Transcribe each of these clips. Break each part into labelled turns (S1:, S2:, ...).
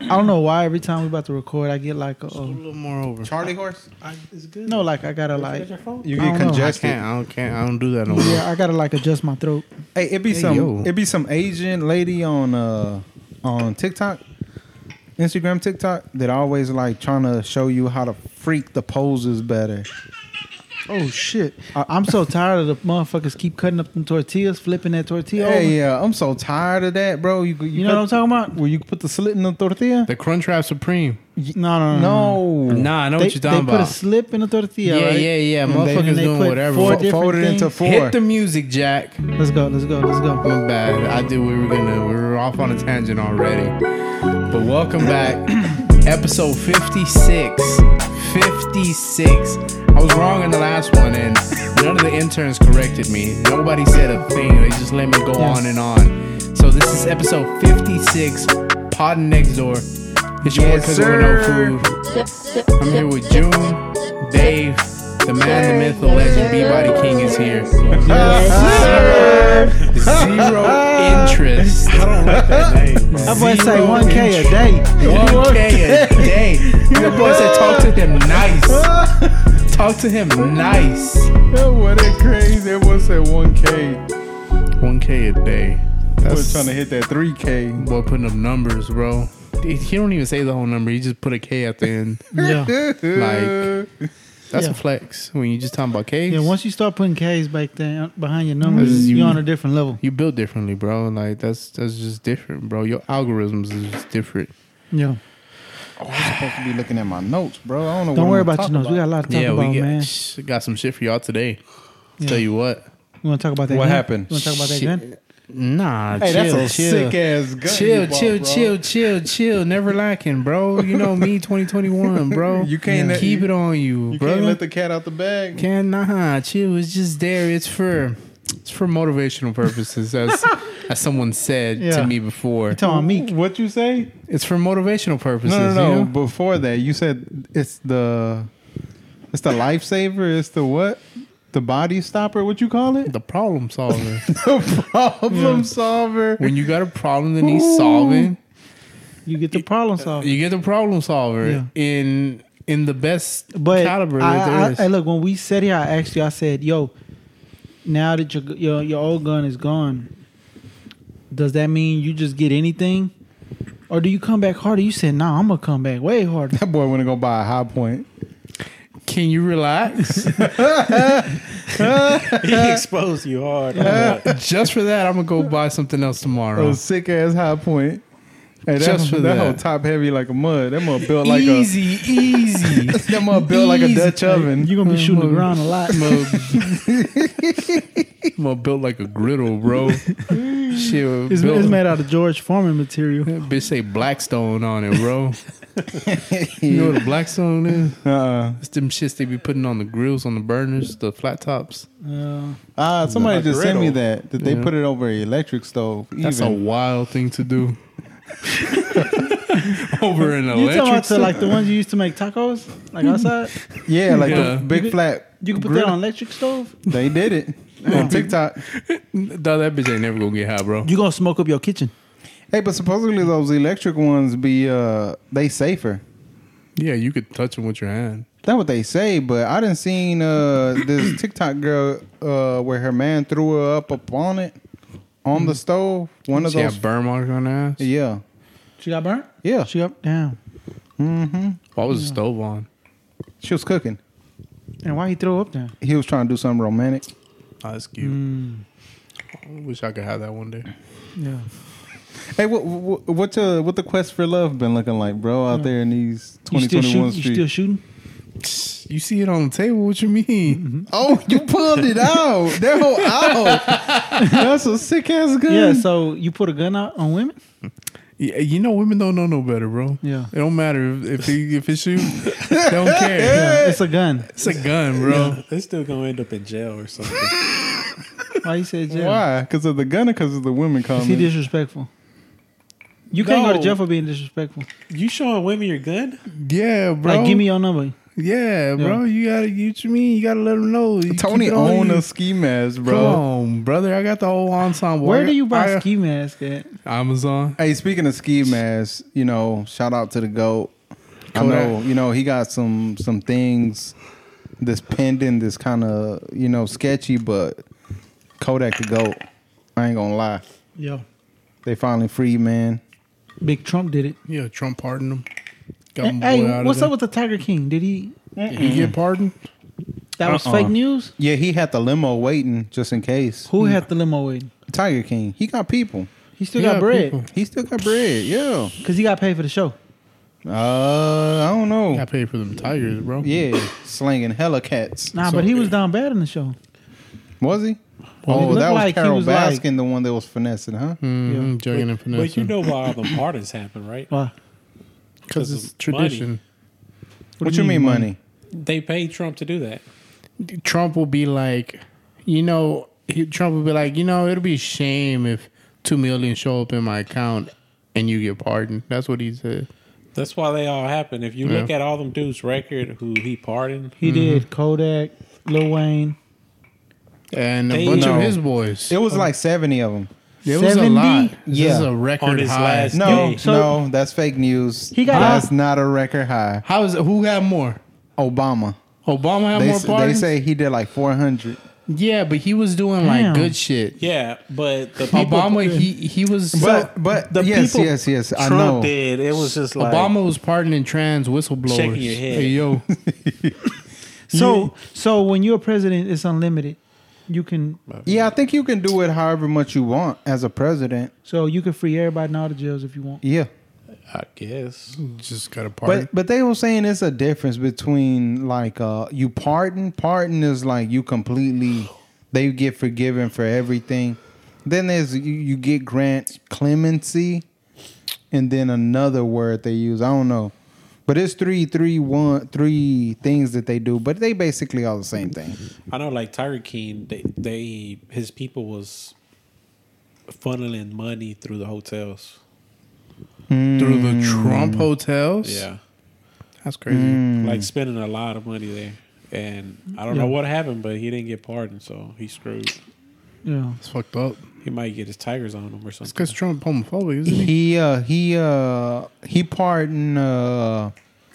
S1: I don't know why every time we about to record, I get like a
S2: A
S1: oh,
S2: little more over.
S3: Charlie horse?
S2: I, it's good.
S1: no, like I gotta
S2: Is
S1: like
S2: that your phone?
S4: You
S1: I
S4: get
S1: don't know.
S2: I
S4: congested.
S2: can't. I don't can't. I don't do that no more.
S1: yeah, I gotta like adjust my throat.
S4: Hey, it be
S2: Hey,
S4: some
S2: yo.
S4: it be some Asian lady on uh on TikTok, Instagram TikTok that always like trying to show you how to freak the poses better.
S1: Oh shit! I, I'm so tired of the motherfuckers keep cutting up them tortillas, flipping that tortilla. over.
S4: Hey, yeah, I'm so tired of that, bro. You you,
S1: You know what I'm talking about?
S4: Where you put the slit in the tortilla?
S3: The Crunchwrap Supreme.
S1: No, no, no. no.
S4: No,
S3: Nah, I know
S1: they,
S3: what you're talking
S1: they
S3: about.
S1: put a slip in the tortilla.
S3: yeah,
S1: right?
S3: yeah, yeah.
S1: And they-
S3: Motherfuckers
S1: and they
S3: doing
S1: put
S3: whatever.
S1: four
S4: Fo-
S1: different
S4: fold it into
S1: things.
S4: four.
S3: Hit the music, Jack.
S1: Let's go. Let's go. Let's go.
S3: My bad. I did. We were gonna. We were off on a tangent already. But welcome back, episode 56. 56. I was wrong in the last one, and none of the interns corrected me. Nobody said a thing. They just let me go
S1: Yes.
S3: on and on. So this is episode 56. Pod next door. It's your
S4: Yes,
S3: boy
S4: sir.
S3: cousin with no food. I'm here with June, Dave, the man, the myth, the legend, B-Body King is here. Zero interest.
S2: I don't like that name. bro.
S1: That boy say
S3: Zero
S1: 1K a
S3: interest.
S1: day.
S3: One K a day. Your boy said, "Talk to him nice. Talk to him nice."
S4: That was that crazy. Everyone said one k.
S3: One K a day.
S4: Was
S3: That's
S4: trying to hit that three k.
S3: boy putting up numbers, bro. Dude, He don't even say the whole number. He just put a K at the end.
S1: Yeah.
S3: Like- That's
S1: Yeah.
S3: a flex. When you just talking about K's,
S1: Yeah, once you start putting K's back there uh, behind your numbers,
S3: As you-
S1: you're on a different level.
S3: you build differently, bro. Like that's that's just different, bro. Your algorithms is just different.
S1: Yeah.
S4: Oh, I'm supposed to be looking at my notes, bro. I don't know.
S1: Don't
S4: what
S1: worry
S4: I'm
S1: about your
S4: talking
S1: notes. We got a lot to talk
S3: yeah,
S1: about,
S3: we
S1: man.
S3: got, sh- got some shit for y'all today.
S1: Yeah.
S3: Tell you what.
S1: You want to talk about that?
S4: What
S1: gun?
S4: happened?
S1: You want to talk about that
S3: Shit.
S1: gun?
S3: Nah,
S4: Hey,
S3: chill,
S4: that's a
S3: chill.
S4: sick ass gun.
S3: chill,
S4: you bought,
S3: chill,
S4: bro.
S3: chill, chill, chill. Never lacking, bro. You know me, 2021, bro.
S4: You can't let-
S3: keep
S4: you-
S3: it on you,
S4: You
S3: bro.
S4: can't let the cat out the bag.
S3: Can nah, chill. It's just there. It's for it's for motivational purposes, as as someone said
S1: Yeah.
S3: to me before.
S1: You talking about Meek?
S4: What you say?
S3: It's for motivational purposes.
S4: No, no, no.
S3: you know?
S4: Before that, you said it's the it's the lifesaver. It's the what? The body stopper. What you call it?
S3: The problem solver.
S4: The problem solver.
S3: when you got a problem that needs solving,
S1: You get the problem solved.
S3: you get the problem solver
S1: Yeah.
S3: in in the best
S1: But
S3: caliber
S1: I,
S3: that there
S1: I-
S3: is.
S1: hey, look, when we said here, I asked you. I said, "Yo, now that your your your old gun is gone, does that mean you just get anything, or do you come back harder?" You said, "Nah, I'm gonna come back way harder."
S4: That boy wanna go buy a high point.
S3: Can you relax?
S2: he exposed you hard. Yeah.
S3: Just for that, I'm gonna go buy something else tomorrow.
S4: A sick ass high point. Hey, that,
S3: Just for
S4: that,
S3: that.
S4: whole top heavy like a mud. That mother built like a
S3: easy, easy.
S4: that mother built like a
S3: Easy.
S4: Dutch oven. Hmm.
S1: You're gonna be shooting the ground a lot.
S3: I'm all built like a griddle, bro. Shit,
S1: It's,
S3: built,
S1: it's made out of George Foreman material.
S3: that bitch say Blackstone on it, bro. you know what a Blackstone is?
S4: uh-uh.
S3: It's them shits they be putting on the grills, on the burners, the flat tops.
S1: Uh,
S4: Ah, somebody
S2: Like
S4: just sent me
S2: griddle.
S4: that. That they
S3: Yeah.
S4: put it over an electric stove.
S3: That's a
S4: even.
S3: wild thing to do. Over an
S1: you talking
S3: electric.
S1: about the,
S3: stove?
S1: like the ones you used to make tacos, like outside?
S4: yeah, like
S3: Yeah.
S4: the big
S1: You could-
S4: flat.
S1: You can put that
S4: griddle.
S1: on electric stove.
S4: They did it on TikTok.
S3: Dawg, that bitch ain't never gonna get high, bro.
S1: You gonna smoke up your kitchen?
S4: Hey, but supposedly those electric ones be uh they safer.
S3: Yeah, you could touch them with your hand.
S4: That's what they say, but I didn't seen uh this TikTok girl uh where her man threw her up upon it on
S1: Mm.
S4: the stove. One of
S3: She
S4: those
S3: have burn marks on her ass.
S4: Yeah.
S1: She got burnt.
S4: Yeah.
S1: She got down.
S3: Why was the stove on?
S4: She was cooking.
S1: And why he throw up down?
S4: He was trying to do something romantic.
S1: Ah,
S3: Oh, that's cute. I wish I could have that one day.
S1: Yeah.
S4: Hey, what what what, uh, what the quest for love been looking like, bro, out there in these
S1: Mm. You
S4: twenty
S1: still
S4: twenty one
S1: shooting? You still
S4: streets?
S1: shooting?
S3: You see it on the table. What you
S1: Mm-hmm.
S3: mean?
S4: Oh, you pulled it out. That whole out. That's a sick ass gun.
S1: Yeah, so you put a gun out on women?
S3: Yeah, you know, women don't know no better, bro.
S1: Yeah.
S3: It don't matter if if, they, if it shoot. they don't care.
S1: Yeah, it's a gun.
S3: It's a gun, bro.
S2: They're still gonna end up in jail or something.
S1: Why you said jail?
S4: Why? Because of the gun or because of the women
S1: Is he
S4: comment?
S1: disrespectful? You can't go to
S2: No.
S1: jail for being disrespectful.
S2: you showing women your gun?
S3: Yeah, bro.
S1: Like, give me your number.
S3: Yeah, bro. You gotta you what you mean. You gotta let them know. You
S4: Tony
S3: keep it on
S4: owned
S3: you.
S4: a ski mask,
S3: Come
S4: bro.
S3: on, brother. I got the whole ensemble. I
S1: Where
S3: got-
S1: do you buy
S3: I-
S1: ski mask at?
S3: Amazon.
S4: Hey, speaking of ski masks, you know, shout out to the goat. I
S3: Kodak.
S4: know, you know, he got some some things that's pending, that's kind of you know sketchy, but Kodak the goat. I ain't gonna lie,
S1: Yo,
S4: they finally free man.
S1: Big Trump did it.
S3: Yeah, Trump pardoned him. Got my boy out
S1: Hey,
S3: of
S1: what's
S3: there.
S1: up with the Tiger King? Did he?
S3: Did he get pardoned?
S1: That was
S4: Uh-uh.
S1: fake news.
S4: Yeah, he had the limo waiting just in case.
S1: Who had the limo in?
S4: Tiger King. He got people.
S1: He still
S3: Yeah,
S1: got bread
S3: people.
S4: He still got bread. Yeah.
S1: because he got paid for the show.
S4: Uh, I don't know.
S3: Got paid for them tigers, bro.
S4: Yeah, slinging Hellcats.
S1: Nah,
S3: So-
S1: but he was down bad in the show.
S4: Was he?
S1: it
S4: Oh,
S1: looked
S4: that was
S1: like he
S4: Carol
S1: was like-
S4: Baskin, the one that was finessing, huh?
S3: Mm, Jugging and
S2: But you
S3: finessing.
S2: know why all the pardons happen, right?
S1: Why?
S3: Because it's
S2: it's money.
S3: tradition.
S4: What, you mean, money?
S2: They paid Trump to do that.
S3: Trump will be like, you know, he, Trump will be like, you know, it'll be a shame if two million show up in my account and you get pardoned. That's what he said.
S2: That's why they all happen. If you look at all them dudes' record who he pardoned,
S3: Mm-hmm.
S1: He did Kodak, Lil Wayne,
S3: And a
S2: They-
S3: bunch
S4: No.
S3: of his boys.
S4: It was like 70 of them.
S3: It was a
S1: 70?
S3: lot. This
S4: Yeah.
S3: is a record
S2: On his
S3: high.
S2: last-
S4: No,
S2: Yeah.
S1: So-
S4: no, that's fake news.
S1: He got-
S4: that's not a record high.
S3: How is it? Who had more?
S4: Obama.
S3: Obama had
S4: They,
S3: more
S4: s- they
S3: pardons.
S4: say he did like 400.
S3: yeah, but he was doing
S1: Damn.
S3: like good shit.
S2: yeah, but the people
S3: Obama, he he was.
S4: But but
S2: the
S4: yes,
S2: people
S4: yes, yes. I
S2: Trump
S4: know.
S2: did. It was just like
S3: Obama was pardoning trans whistleblowers.
S2: Shaking your head.
S3: Hey, yo,
S1: So, so when you're a president, it's unlimited. You can,
S4: Yeah, I think you can do it however much you want as a president.
S1: so you can free everybody in all the jails if you want.
S4: Yeah.
S2: I guess.
S3: just got a pardon.
S4: But but they were saying it's a difference between like uh you pardon. Pardon is like you completely they get forgiven for everything. Then there's you, you get grant clemency, and then another word they use. I don't know. But it's three, three, one, three things that they do, but they basically are the same thing.
S2: I know, like Tyreek King, they, they his people was funneling money through the hotels.
S3: through the Trump hotels.
S2: Yeah,
S3: that's crazy.
S2: like spending a lot of money there. And I don't know what happened, but he didn't get pardoned, so he's screwed.
S1: Yeah.
S3: It's fucked up.
S2: He might get his tigers on him or
S3: It's
S2: something.
S3: because Trump homophobic, isn't he?
S4: He uh he uh he pardoned uh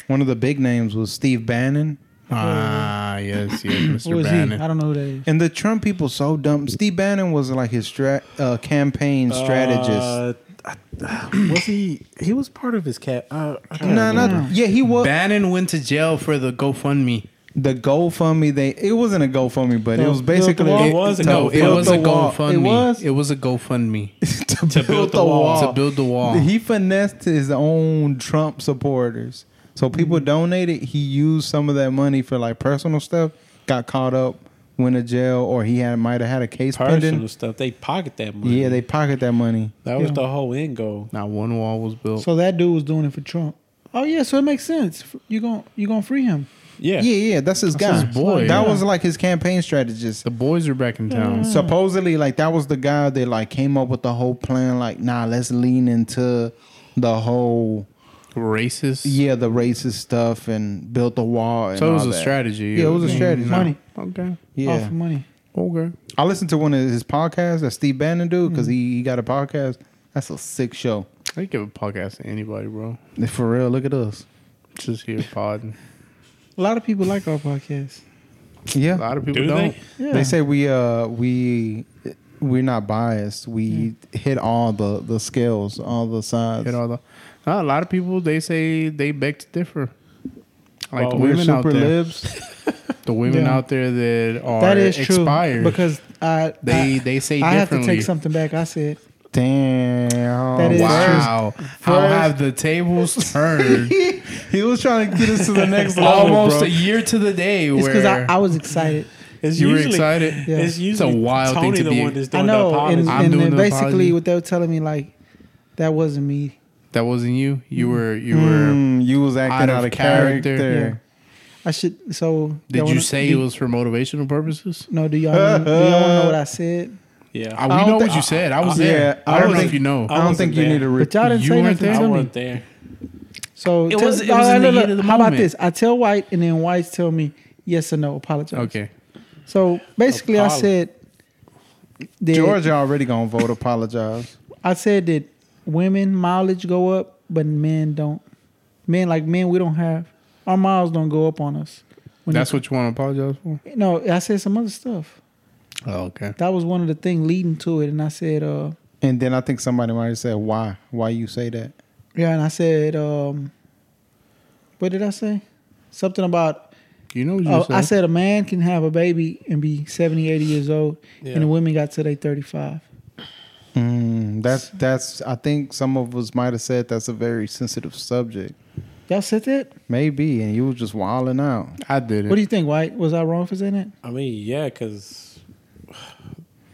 S4: one of the big names was Steve Bannon.
S3: Ah, yes, yes,
S1: Who
S3: Mr.
S1: is
S3: Bannon.
S1: he? I don't know who that is.
S4: And the Trump people so dumb. Steve Bannon was like his stra- uh, campaign strategist.
S2: Uh, was he? He was part of his cat. Uh, I don't
S4: No, not yeah. He was
S3: Bannon went to jail for the GoFundMe.
S4: the GoFundMe. They it wasn't a GoFundMe, but Oh, it
S1: No,
S4: was basically
S1: built the
S2: It was a
S3: No, it
S2: GoFundMe.
S3: was a
S4: Built the wall.
S3: GoFundMe.
S4: It was?
S3: It was a GoFundMe
S4: to,
S2: build the wall.
S3: to build the wall.
S4: He finessed his own Trump supporters. So
S2: Mm-hmm.
S4: people donated. He used some of that money for like personal stuff. Got caught up, went to jail, or he had might have had a case
S2: personal
S4: pending.
S2: stuff. They pocket that money.
S4: Yeah, they pocket that money.
S2: that was
S1: Yeah.
S2: the whole end goal.
S3: Not one wall was built.
S1: So that dude was doing it for Trump. Oh yeah, so it makes sense. You gon' you gonna free him?
S2: Yeah,
S4: Yeah, yeah, that's his
S3: That's
S4: guy.
S3: his boy.
S4: That
S3: Yeah.
S4: was like his campaign strategist. Mm.
S3: the boys are back in town.
S4: supposedly like that was the guy that like came up with the whole plan like nah let's lean into the whole
S3: Racist.
S4: yeah the racist stuff and built the wall and
S3: So it was
S4: all
S3: a
S4: that.
S3: strategy.
S4: Yeah, it was a strategy.
S1: Money.
S3: Okay.
S1: All
S4: yeah
S1: for money.
S3: Okay.
S4: i listened to one of his podcasts that steve bannon do because he, he got a podcast that's a sick show
S3: I give a podcast to anybody, bro.
S4: for real look at us
S3: Just here podding.
S1: A lot of people like our podcast.
S3: A
S4: yeah
S3: lot of people
S2: do
S3: don't.
S2: they?
S1: Yeah.
S4: they say we uh we we're not biased we hit all the the scales all the sides
S3: Hit all the. Nah, a lot of people they say they beg to differ. Like
S2: Well,
S3: the
S4: we're
S3: women out
S4: super
S3: there,
S4: libs
S3: the women
S1: Yeah.
S3: out there that are
S1: that is true
S3: expired
S1: because I
S3: they
S1: I,
S3: they say
S1: I have to
S3: differently.
S1: take something back. I said
S4: damn
S1: That is
S3: Wow, how have the tables turned?
S4: he was trying to get us to the next level,
S3: Almost
S4: bro.
S3: a year to the day
S1: it's because
S3: where
S1: I, I was excited.
S2: It's
S3: you were excited.
S1: Yeah.
S2: It's usually
S3: wild thing
S2: Tony
S3: to
S2: the
S3: be-
S2: one that's doing
S1: I
S2: the
S1: know,
S2: apology.
S1: and,
S3: I'm
S1: and
S3: doing
S1: then
S3: the
S1: basically
S3: apology.
S1: what they were telling me like that wasn't me.
S3: That wasn't you. You were you were.
S4: Mm, you was acting out, of character.
S1: I should so.
S3: Did
S1: y'all
S3: you
S1: wanna-
S3: say
S1: do-
S3: it was for motivational purposes?
S1: No, do y'all wanna- do y'all wanna know what I said?
S2: yeah,
S3: I, we
S4: don't
S3: know
S4: thi-
S3: what you said. I was
S4: yeah,
S3: there.
S4: I
S3: I, don't
S4: don't
S3: know
S4: think-
S3: if you know.
S4: I don't think you
S2: wasn't
S4: need to.
S2: there.
S4: Re-
S1: But y'all didn't
S3: You
S1: say
S3: weren't
S1: nothing
S3: there?
S2: I
S1: to me.
S2: wasn't there.
S1: So
S2: It
S1: tell-
S2: was- it was in the heat of the
S1: how about
S2: moment.
S1: this? I tell White, and then White tell me yes or no. Apologize.
S3: Okay.
S1: So basically, I
S2: Apolog-
S1: said that
S4: Georgia already gonna vote. Apologize.
S1: I said that women mileage go up, but men don't. Men like men, we don't have our miles don't go up on us. When
S3: That's what you want to apologize for?
S1: it- no, I said some other stuff.
S3: Oh, okay.
S1: That was one of the things leading to it, and I said, uh,
S4: And then I think somebody might have said, "Why? Why you say that?"
S1: yeah, and I said, um, what did I say? Something about
S3: You know what you
S1: Oh,
S3: said?
S1: I said a man can have a baby and be 70, 80 years old,
S2: Yeah.
S1: and the women got to they 35.
S4: Mm, that's that's. I think some of us might have said that's a very sensitive subject.
S1: Y'all said that?
S4: Maybe, and you were just wilding out.
S3: I did it.
S1: What do you think, White? Was I wrong for saying that?
S2: I mean, yeah, because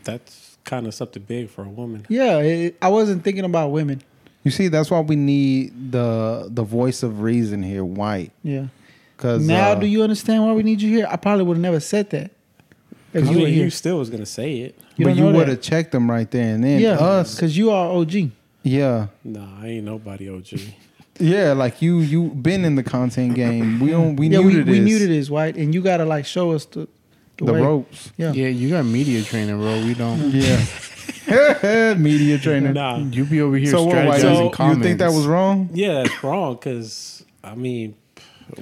S2: that's kind of something big for a woman.
S1: Yeah, it, I wasn't thinking about women.
S4: You see, that's why we need the the voice of reason here, white. uh,
S1: Yeah.
S4: Because
S1: Now, do you understand why we need you here? I probably would have never said that if
S2: I
S1: you were
S2: mean,
S1: here.
S2: you still was gonna say it.
S1: You
S4: but
S1: don't
S4: you
S1: know
S4: would
S1: that.
S4: have checked them right there and then.
S1: yeah,
S4: us.
S1: because you are OG.
S4: Yeah,
S2: Nah, I ain't nobody OG.
S4: yeah. Like you, you been in the content game. We don't. We
S1: yeah,
S4: knew
S1: we,
S4: to
S1: we
S4: this.
S1: knew to this, White, and you got to like show us the, the,
S4: the
S1: way.
S4: ropes.
S1: Yeah.
S3: Yeah, you got media training, bro. We don't.
S4: Yeah. Media training.
S2: nah,
S3: You be over here
S4: So what? White,
S3: strategizing
S2: So-
S4: you
S3: comments.
S4: think that was wrong?
S2: yeah, that's wrong. Because I mean,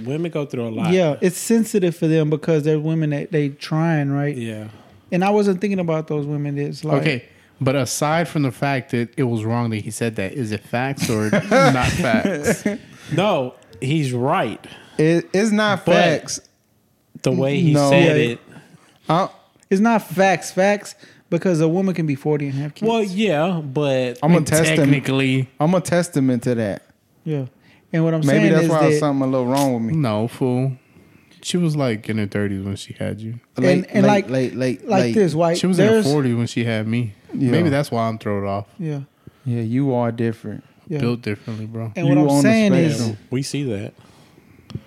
S2: women go through a lot.
S1: Yeah, it's sensitive for them because they're women that they trying, right?
S2: yeah.
S1: And I wasn't thinking about those women. It's like,
S3: Okay, but aside from the fact that it was wrong that he said that, is it facts or not facts?
S2: No, he's right.
S4: It, it's not
S2: But-
S4: facts.
S2: The way he
S4: No.
S2: said
S1: Yeah.
S2: it.
S4: I,
S1: It's not facts, facts, because a woman can be 40 and have kids.
S2: Well, yeah, but
S4: I'm a testament.
S3: Technically,
S4: I'm a testament to that.
S1: yeah. And what I'm
S4: Maybe
S1: saying
S4: that's
S1: is
S4: why
S1: that,
S4: something a little wrong with me.
S3: no, fool. She was like in her thirties when she had you.
S1: And- and like-
S4: late, late,
S1: like
S4: late.
S1: this, white.
S3: She was in her
S1: there's,
S3: forties when she had me.
S4: Yeah.
S3: Maybe that's why I'm thrown off.
S1: Yeah,
S4: Yeah, you are different.
S1: yeah.
S3: Built differently, bro.
S1: and
S4: You
S1: what
S4: on the
S1: I'm saying is,
S4: spectrum.
S2: we see that.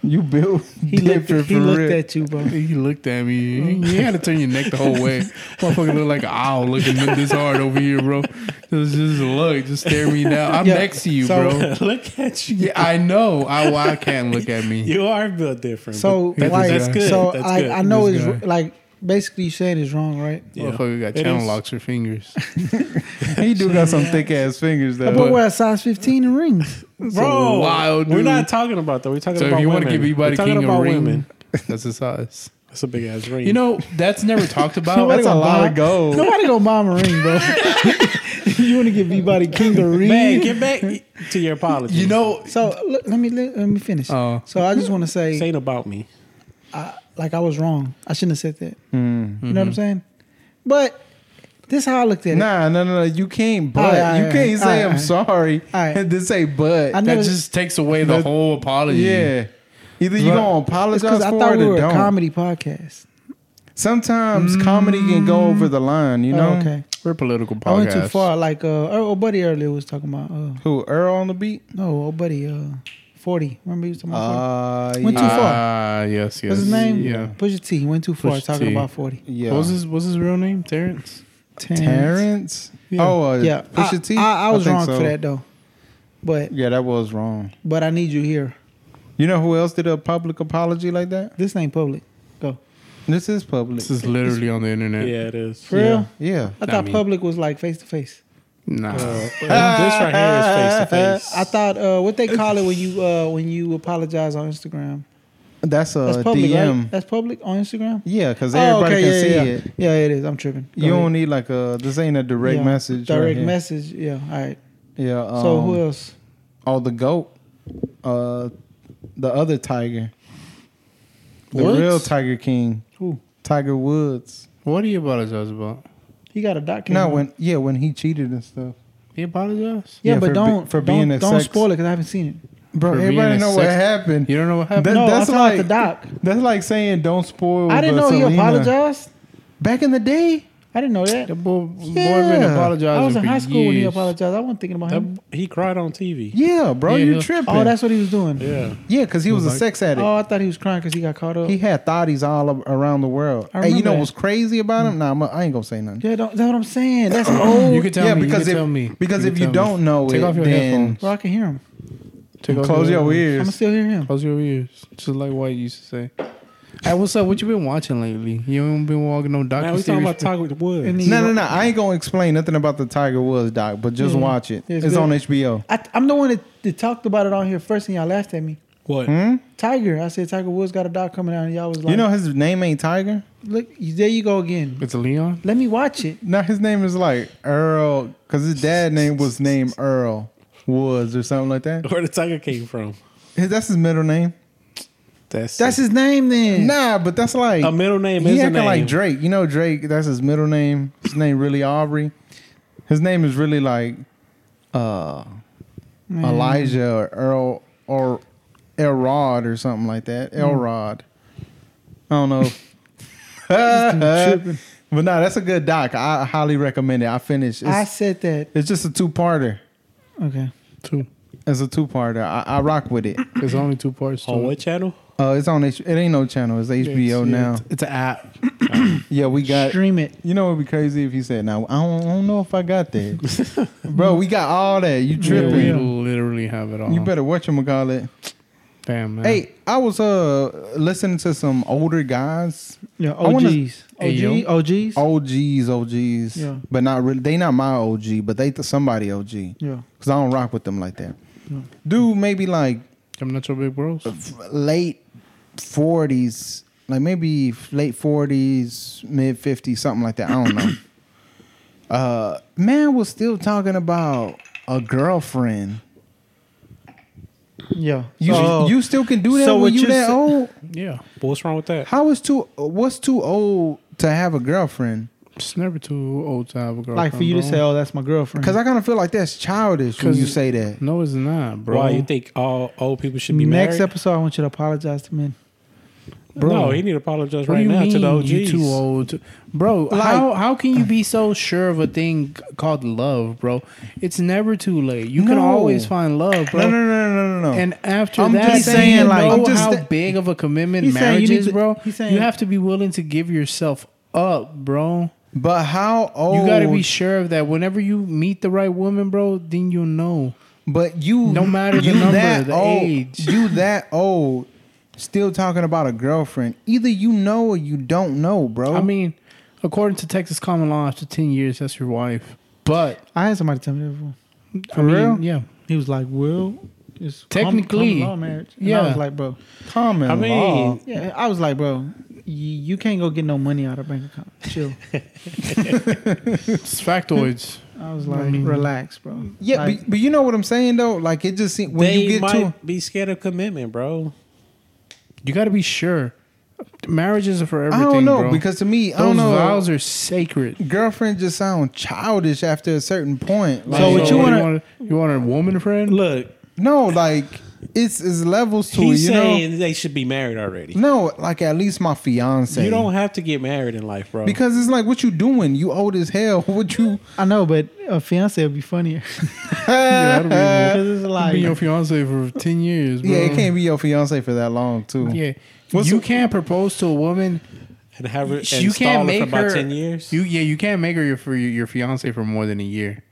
S4: You built
S1: he looked,
S4: different
S1: he
S4: for
S1: looked
S4: real.
S1: at you, bro.
S3: He looked at me. You had to turn your neck the whole way. Motherfucker looked like an owl looking this hard over here, bro. Just, just look, just stare me down. I'm
S1: Yeah,
S3: next to you,
S1: so-
S3: bro.
S2: Look at you.
S3: Yeah, I know. I why can't look at me.
S2: You are built different.
S1: So,
S2: but
S1: like,
S2: that's good.
S1: So
S2: that's
S1: I,
S2: good.
S1: I know
S3: This
S1: it's
S3: guy.
S1: like basically you saying it's wrong, right?
S2: Yeah.
S3: Motherfucker got
S2: It
S3: channel
S2: is.
S3: locks her fingers.
S4: he do got some thick ass fingers
S1: I but
S4: though.
S1: wear a size 15 and rings.
S2: Bro,
S3: wild
S2: we're
S3: dude.
S2: not talking about that. We're talking
S3: So
S2: about
S3: if you want
S2: women.
S3: to give
S2: we're
S3: anybody
S2: talking
S3: king a
S2: about
S3: ring,
S2: women.
S3: that's his size.
S2: That's a big ass ring.
S3: You know, that's never talked about.
S1: Nobody
S4: That's a
S1: gonna
S4: lot
S1: buy-
S4: of gold.
S1: Nobody gonna buy him a ring, bro. you want to give anybody king a ring?
S2: man, get back to your apology.
S3: you know,
S1: so look, let me let, let me finish.
S3: Oh.
S1: so I just want to
S2: this ain't about me.
S1: I, like I was wrong. I shouldn't have said that. You know what I'm saying? But this how I looked at it.
S4: Nah, no, no, no. You can't. But
S1: Alright, alright,
S4: you can't say
S1: alright,
S4: I'm
S1: alright.
S4: sorry
S1: Alright.
S4: and then say but.
S1: I
S3: that
S1: never-
S3: just takes away the
S4: That-
S3: whole apology.
S4: yeah. Either you
S1: But-
S4: gonna
S1: It's
S4: apologize
S1: because
S4: for
S1: I thought
S4: it
S1: we
S4: or
S1: were a
S4: don't.
S1: comedy podcast.
S4: Sometimes comedy can go over the line. You
S1: Oh,
S4: know
S1: okay.
S3: We're a political podcast.
S1: I went too far. Like uh, our old buddy earlier was talking about. Uh,
S4: who? Earl on the beat.
S1: no, old buddy. Uh, Forty. Remember he was talking about. 40?
S4: Uh,
S1: Went
S4: yeah.
S1: too far.
S3: Ah, yes, yes.
S1: What's his name?
S3: Yeah.
S1: Pusha T. He went too far
S3: Pusha
S1: talking
S3: T.
S1: about forty.
S4: yeah.
S3: What was his What's his real name? Terrence.
S1: Terrence.
S4: Terrence? Oh, uh,
S1: Yeah.
S4: Pusha
S1: I-
S4: T?
S1: I, I was
S4: think
S1: wrong
S4: so.
S1: for that though. But
S4: Yeah, that was wrong.
S1: but I need you here.
S4: You know who else did a public apology like that?
S1: This ain't public. Go.
S4: This is public.
S3: This is literally on the internet.
S2: Yeah, it is.
S1: For real?
S4: yeah.
S1: I
S3: Nah,
S1: thought
S3: I mean-
S1: public was like face to face.
S3: Nah.
S2: Uh, this right here is face to face.
S1: I thought uh, what they call it when you uh, when you apologize on Instagram.
S4: That's a
S1: That's public,
S4: DM.
S1: right? That's public on Instagram.
S4: Yeah, Uh, because
S1: Oh,
S4: everybody
S1: okay,
S4: can
S1: yeah,
S4: see
S1: yeah, yeah.
S4: it.
S1: Yeah, it is. I'm tripping. Go
S4: You
S1: ahead.
S4: don't need like a. This ain't a direct
S1: Yeah,
S4: message. right
S1: Direct
S4: here.
S1: message. Yeah. All right.
S4: Yeah. Um,
S1: so who else?
S4: Oh, the goat. Uh, the other tiger. The
S2: Woods?
S4: real Tiger King.
S1: Who?
S4: Tiger Woods.
S3: What do you apologize about?
S1: He got a doc. came
S4: No,
S1: out.
S4: when yeah, when he cheated and stuff.
S3: He apologized.
S1: Yeah,
S4: yeah,
S1: but
S4: for be-
S1: don't
S4: for
S1: for
S4: being
S1: being
S4: a
S1: don't, don't
S4: sex-
S1: spoil it because I haven't seen it.
S4: Bro,
S3: For being
S4: everybody
S3: a
S4: know what
S3: sex-
S4: happened.
S3: You don't know what happened.
S4: That-
S1: No,
S4: that's
S1: that's I'm like, the
S4: like-
S1: doc.
S4: That's like saying don't spoil.
S1: I didn't
S4: the
S1: know he
S4: Selena.
S1: apologized.
S4: Back in the day,
S1: I didn't know that.
S3: That boy, boy
S4: Yeah.
S3: been
S1: I
S3: apologizing.
S1: was in
S3: for
S1: high school when he
S3: years.
S1: apologized. I wasn't thinking about him.
S2: That- he cried on TV.
S4: yeah, bro,
S3: Yeah,
S4: you
S3: yeah.
S4: tripping?
S1: Oh, that's what he was doing.
S2: Yeah.
S4: yeah, because he was, a
S3: like-
S4: sex addict.
S1: Oh, I thought he was crying because he got caught up.
S4: He had thotties all ab- around the world.
S1: I
S4: Hey, you
S1: remember
S4: know
S1: that.
S4: what's crazy about him? Nah, I'm a, I ain't gonna say nothing.
S1: yeah, don't, that's what I'm saying. That's old.
S3: You can tell
S4: yeah,
S3: me.
S4: because
S3: you can
S4: if
S3: tell me.
S4: because
S3: You
S4: if
S3: can
S4: you
S3: tell me.
S4: don't know
S3: Take
S4: it,
S3: off your
S4: then
S3: headphones.
S1: Bro, I can hear him.
S3: Take off
S4: Close your
S1: I'm
S4: ears.
S1: still hear him.
S3: Close your ears. Just like what you used to say. Hey, what's up? What you been watching lately? You ain't been walking no docu
S2: Now we talking about Tiger
S1: And
S2: Woods.
S1: he-
S4: No, no, no. I ain't gonna explain nothing about the Tiger Woods doc, but just
S1: Yeah.
S4: watch it.
S1: Yeah, it's
S4: it's
S1: good.
S4: on HBO.
S1: I, I'm the one that, that talked about it on here first, and y'all laughed at me.
S2: What?
S4: Hmm?
S1: Tiger, I said Tiger Woods got a doc coming out, and y'all was like,
S4: You know his name ain't Tiger.
S1: look, there you go again.
S3: It's Leon.
S1: Let me watch it.
S4: No, his name is like Earl, cause his dad name was named Earl Woods or something like that.
S2: Where the Tiger came from?
S4: His, that's his middle name.
S2: That's
S1: That's his name then.
S4: Nah, but that's like
S2: a middle name.
S4: he
S2: Is a
S4: acting
S2: name.
S4: like Drake. You know Drake. That's his middle name. His name really Aubrey. His name is really like uh, Elijah or Earl or Elrod or something like that.
S2: Mm.
S4: Elrod. I don't know. but no, that's a good doc. I highly recommend it. I finished. It's,
S1: I said that.
S4: it's just a two parter.
S1: Okay.
S3: Two.
S4: It's a two parter. I, I rock with it.
S3: There's only two parts. To
S2: On
S3: it.
S2: Oh, what channel?
S4: Uh, it's on. H- it ain't no channel. It's
S3: It's-
S4: HBO
S3: yeah,
S4: now.
S3: It's, it's an app.
S4: Yeah, we got
S1: Stream it.
S4: You know, it'd be crazy if he said, "Now I don't, I don't know if I got that, bro. We got all that. You tripping?
S3: We literally have it all.
S4: You better watch him call it.
S3: Damn man.
S4: Hey, I was uh listening to some older guys,
S1: Yeah,
S4: I wanna-
S1: OGs.
S3: Hey,
S1: OG, OGs?
S4: OGs, OGs,
S1: Yeah.
S4: but not really. They not my OG, but they th- somebody OG because
S1: Yeah.
S4: I don't rock with them like that. Dude, maybe like
S3: I'm not your big bros.
S4: f- late forties, like maybe f- late forties, mid fifties, something like that. I don't know. uh, man was still talking about a girlfriend.
S1: Yeah.
S4: You
S1: So-
S4: you still can do that
S1: so
S4: when
S1: what
S4: you
S1: you
S4: that
S1: sa-
S4: old?
S3: Yeah.
S2: What's wrong with that?
S4: How is too? What's too old to have a girlfriend?
S3: It's never too old to have a girlfriend.
S1: like for you to
S3: bro.
S1: say, oh, that's my girlfriend.
S4: Because I kind of feel like that's childish when
S3: 'Cause-
S4: you say that.
S3: No, it's not, bro.
S2: Why you think all old people should be
S1: Next
S2: married?
S1: episode, I want you to apologize to men.
S3: Bro.
S2: No, he need to apologize
S3: What
S2: right
S3: do you
S2: now to the
S3: mean
S2: OGs.
S3: You too old, to- bro.
S4: Like-
S3: how how can you be so sure of a thing called love, bro? It's never too late. You can
S4: No.
S3: always find love, bro.
S4: No, no, no, no, no, no.
S3: And after
S4: I'm
S3: that,
S4: just
S3: you
S4: saying, like-
S3: know
S4: I'm just
S3: how
S4: th-
S3: big of a commitment
S1: He's saying you
S3: marriage
S1: need
S3: is,
S1: to-
S3: bro.
S1: he's saying-
S3: you have to be willing to give yourself up, bro.
S4: but how old?
S3: You got to be sure of that. Whenever you meet the right woman, bro, then you'll know.
S4: But you,
S3: No matter the
S4: you
S3: number, the
S4: old,
S3: age.
S4: you that old, still talking about a girlfriend. Either you know or you don't know, bro.
S3: I mean, according to Texas common law, after ten years, that's your wife. But
S1: I had somebody tell me that before.
S3: I mean,
S4: real?
S3: yeah.
S1: He was like, well, it's
S3: Technically,
S1: common, common law marriage. And
S3: yeah.
S1: I was like, bro.
S4: common
S2: I mean,
S4: law.
S1: Yeah, I was like, bro, you, you can't go get no money out of bank account. Chill.
S3: It's factoids.
S1: I was like,
S3: mean-
S1: relax, bro.
S4: Yeah,
S1: Like,
S4: but, but you know what I'm saying though. Like it just seems when
S2: they
S4: you get
S2: might
S4: to
S2: be scared of commitment, bro.
S3: You got to be sure. Marriages are for
S4: I
S3: everything.
S4: don't know
S3: bro.
S4: because to me I
S3: those
S4: don't know.
S3: vows are sacred.
S4: Girlfriend just sound childish after a certain point. Like,
S1: So what you wanna-
S3: want? You want a woman friend?
S2: Look,
S4: No, like it's it's levels to
S2: he's
S4: it. You
S2: saying they should be married already.
S4: know. No, like at least my fiance.
S2: You don't have to get married in life, bro.
S4: because it's like what you doing? You old as hell. What you?
S1: I know, but a fiance would be funnier.
S3: Yeah, that'd Uh, be more-
S1: Because it's like,
S3: Been your fiance for ten years, bro.
S4: Yeah, it can't be your fiance for that long too.
S3: Mm. Yeah.
S4: What's
S3: you
S4: the-
S3: can't propose to a woman.
S2: and have her, and
S3: you can't make
S2: for about
S3: her
S2: ten years.
S3: You yeah, you can't make her your for your, your fiance for more than a year.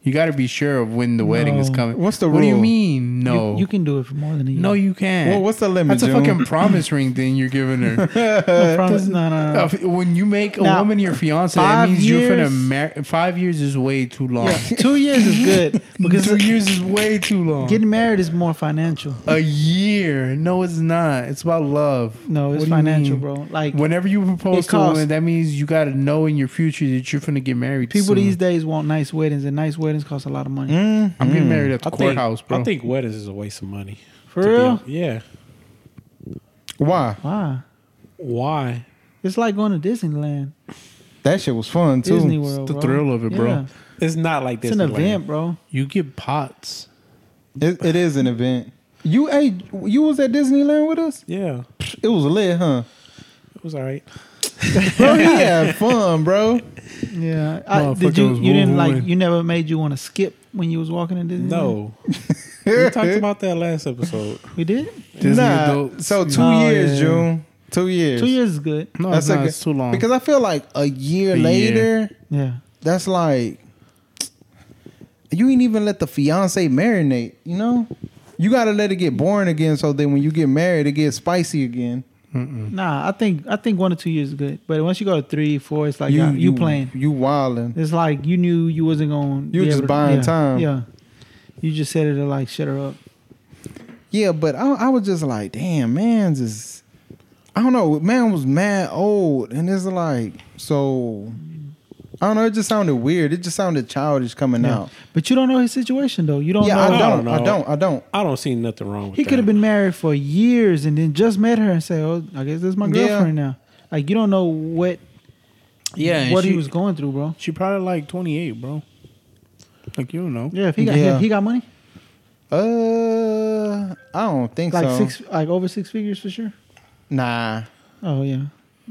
S3: You got to be sure of when the wedding is
S1: No.
S3: coming.
S4: What's the
S3: What do you
S4: rule?
S3: mean?
S1: you-
S3: No,
S1: you, can do it for more than a year.
S3: no, you can't.
S4: Well, what's the limit?
S3: That's a
S4: June?
S3: fucking promise ring thing you're giving her.
S1: no, promise, no, no, no.
S3: Uh, When you make a
S1: Now,
S3: woman your fiance, that
S1: five
S3: means you're
S1: years-
S3: finna marry. Five years is way too long.
S1: Yeah, two years is good because
S3: Two years is way too long.
S1: getting married is more financial.
S3: a year? No, it's not. It's about love.
S1: No,
S3: What
S1: it's
S3: do you
S1: financial,
S3: mean?
S1: bro. Like
S3: Whenever you propose
S1: It
S3: to a
S1: costs-
S3: woman, that means you got to know in your future that you're finna get married.
S1: people
S3: soon.
S1: these days want nice weddings, and nice weddings cost a lot of money.
S4: Mm,
S3: I'm getting married at
S2: I
S3: the
S2: think,
S3: courthouse, bro.
S2: I think weddings is a waste of money.
S1: For
S2: to be
S1: real?
S2: hon- yeah.
S4: why?
S1: Wow,
S2: Why?
S1: it's like going to Disneyland,
S4: That shit was fun too.
S1: Disney World.
S3: the
S1: bro.
S3: thrill of it, bro.
S1: Yeah.
S2: It's not like
S1: It's
S2: this.
S1: an event, bro.
S3: you get pots.
S4: It, it is an event. You hey, you was at Disneyland with us?
S2: Yeah,
S4: It was lit, huh?
S2: it was all right.
S4: Bro, he had fun, bro.
S1: Yeah, I,
S3: Motherfucker
S1: did you?
S3: was
S1: You didn't like?
S3: woo-wooing.
S1: You never made you want to skip when you was walking in Disneyland.
S2: No, we talked about that last episode.
S1: we did.
S3: Disney
S4: nah,
S3: adults.
S4: so two
S1: No,
S4: years,
S1: Oh, yeah.
S4: June. Two years.
S1: Two years is good.
S3: No,
S4: That's
S3: it's, not,
S4: okay.
S3: it's too long.
S4: Because I feel like a year
S3: A year.
S4: later,
S1: Yeah,
S4: that's like you ain't even let the fiance marinate. You know, You gotta let it get boring again, so then when you get married, it gets spicy again. Mm.
S1: Nah, I think I think one or two years is good. But once you go to three, four, it's like you, you, playing.
S4: you wilding.
S1: It's like you knew you wasn't going.
S4: You were just buying
S1: yeah,
S4: time.
S1: Yeah, you just said it to like shut her up.
S4: Yeah, but I, I was just like, damn, man, just I don't know, man was mad old, and it's like so. I don't know. It just sounded weird. It just sounded childish coming
S1: Yeah.
S4: out.
S1: But you don't know his situation though. You don't
S4: yeah,
S1: know.
S4: I don't.
S2: I
S4: I
S2: don't
S4: don't. I don't.
S2: I don't see nothing wrong with
S1: He
S2: that.
S1: could have been married for years and then just met her and say, "Oh, I guess this is my
S4: Yeah.
S1: girlfriend now." Like you don't know what
S3: Yeah, and
S1: what
S3: she,
S1: he was going through, bro.
S3: She probably like 28, bro. Like you don't know.
S1: Yeah, if he got
S4: Yeah.
S1: if he got money,
S4: Uh, I don't think
S1: like
S4: so.
S1: six, like over six figures for sure.
S4: Nah,
S1: Oh yeah,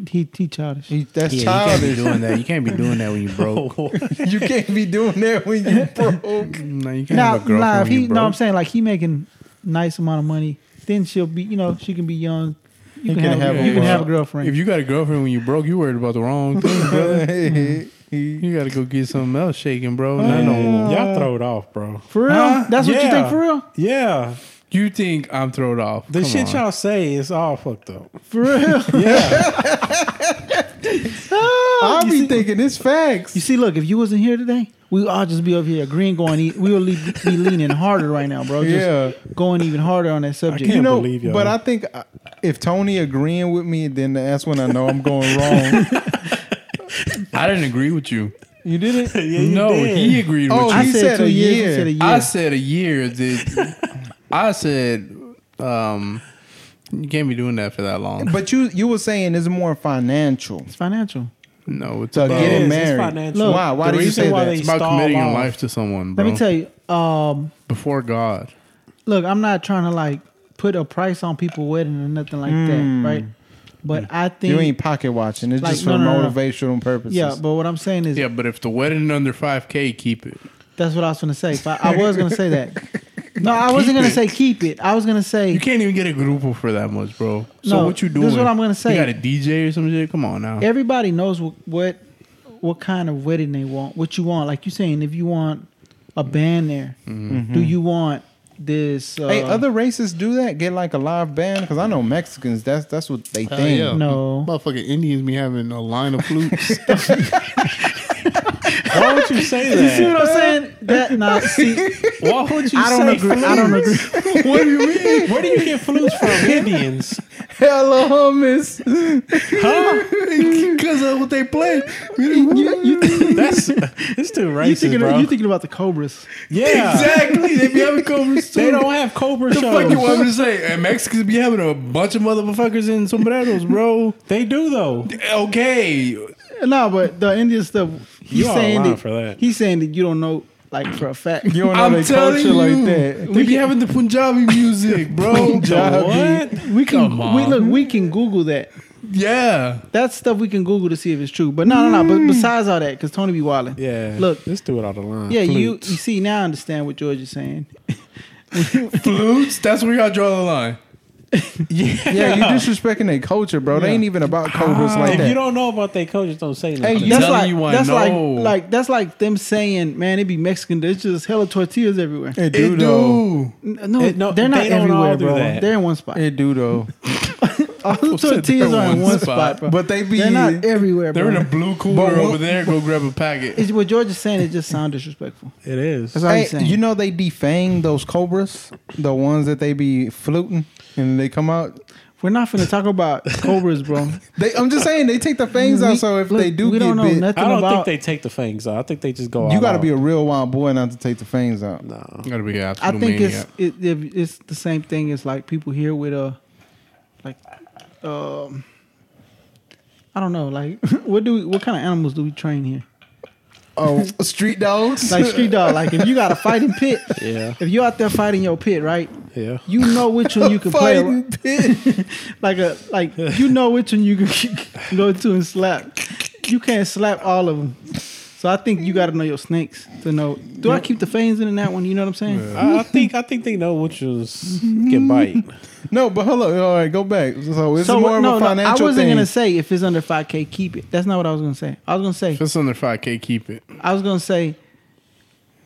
S1: he he childish.
S4: He- that's
S3: Yeah, you can't
S4: childish.
S3: be doing that. You can't be doing that when you broke.
S4: you can't be doing that when you broke.
S3: no, you can't
S1: Now,
S3: have a girlfriend
S1: nah, if
S3: when you
S1: he, no, I'm
S3: broke.
S1: saying like he making nice amount of money, then she'll be, you know, she can be young. You can, have,
S4: a
S1: you can
S4: girl-
S1: have a girlfriend.
S3: If you got a girlfriend when you broke, you worried about the wrong thing, brother.
S1: Mm-hmm.
S3: you gotta go get something else shaking, bro. Not
S2: I
S3: no
S2: know.
S3: more.
S2: Y'all throw it off, bro.
S1: for real,
S3: Huh?
S1: that's what you think
S2: Yeah.
S1: for real,
S2: Yeah.
S3: You think I'm thrown off?
S2: The
S3: Come
S2: shit
S3: on.
S2: y'all say is all fucked up.
S1: for real.
S2: Yeah.
S4: I'll
S1: Ah, you,
S4: be
S1: see,
S4: thinking it's facts.
S1: you see, look, if you wasn't here today, we would all just be over here agreeing, going, e- we would le- be leaning harder right now, bro. Just
S4: Yeah.
S1: going even harder on that subject.
S2: can't
S1: You know,
S2: believe y'all.
S4: But I think uh, if Tony agreeing with me, then that's when I know I'm going wrong.
S3: I didn't agree with you.
S4: you didn't?
S2: you
S3: no,
S2: did.
S3: he agreed
S4: Oh,
S3: with
S1: I
S3: you.
S4: he
S1: said,
S4: said
S1: two
S4: a
S1: years,
S4: year.
S1: you said a year.
S3: I said a year. Dude. I said um, you can't be doing that for that long.
S4: But you you were saying it's more financial.
S1: it's financial.
S3: No, it's
S4: So
S3: about,
S2: It
S4: getting
S2: is. It's
S4: married.
S2: financial.
S1: Look,
S4: why? Why
S2: the
S4: did you
S2: reason
S4: say
S2: why
S4: that?
S2: they-
S3: it's about
S2: stall
S3: committing your
S2: off.
S3: life to someone, bro.
S1: Let me tell you, um,
S3: before God.
S1: look, I'm not trying to like put a price on people wedding or nothing like that, right? But I think
S4: Hmm. you ain't pocket watching. It's
S1: Like,
S4: just for
S1: no, no, no.
S4: motivational purposes.
S1: yeah, but what I'm saying is
S3: Yeah, but if the wedding under five k, keep it.
S1: That's what I was gonna say. If I, I was gonna say that. No, I wasn't gonna
S3: it.
S1: say keep it. I was gonna say
S3: You can't even get a grupo for that much, bro. So
S1: No,
S3: what you
S1: this
S3: doing?
S1: is what I'm gonna say.
S3: You got a DJ or some shit? Come on now.
S1: everybody knows what, what what kind of wedding they want. What you want, like you saying, if you want a band there, do you want this? Uh,
S4: Mm-hmm. Hey, other races do that? Get like a live band? Because I know Mexicans, that's that's what they think.
S5: yeah.
S1: No.
S5: Motherfucking Indians be having a line of flutes.
S2: Why would you say
S1: You see what
S2: that?
S1: I'm saying? That nah, see,
S2: Why would you
S1: I don't
S2: say
S1: agree. I don't
S2: flutes?
S1: agree.
S2: What do you mean? Where do you get flutes from? Indians.
S4: Hella hummus.
S3: Because of what they play.
S1: You, you, think-
S2: That's it's too
S1: you
S2: racist,
S1: thinking,
S2: bro.
S1: you thinking about the cobras?
S2: yeah.
S3: Exactly. They be having covers too.
S2: They don't have cobra
S3: the
S2: shows.
S3: fuck you want me to say? And Mexicans be having a bunch of motherfuckers in sombreros, bro.
S2: they do though.
S3: Okay.
S1: No, but the Indian stuff. He's
S2: You are
S1: saying
S2: lying
S1: that,
S2: for that.
S1: He's saying that you don't know, like for a fact.
S4: You don't know
S3: I'm
S4: their culture
S3: telling you.
S4: like that.
S3: We be having the Punjabi music, bro.
S4: Punjabi.
S2: What?
S1: We can
S3: Come
S1: we
S3: on.
S1: look. We can Google that.
S3: Yeah.
S1: That's stuff we can Google to see if it's true. But no, no, no. But besides all that, because Tony be wilding.
S2: Mm. Yeah.
S1: Look.
S2: let's do it out of line.
S1: Yeah, you you
S2: Flutes.
S1: see now I understand what George is saying.
S3: Flutes, that's where y'all draw the line.
S2: Yeah. Ah.
S4: Yeah, you disrespecting their culture, bro. They ain't even about cobras like
S2: if
S4: that.
S2: you don't know about their culture, don't say nothing.
S3: you-
S1: that's
S3: telling
S1: like
S3: I
S1: that's like
S3: know.
S1: like that's like them saying, man, it be Mexican. There's just hella tortillas everywhere.
S4: it do,
S3: It
S4: though.
S3: do.
S1: N- No,
S2: It- no,
S1: they're not
S2: they don't all
S1: everywhere,
S2: do
S1: bro.
S2: that.
S1: They're in one spot.
S4: It do though.
S1: all the
S3: said
S1: tortillas
S3: they're
S1: are in
S3: one
S1: one
S3: spot.
S1: spot, bro.
S4: But they be
S1: they're not everywhere,
S3: They're
S1: bro.
S3: in a blue cooler
S4: But what-
S3: over there. Go grab a packet.
S1: It's what George is saying. It just sounds disrespectful.
S2: It is.
S1: That's all
S4: Hey,
S1: he's saying.
S4: you know they defang those cobras, the ones that they be fluting and they come out.
S1: We're not finna talk about cobras, bro.
S4: They, I'm just saying they take the fangs
S1: We-
S4: out. So if
S1: look,
S4: they do
S1: we
S4: get
S1: don't know
S4: bit,
S1: nothing
S2: I don't
S1: about.
S2: think they take the fangs out. I think they just go.
S4: you
S2: all
S4: got to
S2: out.
S4: be a real wild boy not to take the fangs out.
S2: no.
S3: Gotta be an
S1: I
S3: absolute
S1: think
S3: maniac.
S1: it's it, it, it's the same thing as like people here with a, like, um, I don't know, like what do we, what kind of animals do we train here?
S4: Oh, street dogs.
S1: Like street dog, like if you got a fighting pit,
S2: Yeah.
S1: if you out there fighting your pit, right?
S2: Yeah.
S1: You know which one you can play, ar-
S4: fighting pit.
S1: like a like you know which one you can go to and slap. You can't slap all of them. So I think you got to know your snakes to know. Do I keep the fangs in in that one? You know what I'm saying?
S2: I, I think I think they know which is
S1: Mm-hmm.
S2: get bite.
S4: No, but hello. All right, go back. So it's more of a
S1: I
S4: financial
S1: wasn't
S4: thing.
S1: gonna say if it's under five k, keep it. That's not what I was gonna say. I was gonna say
S3: If it's under 5K, keep it.
S1: I was gonna say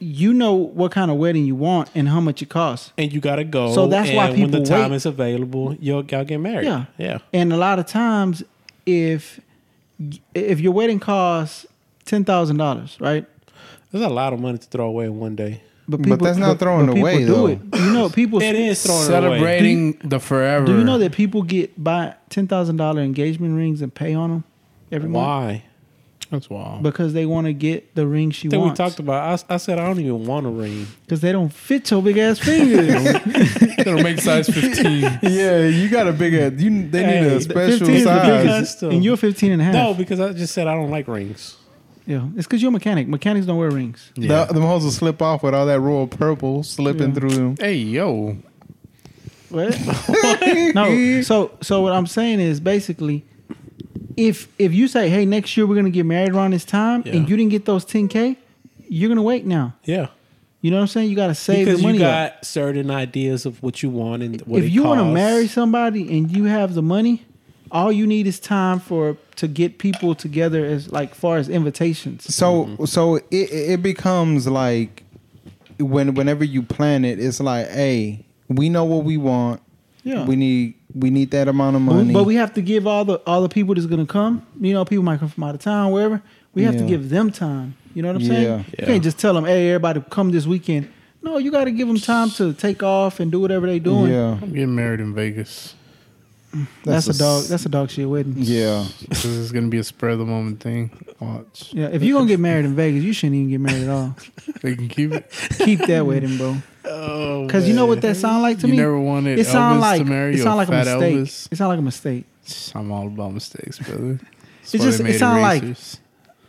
S1: you know what kind of wedding you want and how much it costs.
S2: and you gotta go.
S1: So that's why
S2: and when the
S1: people
S2: time
S1: wait.
S2: is available, you'll y'all get married.
S1: Yeah.
S2: yeah.
S1: And a lot of times, if if your wedding costs ten thousand dollars, right?
S2: There's a lot of money to throw away in one day.
S4: But that's not throwing
S1: people
S4: away,
S1: do
S4: though.
S1: It. You know, people.
S2: It is throwing it away.
S6: Celebrating the forever.
S1: Do you know that people get buy ten thousand dollar engagement rings and pay on them every month
S2: Why?
S3: That's wild.
S1: because they want to get the ring she
S2: I think we
S1: wants?
S2: talked about. I, I said I don't even want a ring.
S1: because they don't fit your big ass fingers.
S6: it'll make size fifteen?
S4: yeah, you got a bigger. You they need
S2: Hey,
S4: a special
S1: 15 is the
S4: size.
S1: biggest, and you're 15 and a half.
S2: No, because I just said I don't like rings.
S1: Yeah, it's because you're a mechanic. Mechanics don't wear rings.
S4: The, them hoes will slip off with all that royal purple slipping
S1: Yeah.
S4: through them.
S6: Hey yo,
S1: What? no. So so what I'm saying is basically, if if you say, hey, next year we're gonna get married around this time,
S2: Yeah.
S1: and you didn't get those 10k, you're gonna wait now.
S2: Yeah,
S1: You know what I'm saying? You gotta save
S2: because
S1: the money.
S2: you
S1: up.
S2: got certain ideas of what you want and what
S1: if
S2: it
S1: you want to
S2: costs.
S1: marry somebody and you have the money, all you need is time for to get people together as like far as invitations.
S4: So
S3: Mm-hmm.
S4: so it it becomes like when whenever you plan it, it's like, hey, we know what we want.
S1: Yeah.
S4: we need we need that amount of
S1: But-
S4: money.
S1: But we have to give all the all the people that's gonna come. You know, people might come from out of town, wherever. We have to
S4: Yeah.
S1: give them time. You know what I'm
S4: Yeah.
S1: saying? You
S2: Yeah.
S1: can't just tell them, "Hey, everybody, come this weekend." No, you got to give them time to take off and do whatever they doing.
S4: yeah,
S3: I'm getting married in Vegas.
S1: that's,
S4: that's
S1: a
S4: a
S1: dog.
S4: s-
S1: That's a dog shit wedding.
S4: yeah.
S3: This is gonna be a spur of the moment thing. Watch.
S1: Yeah, if you gonna get married in Vegas, you shouldn't even get married at all.
S3: They can keep it.
S1: Keep that wedding, bro.
S3: Oh,
S1: Because you know what that sound like to
S3: You
S1: me?
S3: never wanted
S1: it sound
S3: Elvis
S1: like
S3: to marry
S1: it
S3: you,
S1: sound like a
S3: fat
S1: mistake.
S3: Elvis?
S1: It sound like a mistake.
S3: I'm all about mistakes, brother. It's
S1: just- it sound like-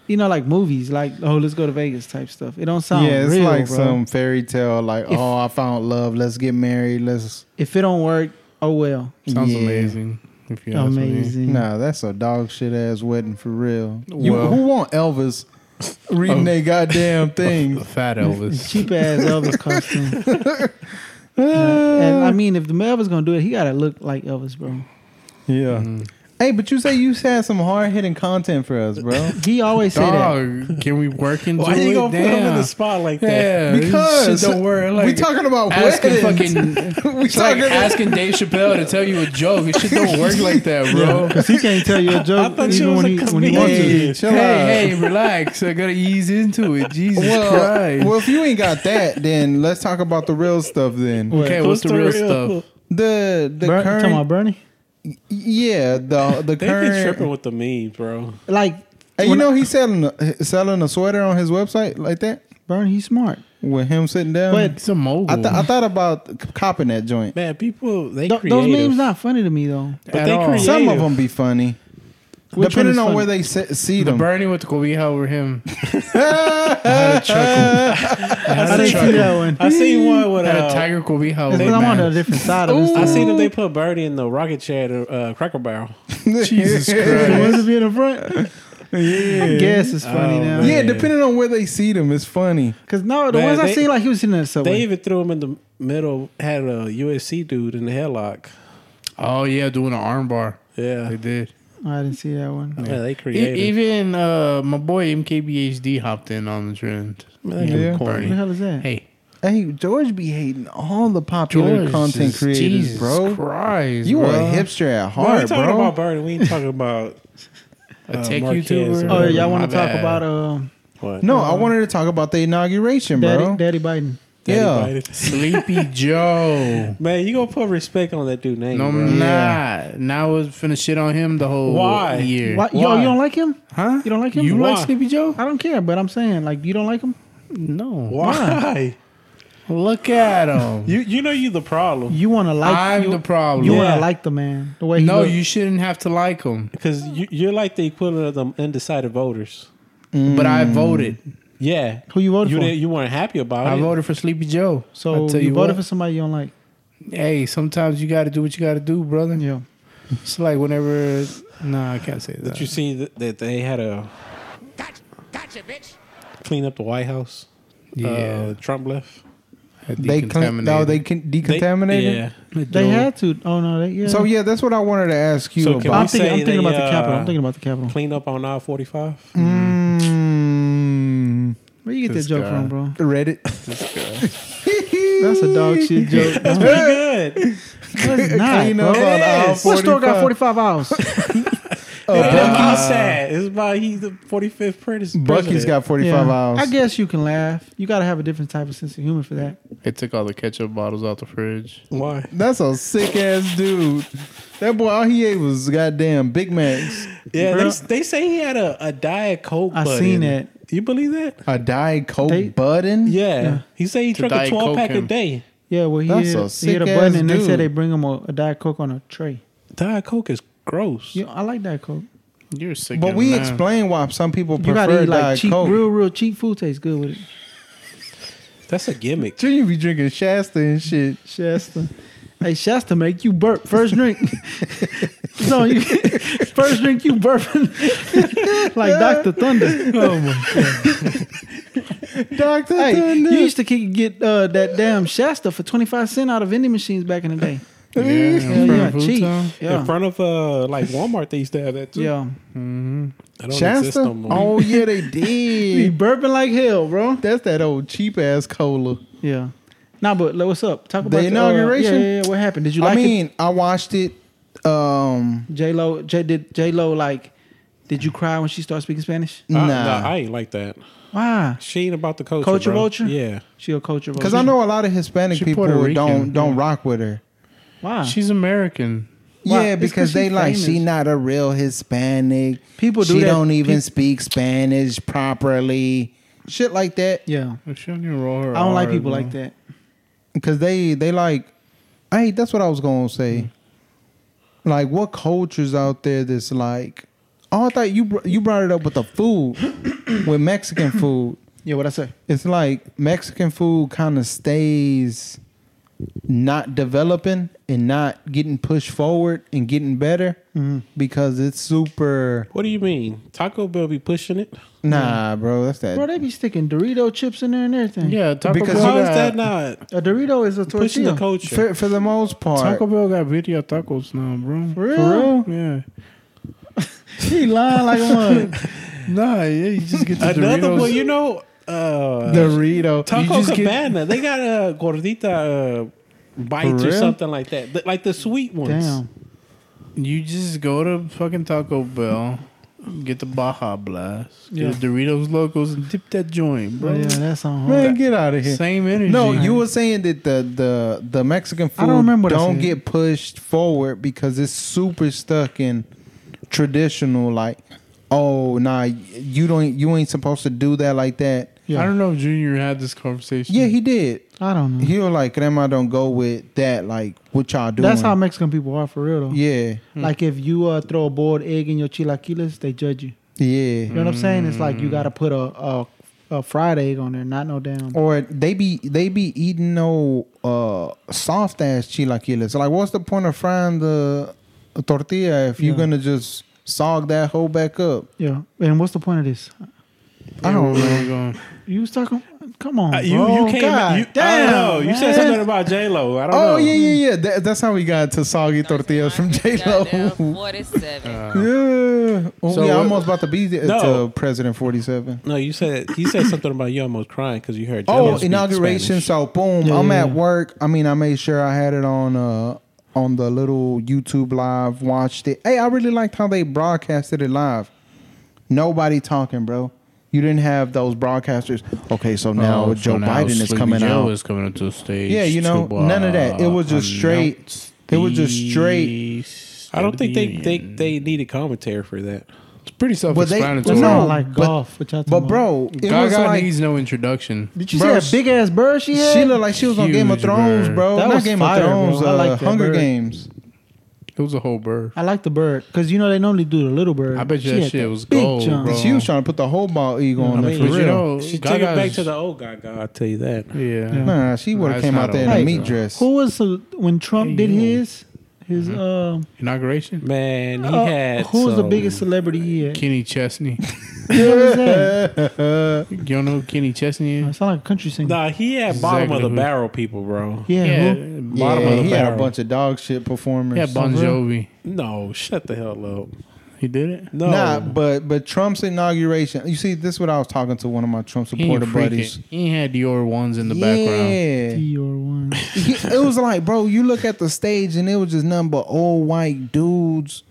S1: You know, like movies, like oh, let's go to Vegas type stuff. It don't sound
S4: yeah, it's
S1: real,
S4: like
S1: bro.
S4: some fairy tale. Like,
S1: If-
S4: oh, I found love. Let's get married. Let's.
S1: If it don't work, oh well.
S3: sounds
S4: Yeah.
S3: amazing. If you ask me.
S1: Amazing.
S4: Nah, that's a dog shit ass wedding for real. You,
S3: Well-
S4: who want Elvis reading
S3: Oh.
S4: they goddamn
S3: A
S4: thing?
S3: fat Elvis.
S1: cheap ass Elvis costume. and I mean, if the Elvis gonna do it, he gotta look like Elvis, bro.
S4: yeah.
S3: Mm.
S4: Hey, but you say you had some hard hitting content for us, bro.
S1: He always say that.
S3: Dog, can we work into
S2: Why
S3: it?
S2: you gonna put him in
S3: Damn.
S2: the spot like that?
S3: Yeah, this
S4: Because
S3: shit don't work. Like,
S4: we talking about
S6: asking
S4: weddings.
S6: fucking.
S4: we
S6: It's like
S4: talking.
S6: asking Dave Chappelle to tell you a joke. It shit don't work like that, bro.
S1: Because he can't tell you a joke
S2: thought
S1: even
S2: you
S1: when
S2: was a
S1: he, when he
S2: comedian.
S1: wants to.
S4: hey, chill out.
S6: Hey, hey, relax. I gotta ease into it. Jesus
S4: Well,
S6: Christ.
S4: well, if you ain't got that, then let's talk about the real stuff. Then
S3: okay, what's the real stuff?
S4: the the
S1: Bur- talking about
S4: current,
S1: Bernie?
S4: yeah, the the
S2: They been
S4: current.
S2: tripping with the memes, bro.
S1: Like,
S4: Hey, you
S1: when-
S4: know he's selling a, selling a sweater on his website like that
S1: Bernie, he's smart.
S4: with him sitting down.
S1: But
S3: It's a mogul.
S4: I, th- I thought about c- copping that joint.
S2: Man, people they
S1: th-
S2: creative.
S1: those memes not funny to me though.
S2: but they
S3: all.
S2: creative.
S4: Some of them be funny,
S1: Which one
S4: depending
S1: is
S4: on
S1: funny?
S4: where they se- see
S3: the
S4: them.
S3: Bernie with the Cobija over him. I had a chuckle.
S1: I, didn't see that one.
S2: I seen one with
S3: I had a
S2: uh,
S3: tiger Cobija over
S1: But I'm on a
S3: him.
S1: different side of this.
S2: I
S1: thing.
S2: seen them. They put Birdie in the rocket chair at uh, Cracker Barrel.
S3: Jesus
S1: The
S3: Christ.
S1: ones that be in the front. yeah, I guess it's funny
S2: Oh,
S1: now.
S2: man.
S1: Yeah,
S4: yeah, depending on where they see them, it's funny.
S1: because no, the
S2: Man,
S1: ones I
S2: they-
S1: seen like he was sitting in the
S2: They
S1: subway.
S2: even threw him in the middle. Had a USC dude in the headlock.
S3: Oh yeah, doing an armbar. They
S2: Yeah,
S3: did.
S1: Oh, I didn't see that one.
S2: yeah, they
S3: E-
S2: created.
S3: even uh, my boy MKBHD hopped in on the trend.
S2: Man, they
S4: Yeah.
S1: What
S3: Bernie.
S1: the hell is that?
S3: Hey,
S4: Hey, George be hating all the popular
S3: George,
S4: content
S3: is-
S4: creators,
S3: Jesus
S4: bro.
S3: Christ,
S4: You
S3: bro.
S4: a hipster at
S2: Why are we
S4: heart,
S2: talking
S4: bro.
S2: about Birdie? We ain't talking about
S3: a
S2: uh,
S3: tech
S2: Marquez
S3: YouTuber.
S1: Oh,
S2: or whatever.
S1: y'all want
S3: My
S1: to talk
S3: bad.
S1: about uh,
S2: what?
S4: no, I wanted to talk about the inauguration,
S1: Daddy,
S4: bro.
S1: Daddy Biden?
S2: Daddy
S4: yeah.
S2: Biden.
S3: Sleepy Joe?
S2: Man, you gonna put respect on that dude name?
S3: No,
S2: bro.
S3: I'm not. Now I was finna shit on him the whole
S2: Why?
S3: year.
S1: Why, Yo,
S2: Why?
S1: you don't like him?
S3: Huh?
S1: You don't like him?
S3: You
S2: Why?
S3: like Sleepy Joe?
S1: I don't care, but I'm saying like you don't like him.
S3: No.
S2: Why?
S3: Look at him.
S2: You you know you the problem
S1: You want to like?
S3: I'm
S1: you,
S3: the problem.
S1: You want
S2: Yeah.
S1: to like the man the way he
S3: no,
S1: look.
S3: you shouldn't have to like him.
S2: because you, you're like the equivalent of the undecided voters.
S4: Mm.
S3: But I voted.
S2: Yeah,
S1: who you voted
S2: you
S1: for.
S2: didn't, you weren't happy about
S3: I
S2: it.
S3: voted for Sleepy Joe.
S1: so
S3: I
S1: you,
S3: tell you
S1: voted
S3: what.
S1: for somebody you don't like.
S3: Hey, sometimes you got to do what you got to do, brother.
S1: Yeah.
S3: It's like whenever. Nah, I can't say that.
S2: Did you see that, that they had a clean up the White House?
S3: yeah.
S2: uh, Trump left.
S4: They con- no, they can decontaminated.
S2: yeah.
S1: They had to. Oh no. They, yeah.
S4: So yeah, that's what I wanted to ask you
S2: So can
S1: But I'm
S4: about.
S2: we
S1: thinking, I'm
S2: say
S1: thinking
S2: they,
S1: about the Capitol. I'm
S2: uh,
S1: thinking about the Capitol.
S2: Clean up on I forty five.
S4: Mm,
S1: Where you get that
S6: This
S1: joke
S6: guy.
S1: from, bro?
S4: Reddit.
S1: That's a dog shit joke. That's pretty good. That's not,
S4: Clean
S1: bro.
S4: up on aisle
S1: What store got
S4: 45?
S1: 45 hours? Uh,
S2: Bucky's sad. It's about he's the 45th pres- president.
S4: Bucky's got 45
S1: Yeah.
S4: hours.
S1: I guess you can laugh. You got to have a different type of sense of humor for that.
S3: They took all the ketchup bottles out the fridge.
S2: why?
S4: That's a sick ass dude. That boy, all he ate was goddamn Big Macs.
S2: Yeah, they, they say he had a, a diet coke.
S1: I
S2: button.
S1: seen that.
S2: You believe that?
S4: A Diet Coke
S1: They-
S4: button?
S2: Yeah.
S1: Yeah.
S2: He said he
S3: To
S2: took a
S3: Diet
S2: 12
S3: Coke
S2: pack a
S3: him.
S2: day.
S1: Yeah, well, he,
S4: That's
S1: hit, he
S4: a
S1: hit a
S4: sick-ass
S1: button and they
S4: dude.
S1: said they bring him a, a Diet Coke on a tray.
S2: Diet coke is gross.
S1: Yeah, I like Diet Coke.
S3: You're sick.
S4: But
S3: as
S4: we
S3: man.
S4: explain why some people
S1: You got to
S4: prefer
S1: eat like
S4: Diet
S1: cheap,
S4: Coke.
S1: real, real cheap food tastes good with it.
S2: That's a gimmick.
S4: Junior be drinking Shasta and shit.
S1: Shasta. Hey, Shasta make you burp. First drink. so you first drink you burping like Dr. Thunder. Oh my
S4: Dr.
S1: Hey,
S4: Thunder.
S1: you used to kick, get uh, that damn Shasta for 25 cent out of vending machines back in the day.
S3: Yeah,
S1: Hell
S3: in
S1: yeah,
S3: front of
S1: cheap.
S3: Futon.
S1: Yeah.
S2: In front of uh like Walmart, they used to have that too.
S1: yeah.
S2: I don't exist
S4: Shasta?
S2: no more.
S4: Oh, yeah, they
S1: Be
S4: did.
S1: burping like hell, bro.
S4: That's that old cheap ass cola.
S1: Yeah. Nah, but like, what's up? Talk about uh,
S4: inauguration?
S1: yeah, yeah, yeah, what happened? Did you like
S4: I mean, I watched it. Um,
S1: it? J Lo J did J Lo like did you cry when she started speaking Spanish?
S2: I,
S4: nah.
S2: nah, I ain't like that.
S1: Why?
S2: She ain't about the culture.
S1: Culture
S2: bro.
S1: vulture?
S2: Yeah.
S1: She a culture
S4: Cause I know a lot of Hispanic
S3: She
S4: people
S3: Puerto Rican,
S4: don't don't
S3: yeah.
S4: rock with her.
S1: Why?
S3: She's American.
S1: Why?
S4: Yeah,
S1: It's 'cause
S4: because they
S1: she's
S4: like
S1: famous.
S4: she not a real Hispanic.
S1: People do
S4: she
S1: that.
S4: don't even
S1: Pe-
S4: speak Spanish properly. Shit like that.
S1: yeah.
S3: She don't even roll her
S1: I don't like
S3: R's,
S1: people
S3: man.
S1: like that.
S4: Cause they they like, hey, that's what I was gonna say. Like, what cultures out there that's like? Oh, I thought you br- you brought it up with the food, with Mexican food.
S1: Yeah, what I say?
S4: It's like Mexican food kind of stays not developing and not getting pushed forward and getting better
S1: Mm-hmm.
S4: because it's super.
S2: What do you mean? Taco Bell be pushing it?
S4: Nah, bro, that's that.
S1: Bro, they be sticking Dorito chips in there and everything.
S3: Yeah, Taco
S4: Because
S3: Bell
S2: How is
S3: got,
S2: that not
S1: a Dorito is a
S2: pushing
S1: tortilla.
S2: the culture?
S4: for, for the most part,
S3: Taco Bell got video tacos now, bro.
S1: For real?
S3: Yeah.
S1: He lying like one.
S3: Nah, yeah, you just get the
S2: Another
S3: Doritos.
S2: one, you know, uh,
S4: Dorito.
S2: Taco
S3: just get-
S2: Cabana. They got a gordita uh, bites
S4: For
S2: or
S4: real?
S2: something like that, Th- like the sweet ones.
S1: Damn.
S3: You just go to fucking Taco Bell, get the Baja Blast, get
S1: Yeah.
S3: the Doritos Locos, and dip that joint, bro.
S1: Bro, yeah, that's on hold.
S4: Man, get out of here.
S3: Same energy.
S4: No, you were saying that the the the Mexican food
S1: I don't remember what I
S4: don't
S1: said.
S4: get pushed forward because it's super stuck in traditional. Like, oh nah, you don't you ain't supposed to do that like that.
S3: I
S1: Yeah.
S3: don't know if Junior had this conversation.
S4: Yeah, he did.
S1: I don't know.
S4: He was like, "Grandma, don't go with that. Like, what y'all doing?"
S1: That's how Mexican people are for real though.
S4: Yeah,
S1: Like if you uh, throw a boiled egg in your chilaquiles, they judge you. You
S4: yeah.
S1: know what I'm saying? It's like you got to put a, a a fried egg on there, not no damn.
S4: Or they be they be eating no uh, soft ass chilaquiles. Like, what's the point of frying the tortilla if you're
S1: Yeah.
S4: gonna just sog that whole back up?
S1: Yeah. And what's the point of this?
S3: I don't know.
S1: You was talking. Come on,
S2: Uh, you
S1: bro.
S2: you came
S1: Oh, God
S2: you,
S1: damn.
S2: I don't know. You said
S1: man.
S2: something about J Lo. I don't know.
S4: Oh yeah, yeah, yeah. That, that's how we got to soggy tortillas from J Lo.
S7: Forty-seven.
S4: Yeah, oh,
S3: So uh,
S4: yeah.
S3: what-
S4: I'm almost about to be there
S2: No.
S4: to President 47.
S2: No, you said he said something about you almost crying because you heard. J-Lo
S4: Oh,
S2: speak
S4: inauguration.
S2: Spanish.
S4: So boom,
S1: Yeah,
S4: I'm
S1: yeah,
S4: at
S1: yeah.
S4: work. I mean, I made sure I had it on uh on the little YouTube live. Watched it. Hey, I really liked how they broadcasted it live. Nobody talking, bro. You didn't have those broadcasters. Okay, so now
S3: Oh,
S4: Joe Biden is coming out.
S3: is coming up to uh, the stage.
S4: yeah, you know, none of that. It was just straight. It was just straight.
S2: I don't think they they they needed commentary for that.
S3: It's pretty
S4: But they,
S3: self-explanatory.
S1: That's
S4: no,
S1: not like
S4: but,
S1: golf, which I
S4: but
S1: talking
S4: bro, it was
S3: Gaga
S4: like
S3: needs no introduction.
S1: Did you
S4: Bro,
S1: see that big ass bird she had?
S4: she looked like she was on Game of
S3: Huge
S4: Thrones,
S3: bird.
S4: bro.
S1: That
S4: Not
S1: was
S4: Game
S1: fire,
S4: of Thrones,
S1: bro. I
S4: uh,
S1: like that
S4: Hunger
S1: bird.
S4: Games.
S3: It was a whole bird.
S1: I like the bird because you know they normally do the little bird.
S3: I bet you
S1: She
S3: that
S1: had
S3: shit was
S1: big
S3: gold,
S1: junk.
S3: bro.
S4: She was trying to put the whole ball eagle on
S2: I
S4: there
S2: mean,
S4: for
S3: but
S4: real.
S3: you know,
S2: She took it
S3: Gaga's-
S2: back to the old Gaga. I'll tell you that.
S3: Yeah.
S4: Nah, she would have
S3: That's
S4: came
S3: not
S4: out there
S3: a
S4: in a
S1: Hey,
S4: meat dress.
S1: Who was the, when Trump
S3: Hey,
S1: did
S3: you.
S1: his his um
S3: Inauguration?
S2: Man, he
S1: uh,
S2: had.
S1: who was the
S2: some-
S1: biggest celebrity he had?
S3: Kenny Chesney.
S1: You know what I'm saying?
S3: you don't know who Kenny Chesney
S1: I
S3: is?
S1: Uh, sound like a country singer.
S2: Nah, he had bottom
S3: Exactly
S2: of
S3: who-
S2: the barrel people, bro.
S1: yeah, who?
S4: Yeah,
S3: bottom of the
S4: he had a
S3: barrel.
S4: bunch of dog shit performers.
S3: Yeah, Bon Jovi.
S2: No, shut the hell up.
S3: He He did it.
S2: No,
S4: Nah, but but Trump's inauguration. You see, this is what I was talking to one of my Trump
S3: He ain't
S4: supporter buddies.
S3: freaking. He had Dior ones in the background.
S4: Yeah.
S1: Dior one.
S4: He- it was like, bro, you look at the stage and it was just nothing but old white dudes.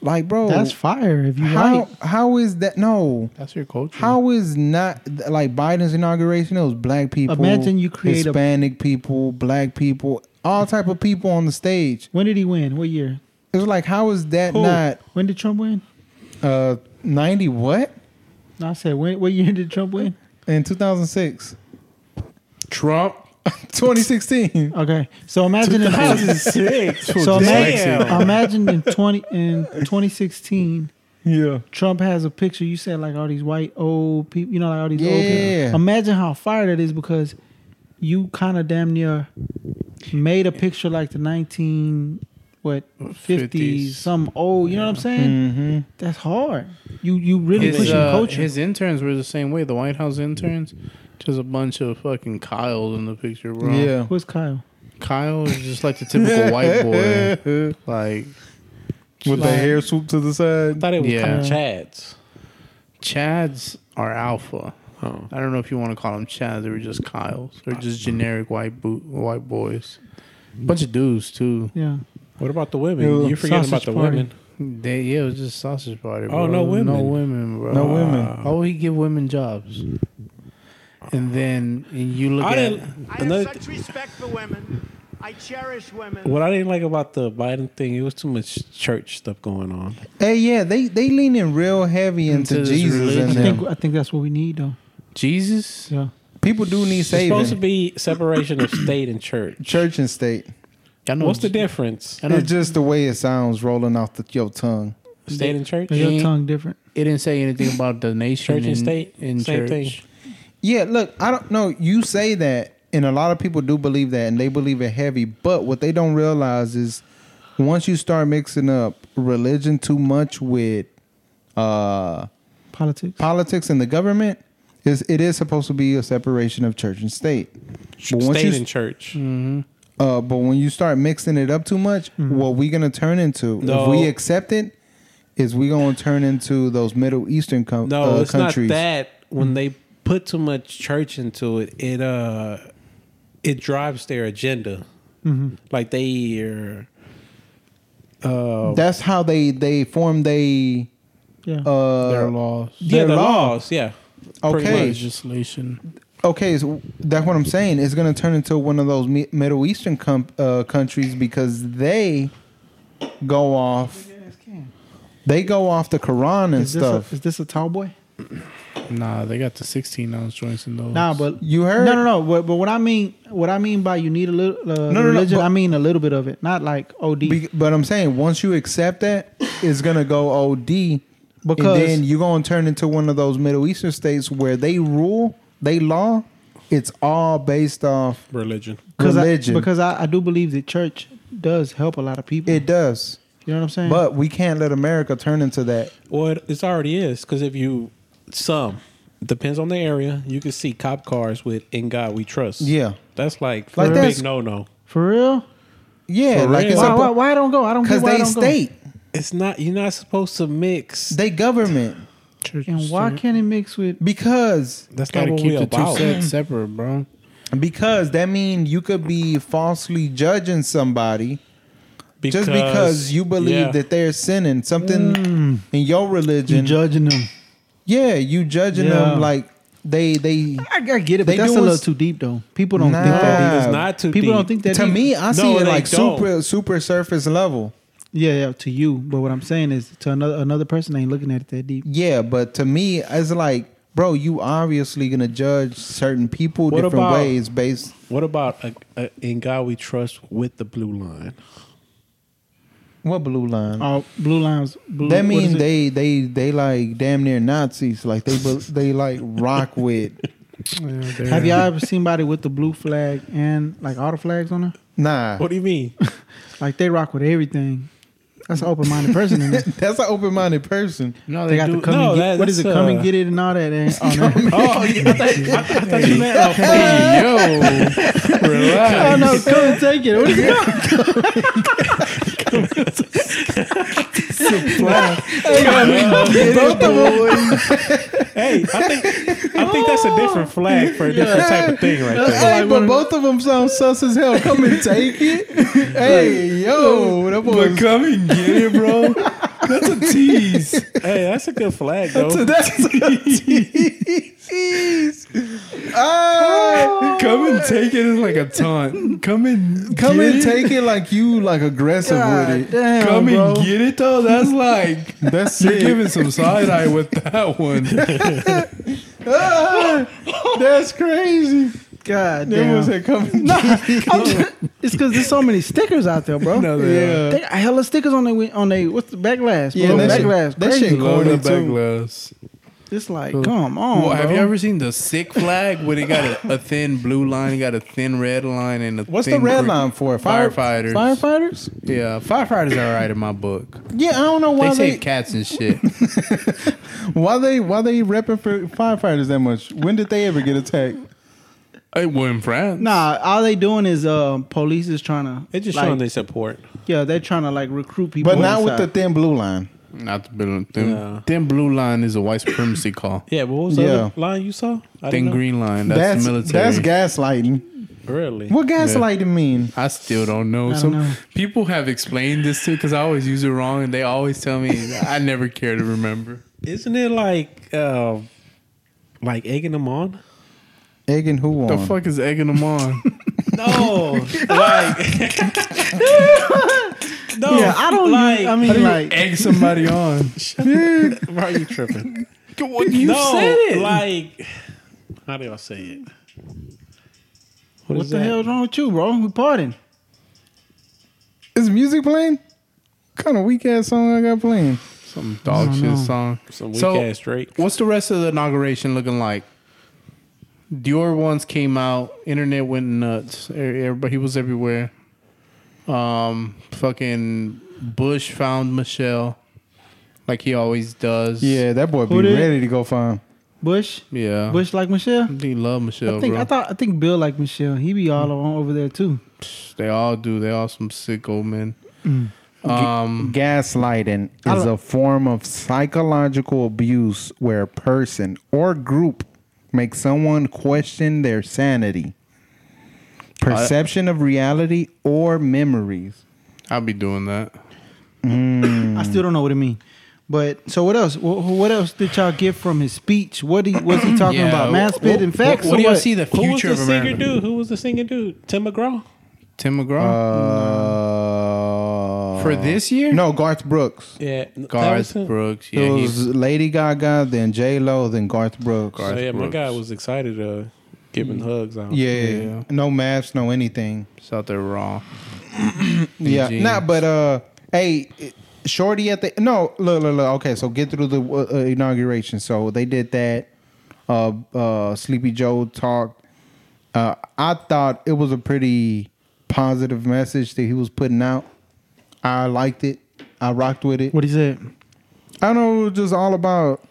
S4: Like, bro,
S1: That's fire. If you
S4: how
S1: like,
S4: how is that? No,
S3: That's your culture.
S4: how is not like Biden's inauguration? It was black people.
S1: Imagine you create a-
S4: Hispanic people, black people, all type of people on the stage.
S1: when did he win? What year?
S4: It was like, how is that
S1: Who?
S4: not
S1: When did Trump win?
S4: uh ninety what
S1: No, I said when. What year did Trump win?
S4: in two thousand six?
S3: Trump?
S4: 2016.
S1: Okay, so imagine if so imagine, imagine in twenty in twenty sixteen.
S4: Yeah.
S1: Trump has a picture. You said like all these white old people, you know, like all these old
S4: Yeah.
S1: people. Imagine how fire that is because you kind of damn near made a picture like the nineteen what fifties,
S3: 50s.
S1: some old. You know what I'm saying?
S4: Mm-hmm.
S1: That's hard. You you really
S3: His,
S1: pushing
S3: uh,
S1: culture.
S3: his interns were the same way. The White House interns, just a bunch of fucking Kyles in the picture, bro.
S4: Yeah.
S1: Who's Kyle?
S3: Kyle is just like the typical white boy. Like
S4: With the
S1: Like-
S4: hair swooped to the
S2: I
S4: side.
S2: thought it was
S3: Yeah.
S2: kind of Chad's.
S3: Chads are alpha.
S2: Oh,
S3: I don't know if you want to call them Chads. They were just Kyles. They're just generic white bo- white boys. Bunch of dudes too.
S1: Yeah.
S2: what about the women?
S4: Ew,
S2: you forget about
S1: sausage
S2: the
S1: party.
S2: women.
S3: They yeah, it was just sausage party. Bro.
S2: Oh, no women.
S3: no women, bro.
S4: No women.
S3: How would he give women jobs? And then and you look
S2: I
S3: at
S2: didn't.
S7: I
S2: Another,
S7: have such respect for women. I cherish women.
S2: what I didn't like about the Biden thing, it was too much church stuff going on.
S4: Hey, yeah, they they lean in real heavy into,
S3: Into this
S4: Jesus
S3: religion.
S1: I
S4: and
S3: Yeah.
S1: think
S4: them.
S1: I think that's what we need though.
S3: Jesus.
S1: Yeah.
S4: People do need
S2: It's supposed to
S4: saving.
S2: be separation of state and church.
S4: Church and state.
S3: I know
S2: What's the difference?
S3: I know
S4: It's just the way it sounds rolling off the, your tongue.
S2: State and church?
S1: But your
S3: Yeah.
S1: tongue different.
S3: it didn't say anything about the nation
S2: Church and
S3: in-
S2: state?
S3: in
S2: Same
S3: church.
S2: thing.
S4: Yeah, look, I don't know. You say that, and a lot of people do believe that, and they believe it heavy. But what they don't realize is once you start mixing up religion too much with uh,
S1: Politics.
S4: politics and the government, is it is supposed to be a separation of church and state. But once
S2: State
S4: you-
S2: and church.
S4: Uh, but when you start mixing it up too much, what we gonna turn into if
S2: Mm-hmm. No.
S4: we accept it, is we gonna turn into those Middle Eastern com-
S2: No,
S4: uh,
S2: it's
S4: countries. Mm.
S2: not that. When they put too much church into it, it uh, it drives their agenda.
S4: Mm-hmm.
S2: Like they are. Uh,
S4: That's how they they form they
S1: Yeah.
S4: uh,
S3: Their laws,
S2: yeah,
S4: their
S2: the
S4: law.
S2: laws. Yeah.
S4: Okay,
S3: legislation.
S4: okay, so that's what I'm saying. It's gonna turn into one of those mi- Middle Eastern com- uh, countries because they go off. They go off the Quran and
S1: Is this, a,
S4: stuff.
S1: is this a tall boy?
S3: Nah, they got the 16 ounce joints in those.
S1: Nah, but
S4: you heard?
S1: No, no, no. But, but what I mean, what I mean by you need a little uh,
S4: no, no,
S1: religion,
S4: but-
S1: I mean a little bit of it, not like OD.
S4: Be- but I'm saying once you accept that, it's gonna go OD
S1: Because-
S4: and then you're gonna turn into one of those Middle Eastern states where they rule, they law. It's all based off
S2: Religion.
S4: religion.
S1: I, because I, I do believe the church does help a lot of people.
S4: it does,
S1: you know what I'm saying?
S4: but we can't let America turn into that.
S2: Well, it, it's already is because if you some depends on the area, you can see cop cars with "In God We Trust."
S4: Yeah,
S2: that's like,
S4: Like
S2: a
S4: that's-
S2: big no no.
S1: for real,
S4: yeah.
S2: For
S4: like
S2: real.
S4: it's
S1: why,
S2: a-
S1: why, why I don't go? I don't get
S4: because
S1: why I
S4: they
S1: don't go.
S4: state,
S2: It's not you're not supposed to mix.
S4: they government.
S3: Church
S1: And why
S3: state.
S1: can't it mix with?
S4: Because
S2: that's not
S3: gotta
S2: what
S3: keep
S2: we
S3: the two
S2: about.
S3: sets separate, bro?
S4: because that mean you could be falsely judging somebody just because Mm. you believe
S2: yeah.
S4: that they're sinning something in your religion.
S1: judging them.
S4: Yeah, you judging
S1: Yeah.
S4: them like they they.
S1: I, I get it, but
S4: They
S1: that's a
S4: doing
S1: little
S4: s-
S1: too deep, though. People don't think
S4: Nah.
S1: that
S2: it's
S4: have-
S2: not too
S1: deep. People
S2: deep.
S1: don't think that
S4: to
S1: deep.
S4: me, I see
S2: No,
S4: it
S2: they
S4: like
S2: don't.
S4: super super surface level.
S1: Yeah, yeah, to you. But what I'm saying is, to another another person, they ain't looking at it that deep.
S4: Yeah, but to me, it's like, bro, you obviously gonna judge certain people
S2: What
S4: different
S2: about-
S4: ways based.
S2: What about a, a, "In God We Trust" with the blue line?
S4: What blue line?
S1: Oh, blue lines. Blue,
S4: that
S1: what is
S4: means
S1: it?
S4: they they they like damn near Nazis. Like they bel- they like rock with.
S1: Have y'all ever seen somebody with the blue flag and like all the flags on her?
S4: Nah,
S2: What do you mean?
S1: Like they rock with everything. That's an open minded person. In there.
S4: that's an open minded person.
S3: No,
S1: They got the come
S2: No,
S1: and get,
S2: that-
S1: what is it?
S2: that's,
S1: Come
S2: uh,
S1: and get it and all that. And, oh, no.
S2: oh, yeah, I thought, I, I thought you meant a
S3: yo, relax.
S1: oh no, come and take it. What is it?
S4: Both of them.
S2: Hey, I think I think that's a different flag for a different type of thing right there.
S4: Hey, but both of them sound sus as hell. Come and take it. Hey, yo, that boy.
S6: come and get it, bro. That's a tease.
S2: Hey, that's a good flag though.
S6: That's a tease.
S4: Ah, Oh.
S6: Come and take it as like a taunt. Come and
S4: Come
S6: get
S4: and
S6: it.
S4: take it like you like aggressive with it.
S1: damn,
S6: Come
S1: bro.
S6: and get it though. That's like
S4: That's
S6: you're
S4: it.
S6: giving some side eye with that one.
S4: That's crazy.
S1: God
S4: That
S1: damn.
S4: was it. Come and
S1: Nah, I'm just- it's because there's so many stickers out there, bro.
S6: No, they
S4: yeah.
S1: They got hella stickers on they on they what's the backlash?
S4: Yeah,
S1: Bro?
S4: that shit-
S1: backlash.
S4: that
S1: crazy.
S4: shit
S6: Love
S4: Corny
S6: the
S4: too.
S6: backlash.
S1: It's like, come on,
S3: Well, have
S1: bro.
S3: you ever seen the sick flag where they got a, a thin blue line, you got a thin red line, and a
S4: What's the
S3: thin
S4: red
S3: green-
S4: line for?
S3: Firefighters.
S4: Firefighters?
S3: Yeah, firefighters are alright in my book.
S4: Yeah, I don't know
S3: They
S4: why
S3: say
S4: they,
S3: cats and shit.
S4: why they why they repping for firefighters that much. When did they ever get attacked?
S3: I were in France.
S1: Nah, all they doing is um, police is trying to.
S2: They're just
S1: like,
S2: showing their support.
S1: Yeah, they're trying to like recruit people.
S4: But not with the
S1: inside.
S4: thin blue line.
S3: Not the blue. Thin,
S2: Yeah.
S3: thin blue line is a white supremacy call.
S2: Yeah, but what was the
S4: Yeah.
S2: other line you saw? I didn't
S3: Thin
S2: know.
S3: green line. That's,
S4: That's
S3: the military.
S4: that's gaslighting.
S2: Really?
S4: What gaslighting mean?
S3: I still don't know.
S1: don't
S3: Some
S1: know.
S3: people have explained this too because I always use it wrong, and they always tell me I never care to remember.
S2: Isn't it like uh, like egging them on?
S4: Egging who on?
S3: The fuck is egging them on?
S2: No, like no.
S1: Yeah, I don't.
S2: like.
S1: Like, I mean, like,
S3: Egg somebody on.
S2: why are you tripping?
S3: What you
S2: no,
S3: said it.
S2: like how do I say it?
S1: what
S2: is
S1: the
S2: that?
S1: hell's wrong with you, bro? We partying.
S4: Is music playing? kind of weak ass song I got playing?
S3: Some dog shit song.
S2: Some weak
S3: So-
S2: ass Drake.
S3: What's the rest of the inauguration looking like? Dior once came out, internet went nuts. E- Everybody he was everywhere. Um, fucking Bush found Michelle, like he always does.
S4: Yeah, that boy
S1: Who
S4: be
S1: did?
S4: ready to go find.
S1: Bush,
S3: yeah.
S1: Bush like Michelle.
S3: he love Michelle,
S1: I think
S3: bro.
S1: I thought I think Bill like Michelle. He be all along over there too.
S3: they all do. They all some sick old men. Um,
S4: Gaslighting is a form of psychological abuse where a person or group makes someone question their sanity, perception of reality, or memories.
S3: I'll be doing that.
S1: I still don't know what it mean. But so what else? Wh- What else did y'all get from his speech? What he was he talking
S3: Yeah,
S1: about? Man,
S3: wh-
S1: spit
S3: wh-
S1: and facts.
S3: What,
S1: or
S3: do y'all
S1: what?
S3: see the
S2: Who was
S3: future
S2: the
S3: of
S2: singer
S3: America?
S2: dude? Who was the singer dude? Tim McGraw.
S3: Tim McGraw
S4: Uh,
S3: for this year?
S4: No, Garth Brooks.
S2: Yeah, that was
S3: Garth
S2: him.
S3: Brooks.
S4: It
S3: Yeah, he-
S4: was Lady Gaga, then J Lo, then Garth Brooks.
S3: Garth
S2: So, yeah, my
S3: Brooks.
S2: guy was excited uh, giving hugs. Out.
S4: Mm. Yeah,
S3: Yeah.
S4: no mask, no anything.
S3: It's out there raw.
S4: Yeah,
S3: jeans.
S4: nah, but uh, hey, Shorty at the no, look, look, look. Okay, so get through the uh, inauguration. So they did that. Uh, uh, Sleepy Joe talked. Uh, I thought it was a pretty positive message that he was putting out. I liked it. I rocked with it.
S1: What he said?
S4: I know it was just all about,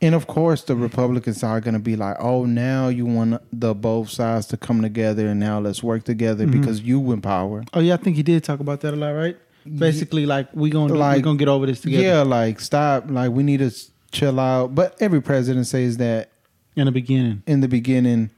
S4: and of course the Republicans are going to be like, oh, now you want the both sides to come together, and now let's work together because you in power.
S1: Oh yeah, I think he did talk about that a lot, right? Basically, like we gonna do- we
S4: Like,
S1: gonna get over this together.
S4: Yeah, like stop. Like we need to s- chill out. But every president says that
S1: in the beginning.
S4: in the beginning.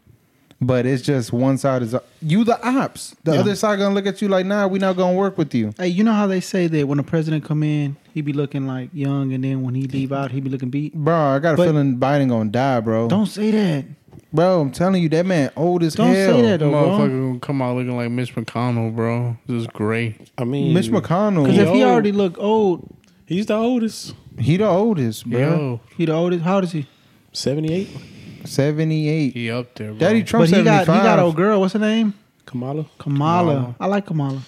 S4: But it's just one side is you the ops. The
S1: Yeah.
S4: other side gonna look at you like, nah, we not gonna work with you.
S1: Hey, you know how they say that when a president come in, he be looking like young, and then when he leave out, he be looking beat.
S4: Bro, I got a
S1: But-
S4: feeling Biden gonna die, bro.
S1: Don't say that.
S4: bro, I'm telling you, that man old as
S1: Don't say
S4: hell.
S1: that, though.
S3: Motherfucker gonna come out looking like Mitch McConnell, bro. This is great.
S2: I mean,
S4: Mitch McConnell,
S1: Because if he
S2: Yo.
S1: already look old,
S2: he's the oldest,
S4: he the oldest, bro.
S3: Yo,
S1: he the oldest. How old is he?
S2: seventy-eight.
S4: 78.
S3: he up there, bro.
S4: Daddy Trump
S1: but he
S4: 75.
S1: got he got old girl. What's her name?
S2: Kamala.
S1: Kamala. I like Kamala.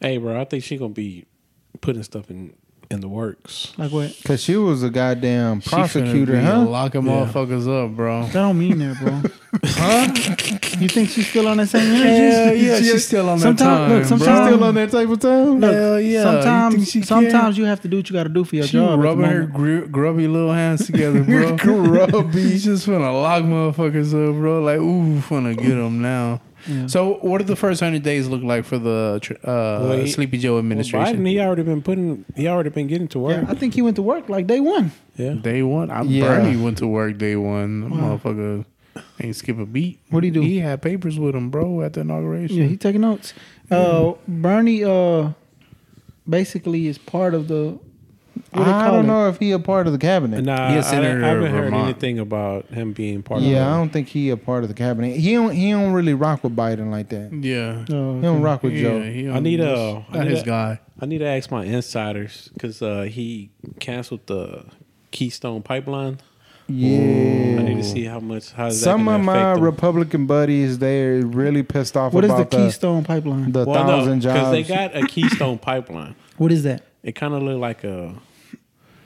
S2: Hey, bro, I think she gonna be putting stuff in in the works.
S1: Like what?
S4: Cause she was a goddamn prosecutor, huh?
S3: Locking
S2: Yeah.
S3: motherfuckers up, bro.
S1: That don't mean that, bro. huh? You think she's still on that same energy?
S3: Hell yeah, she's still on that
S1: Sometimes-
S3: time.
S1: look,
S3: bro.
S1: sometimes-
S4: Still on that type of time.
S1: Look,
S3: Hell yeah. You think
S1: Sometimes,
S3: she
S1: sometimes you have to do what you got to do for your
S3: She
S1: job. at the
S3: rubbing her
S1: moment.
S3: gru- grubby little hands together, bro. grubby. She's just finna lock motherfuckers up, bro. Like, ooh, finna get them now. So, what do the first hundred days look like for the tr- uh,
S2: Well, he-
S3: Sleepy Joe administration?
S2: Biden, he already been putting, he already been getting to
S1: Yeah,
S2: work.
S1: I think he went to work like day one.
S2: Yeah.
S3: day one, I,
S4: Yeah.
S3: Bernie went to work day one. That Motherfucker ain't skip a beat.
S1: What do you do?
S3: He had papers with him, bro, at the inauguration.
S1: Yeah, he taking notes. Uh, Bernie, uh, basically is part of the. What they
S4: I
S1: call
S4: don't
S1: it?
S4: know if he a part of the cabinet.
S2: Nah,
S3: He a
S2: I, I
S3: senator of
S2: haven't heard
S3: Vermont.
S2: anything about him being part
S4: yeah, I
S2: of
S4: don't think he a part of the cabinet. He don't. He don't really rock with Biden like that. He
S3: Yeah.
S1: Uh,
S4: don't rock with
S3: Yeah,
S4: Joe.
S3: he,
S2: I need a-
S3: that's-
S2: I
S3: That
S2: need
S3: his
S2: a-
S3: guy.
S2: it. I need to ask my insiders because uh, he canceled the Keystone Pipeline. I need
S4: Yeah.
S2: to see how much. How is
S4: Some
S2: that
S4: of
S2: gonna
S4: my
S2: affect him.
S4: Republican buddies, they're really pissed off
S1: what is the
S4: about
S1: Keystone Pipeline?
S4: the,
S2: well, no,
S4: thousand
S2: because
S4: jobs.
S2: they got a Keystone Pipeline.
S1: what is that?
S2: It kind of looked like a.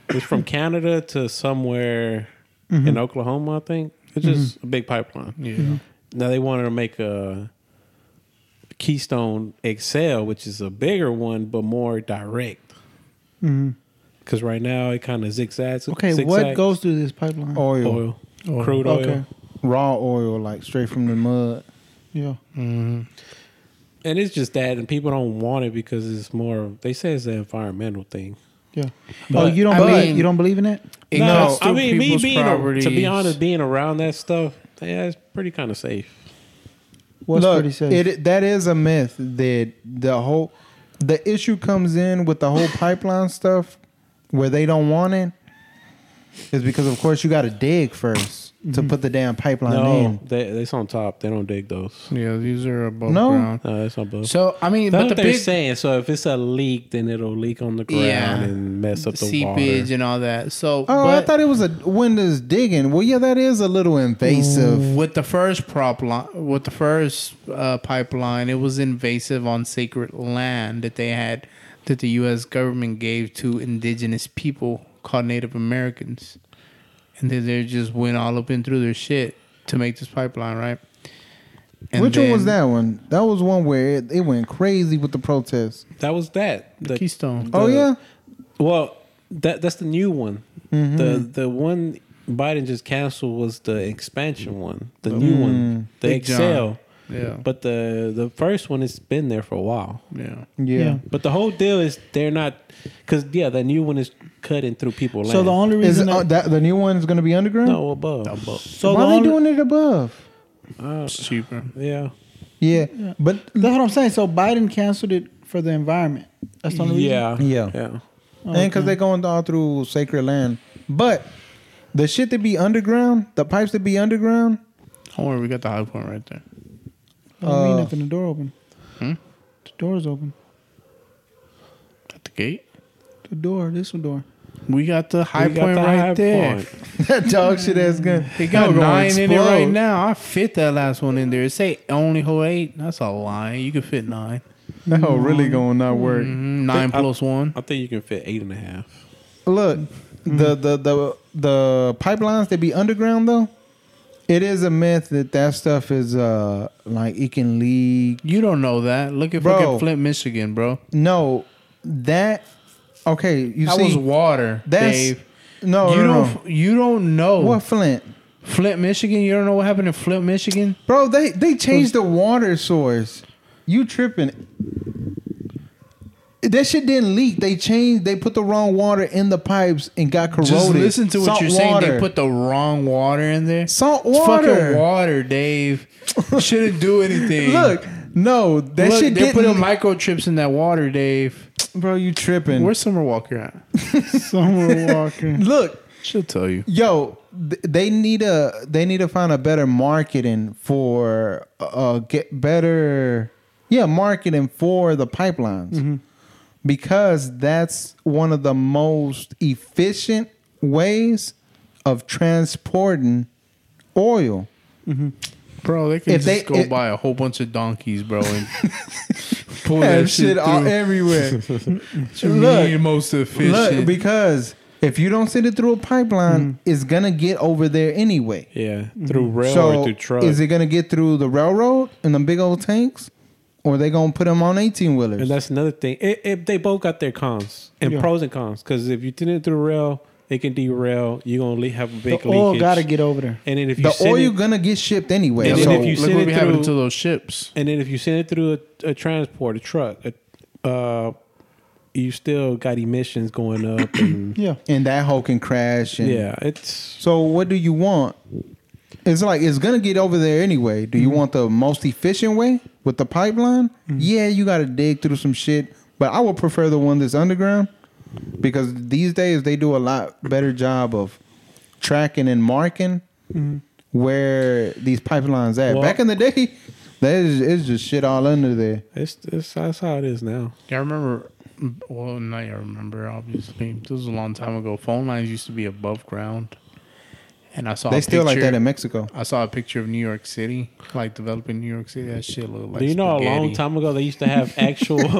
S2: It's from Canada to somewhere
S1: Mm-hmm.
S2: in Oklahoma, I think. It's just a big pipeline. Mm-hmm.
S3: Yeah.
S2: Now they wanted to make a Keystone XL, which is a bigger one but more direct. Because right now it kind of zigzags.
S1: Mm-hmm. Okay,
S2: zigzags.
S1: what goes through this pipeline?
S4: oil,
S2: oil, crude oil,
S1: Okay.
S4: raw oil, like straight from the mud.
S1: Yeah.
S2: and it's just that, and people don't want it because it's more. They say it's an environmental thing.
S1: Yeah. oh, you don't
S3: I
S1: believe
S3: mean-
S1: you don't believe in that?
S3: No,
S2: No,
S3: it's
S2: I
S3: still
S2: mean me
S3: people's
S2: being a, to be
S3: properties.
S2: honest, being around that stuff, yeah, it's pretty kind of safe.
S1: What's
S4: Look,
S1: pretty safe?
S4: It, that is a myth that the whole the issue comes in with the whole pipeline stuff where they don't want it is because of course you got to dig 1st to
S1: Mm-hmm.
S4: put the damn pipeline
S2: No, they they's on top. They don't dig those.
S3: Yeah, these are above
S4: No.
S3: ground.
S2: No, that's not bull.
S3: So I mean, but
S2: That's what
S3: the
S2: they're
S3: big
S2: saying. So if it's a leak, then it'll leak on the ground
S3: Yeah.
S2: and mess up the
S3: seepage
S2: water.
S3: and all that. So,
S4: in. Oh,
S3: but
S4: I thought it was a windows digging. Well, yeah, that is a little invasive.
S3: with the first prop line, with the first uh, pipeline, it was invasive on sacred land that they had that the U.S. government gave to indigenous people called Native Americans, and then they just went all up and through their shit to make this pipeline, right? And
S4: Which one was
S3: then-
S4: that one? That was one where it, it went crazy with the protests.
S2: That was that. The,
S3: Keystone.
S4: oh
S2: The-
S4: yeah,
S2: Well, that that's the new one.
S3: Mm-hmm.
S2: The the one Biden just canceled was the expansion one, the new one, the
S3: Mm. Big
S2: Excel.
S3: John. Yeah,
S2: But the the first one has been there for a while.
S3: yeah.
S4: yeah.
S1: Yeah.
S2: But the whole deal is they're not because yeah, the new one is cutting through people. Land.
S1: so the only
S4: Is
S1: reason
S4: it, uh,
S1: that,
S4: that the new one is going to be underground?
S2: no above.
S1: so
S4: Why
S1: the
S4: are they
S1: only,
S4: doing it above?
S3: It's cheaper.
S2: Yeah,
S4: Yeah, but
S1: that's what I'm saying. So Biden canceled it for the environment. That's the only reason.
S2: yeah,
S4: Yeah.
S2: yeah.
S1: Oh,
S4: And because they going all through sacred land, but the shit that be underground, the pipes that be underground,
S3: Don't worry, we got the high point right there.
S1: I don't mean
S4: Uh,
S1: nothing. The door open.
S3: Hmm?
S1: The door's open.
S3: At the gate,
S1: The door. This one door.
S3: we got the high
S2: We got
S3: point
S2: the
S3: right
S2: high
S3: there.
S2: point.
S4: that dog shit ass gun.
S3: It got
S4: That gonna
S3: nine in it right
S4: explode.
S3: now. I fit that last one in there. It say only hold eight. That's a lie. You could fit nine.
S4: That hoe
S1: Mm.
S4: really going not work.
S3: Mhm, Nine
S2: Think I-
S3: plus one.
S2: I think you can fit eight and a half.
S4: Look,
S3: Mm-hmm.
S4: the the the the pipelines that be underground though, it is a myth that that stuff is uh like it can leak.
S3: You don't know that. Look at
S4: Bro.
S3: fucking Flint, Michigan, bro.
S4: No, that okay. You
S3: That
S4: see,
S3: was water,
S4: that's
S3: Dave.
S4: no,
S3: you
S4: no, no.
S3: don't. You don't know
S4: What Flint?
S3: Flint, Michigan. You don't know what happened in Flint, Michigan.
S4: Bro, they they changed the water source. You tripping? That shit didn't leak. They changed. They put the wrong water in the pipes and got corroded.
S3: Just listen to what
S4: Salt
S3: you're saying. They
S4: water.
S3: put the wrong water in there.
S4: salt
S3: It's
S4: water.
S3: fucking water, Dave. Shouldn't do anything.
S4: Look, no, that
S3: Look,
S4: shit
S3: They're
S4: didn't.
S3: putting microchips in that water, Dave.
S4: bro, you tripping?
S3: Where's Summer Walker at?
S1: Somewhere walking.
S4: Look,
S3: She'll tell you.
S4: yo, th- they need a they need to find a better marketing for uh get better yeah marketing for the pipelines because that's one of the most efficient ways of transporting oil.
S3: Bro, they can just
S4: If they-
S3: go
S4: it-
S3: buy a whole bunch of donkeys, bro, and pull
S4: Oh, That
S3: that
S4: shit all
S3: through.
S4: everywhere.
S3: To me,
S4: look,
S3: the most efficient.
S4: Look, because if you don't send it through a pipeline, it's gonna get over there anyway.
S2: Yeah, through rail or
S4: So
S2: through truck.
S4: is it gonna get through the railroad and them big old tanks, or they gonna put them on eighteen
S2: And
S4: wheelers?
S2: that's another thing. It, it, they both got their cons and
S1: Yeah.
S2: pros and cons. Because if you did it through rail, It can derail. You're gonna le- have a big
S1: The oil
S2: leakage.
S1: gotta get over there.
S2: And then if you
S4: The
S2: send
S4: oil
S2: it,
S4: gonna get shipped anyway.
S2: And
S4: so
S2: then if you
S3: look
S2: send
S3: what
S2: it
S3: be happening
S2: through-
S3: to those ships.
S2: and then if you send it through a, a transport, a truck, a, uh, you still got emissions going up. And,
S1: Yeah.
S4: and that hole can crash. And
S2: yeah, it's
S4: So what do you want? It's like it's gonna get over there anyway. Do you
S3: Mm-hmm.
S4: want the most efficient way with the pipeline? Yeah, you gotta dig through some shit, but I would prefer the one that's underground because these days they do a lot better job of tracking and marking
S3: Mm-hmm.
S4: where these pipelines at.
S2: Well-
S4: Back in the day, that is it's just shit all under there.
S2: it's it's that's how it is now.
S3: Yeah, I remember. Well, now I remember. Obviously, this was a long time ago. Phone lines used to be above ground, and I saw
S4: They
S3: a
S4: still like
S3: picture-
S4: that in Mexico.
S3: I saw a picture of New York City, like developing New York City. That shit looked like.
S2: Do you know a long
S3: spaghetti.
S2: time ago they used to have actual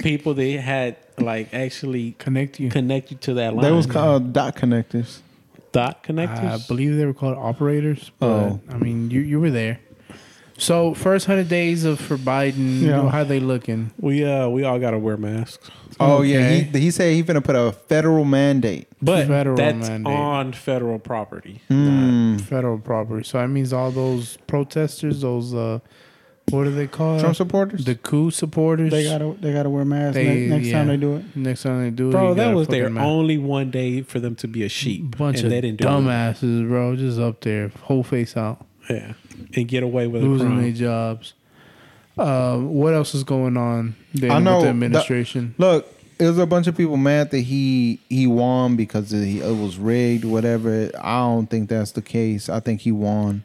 S2: people they had like actually
S3: Connect you.
S2: connect you to that line?
S4: They was called dot connectors.
S2: dot connectors.
S3: I believe they were called operators. But,
S4: Oh.
S3: I mean, you you were there. So first hundred days of for Biden, you know, how they looking?
S2: we uh we all gotta wear masks,
S4: Oh yeah,
S3: Okay.
S4: he, he said he gonna put a federal mandate.
S2: but
S3: Federal
S2: that's
S3: mandate.
S2: on federal property.
S3: Hmm.
S4: Hmm.
S3: Federal property. So that means all those protesters, those uh, what do they call
S4: Trump
S3: it?
S4: supporters.
S3: The coup supporters.
S1: They gotta they gotta wear masks
S3: They-
S1: ne- next time
S3: yeah.
S1: they do it.
S3: Next time they do it,
S2: Bro,
S3: you
S2: that
S3: gotta
S2: was their
S3: fucking ma-
S2: only one day for them to be a sheep,
S3: bunch
S2: and
S3: of
S2: they didn't do
S3: dumbasses, bro. Just up there, whole face out,
S2: it. Yeah, and get away with it.
S3: losing their jobs. Um, what else is going on? Dan,
S4: I know
S3: with
S4: the-
S3: the administration.
S4: Look, there's a bunch of people mad that he he won because he, it was rigged, whatever. I don't think that's the case. I think he won,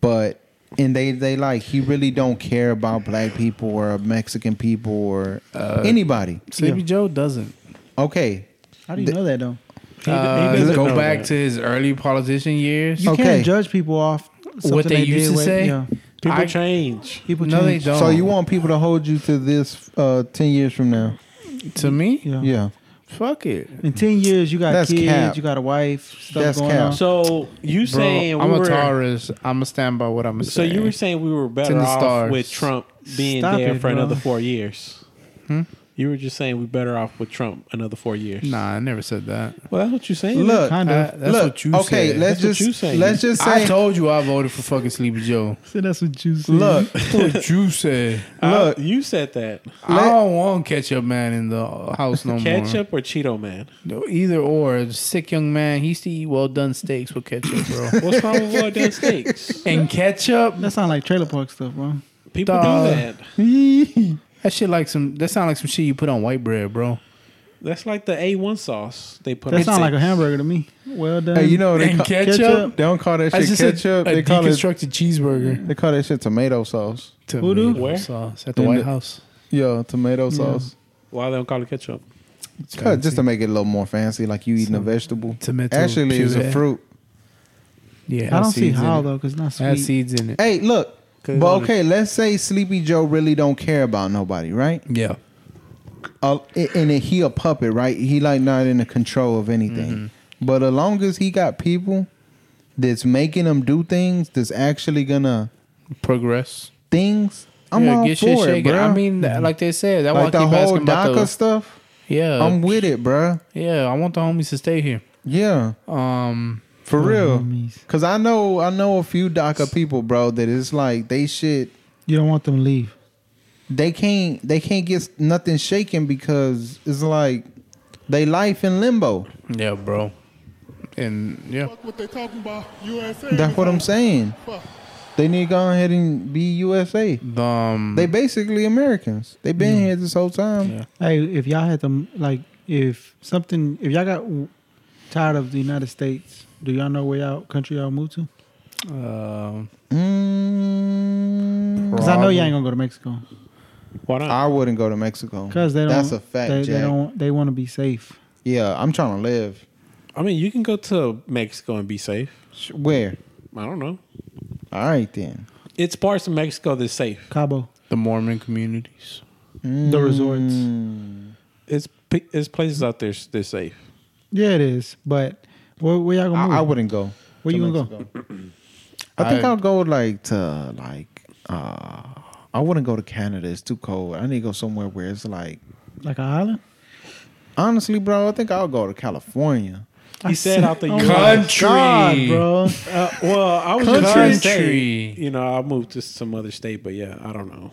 S4: but and they they like he really don't care about black people or Mexican people or
S3: Uh,
S4: anybody.
S3: Sleepy Joe doesn't.
S4: Okay,
S1: How do you know that though?
S2: He- he
S3: Uh,
S2: doesn't know
S3: go back
S2: that.
S3: to his early politician years.
S1: You
S4: Okay.
S1: can't judge people off something
S3: What they used
S1: did
S3: to
S1: with-
S3: say?
S1: Yeah.
S2: people
S3: I-
S2: change.
S1: People
S3: no, they
S1: change.
S3: don't.
S4: so you want people to hold you to this uh, ten years from now?
S3: to me?
S1: Yeah.
S4: Yeah,
S3: Fuck it.
S1: In ten years, you got
S4: That's
S1: kids,
S4: cap.
S1: you got a wife, stuff
S4: That's
S1: going
S4: cap.
S1: on.
S2: So you
S3: Bro,
S2: saying
S3: I'm
S2: we
S3: a
S2: were,
S3: Taurus. I'm a stand by what I'm
S2: So
S3: saying.
S2: you were saying we were better
S3: in the
S2: off
S3: stars.
S2: with Trump being
S1: Stop
S2: there
S1: it,
S2: for
S1: bro. Hmm?
S2: another four years. You were just saying we better off with Trump another four years.
S3: Nah, I never said that.
S2: Well, that's what you're saying.
S4: look,
S1: Kind
S3: Uh,
S1: of.
S3: that's
S4: look.
S3: what you
S4: okay,
S3: said.
S4: let's
S2: That's what you
S4: just
S2: saying.
S4: let's just
S3: I
S4: say.
S3: told you I voted for fucking Sleepy Joe.
S1: So that's what you said.
S4: look,
S3: what you said.
S2: I-
S4: look.
S2: you said that.
S3: I don't want ketchup man in the house no
S2: Ketchup or Cheeto Man?
S3: more. No, either or. A Sick young man. He used to eat well done steaks with ketchup, bro.
S2: What's wrong with well done steaks?
S3: and ketchup,
S1: That sound like trailer park stuff, bro.
S2: People
S3: Dog.
S2: do that.
S3: that shit like some. That sound like some shit you put on white bread, bro.
S2: That's like the A1 sauce they put
S1: That
S2: on
S1: sound like a
S2: steaks.
S1: hamburger to me. Well done.
S4: Hey, you know Oh, they
S3: And
S4: ca-
S3: ketchup?
S4: They don't call that
S3: I
S4: shit
S3: just
S4: ketchup.
S3: said a
S4: They call it
S3: deconstructed cheeseburger.
S4: They call that shit tomato sauce.
S1: Voodoo?
S3: Tomato
S2: Where?
S3: Sauce at the
S4: In
S3: White
S4: the-
S3: House.
S4: Yo, tomato sauce.
S2: Why they don't call it ketchup?
S4: It's kinda just to make it a little more fancy, like you eating a vegetable.
S3: Tomato
S4: Actually, it's a
S3: puree.
S4: fruit.
S3: Yeah,
S1: I don't see
S3: seeds in
S1: how
S3: it.
S1: though, because it's not sweet.
S3: Had seeds in it.
S4: Hey, look.
S3: Good
S4: But
S3: on it.
S4: okay, let's say Sleepy Joe really don't care about nobody, right?
S3: Yeah.
S4: Uh, and then he a puppet, right? He like not in the control of anything.
S3: Mm-hmm.
S4: But as long as he got people that's making him do things, that's actually gonna
S3: Progress. Mm-hmm.
S4: things. I'm
S3: yeah,
S4: all
S3: get
S4: for
S3: shit
S4: it,
S3: shaken.
S4: bro.
S3: I mean, th- like they said, that
S4: like
S3: why I
S4: the
S3: keep
S4: whole Um,
S3: asking about uh,
S4: DACA
S3: the,
S4: stuff.
S3: Yeah,
S4: I'm with it, bro.
S3: yeah. I want the homies to stay here.
S4: Yeah,
S3: Um,
S4: for real.
S1: Homies.
S4: Cause I know I know a few DACA people, bro, that it's like they shit
S1: You don't want them to leave.
S4: they can't they can't get nothing shaken because it's like they life in limbo.
S3: yeah, bro. And yeah,
S8: Fuck what they talking about. USA.
S4: That's what I'm saying.
S8: Fuck.
S4: They need to go ahead and be USA.
S3: the, um,
S4: They basically Americans. They've been here this whole time.
S3: Yeah.
S1: Hey, if y'all had them, like, if something, if y'all got w- tired of the United States, do y'all know where y'all country y'all move to?
S3: um,
S4: Mm,
S1: Because I know y'all ain't gonna go to Mexico.
S2: Why
S1: Uh,
S2: not?
S4: I wouldn't go to Mexico.
S1: Because they don't.
S4: That's a fact,
S1: They,
S4: Jack.
S1: they don't. They want to be safe.
S4: Yeah, I'm trying to live.
S2: I mean, you can go to Mexico and be safe.
S4: Sh- Where?
S2: I don't know.
S4: All right then.
S2: It's parts of Mexico that's safe.
S1: Cabo,
S3: the Mormon communities.
S4: Mm.
S1: the resorts.
S2: It's p- it's places out there s- that's safe.
S1: Yeah, it is. But where, where y'all gonna move?
S4: I, I wouldn't go.
S1: Where
S4: to
S1: you gonna go?
S4: Mexico. I think I,
S3: I-
S4: will go like to like uh I wouldn't go to Canada. It's too cold. I need to go somewhere where it's like
S1: like an island?
S4: Honestly, bro, I think I'll go to California.
S2: He said out the
S1: Oh my
S2: U.S.
S1: God, bro.
S2: Uh, well, I was just gonna say,
S3: Country.
S2: you know, I moved to some other state, but yeah, I don't know.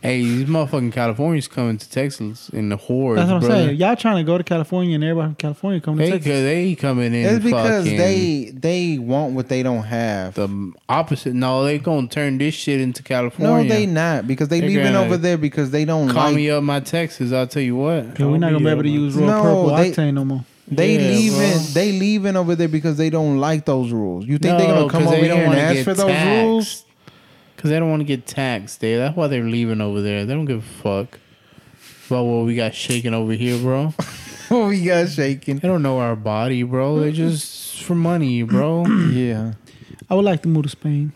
S3: Hey, these motherfucking Californians coming to Texas in the hordes,
S1: That's what I'm
S3: brother.
S1: saying. Y'all trying to go to California and everybody from California coming to
S3: They,
S1: Texas.
S3: they coming in.
S4: It's because
S3: fucking
S4: they they want what they don't have.
S3: the opposite. No, they gonna turn this shit into
S4: No,
S3: California.
S4: they not because they
S3: They're
S4: leaving
S3: gonna
S4: over there because they don't
S3: call
S4: like.
S3: me up my Texas. I'll tell you what.
S1: Yeah, we're not gonna be able to
S2: Yeah,
S1: use real
S4: No,
S1: purple
S4: they-
S1: octane no more.
S4: They
S3: Yeah,
S4: leaving.
S3: bro.
S4: They leaving over there because they don't like those rules. You think they're
S3: No,
S4: gonna come
S3: 'cause
S4: over
S3: they
S4: here
S3: don't
S4: and
S3: wanna
S4: ask
S3: get
S4: for those
S3: taxed.
S4: rules?
S3: Cause they don't want to get taxed, dude. That's why they're leaving over there. They don't give a fuck about what we got shaking over here, bro.
S4: we got shaking.
S3: They don't know our body, bro. They just for money, bro.
S4: Yeah.
S1: I would like to move to Spain.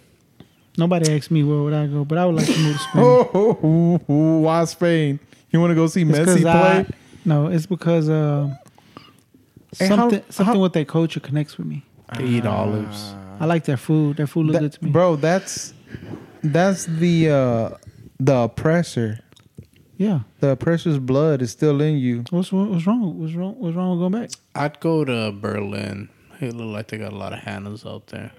S1: Nobody asked me where would I go, but I would like to move to Spain.
S4: Oh, oh, oh, oh, why Spain? You want to go see
S1: It's
S4: Messi
S1: 'cause I-
S4: play?
S1: no, it's because uh,
S4: Hey, how-
S1: something something
S4: how-
S1: with their culture connects with me.
S3: They eat
S4: Ah.
S3: olives.
S1: I like their food. Their food looks
S4: That-
S1: good to me.
S4: bro, that's that's the uh the oppressor.
S1: Yeah.
S4: The oppressor's blood is still in you.
S1: What's wrong- what's wrong? What's wrong? What's wrong with going back?
S3: I'd go to Berlin. It look like they got a lot of Hannahs out there.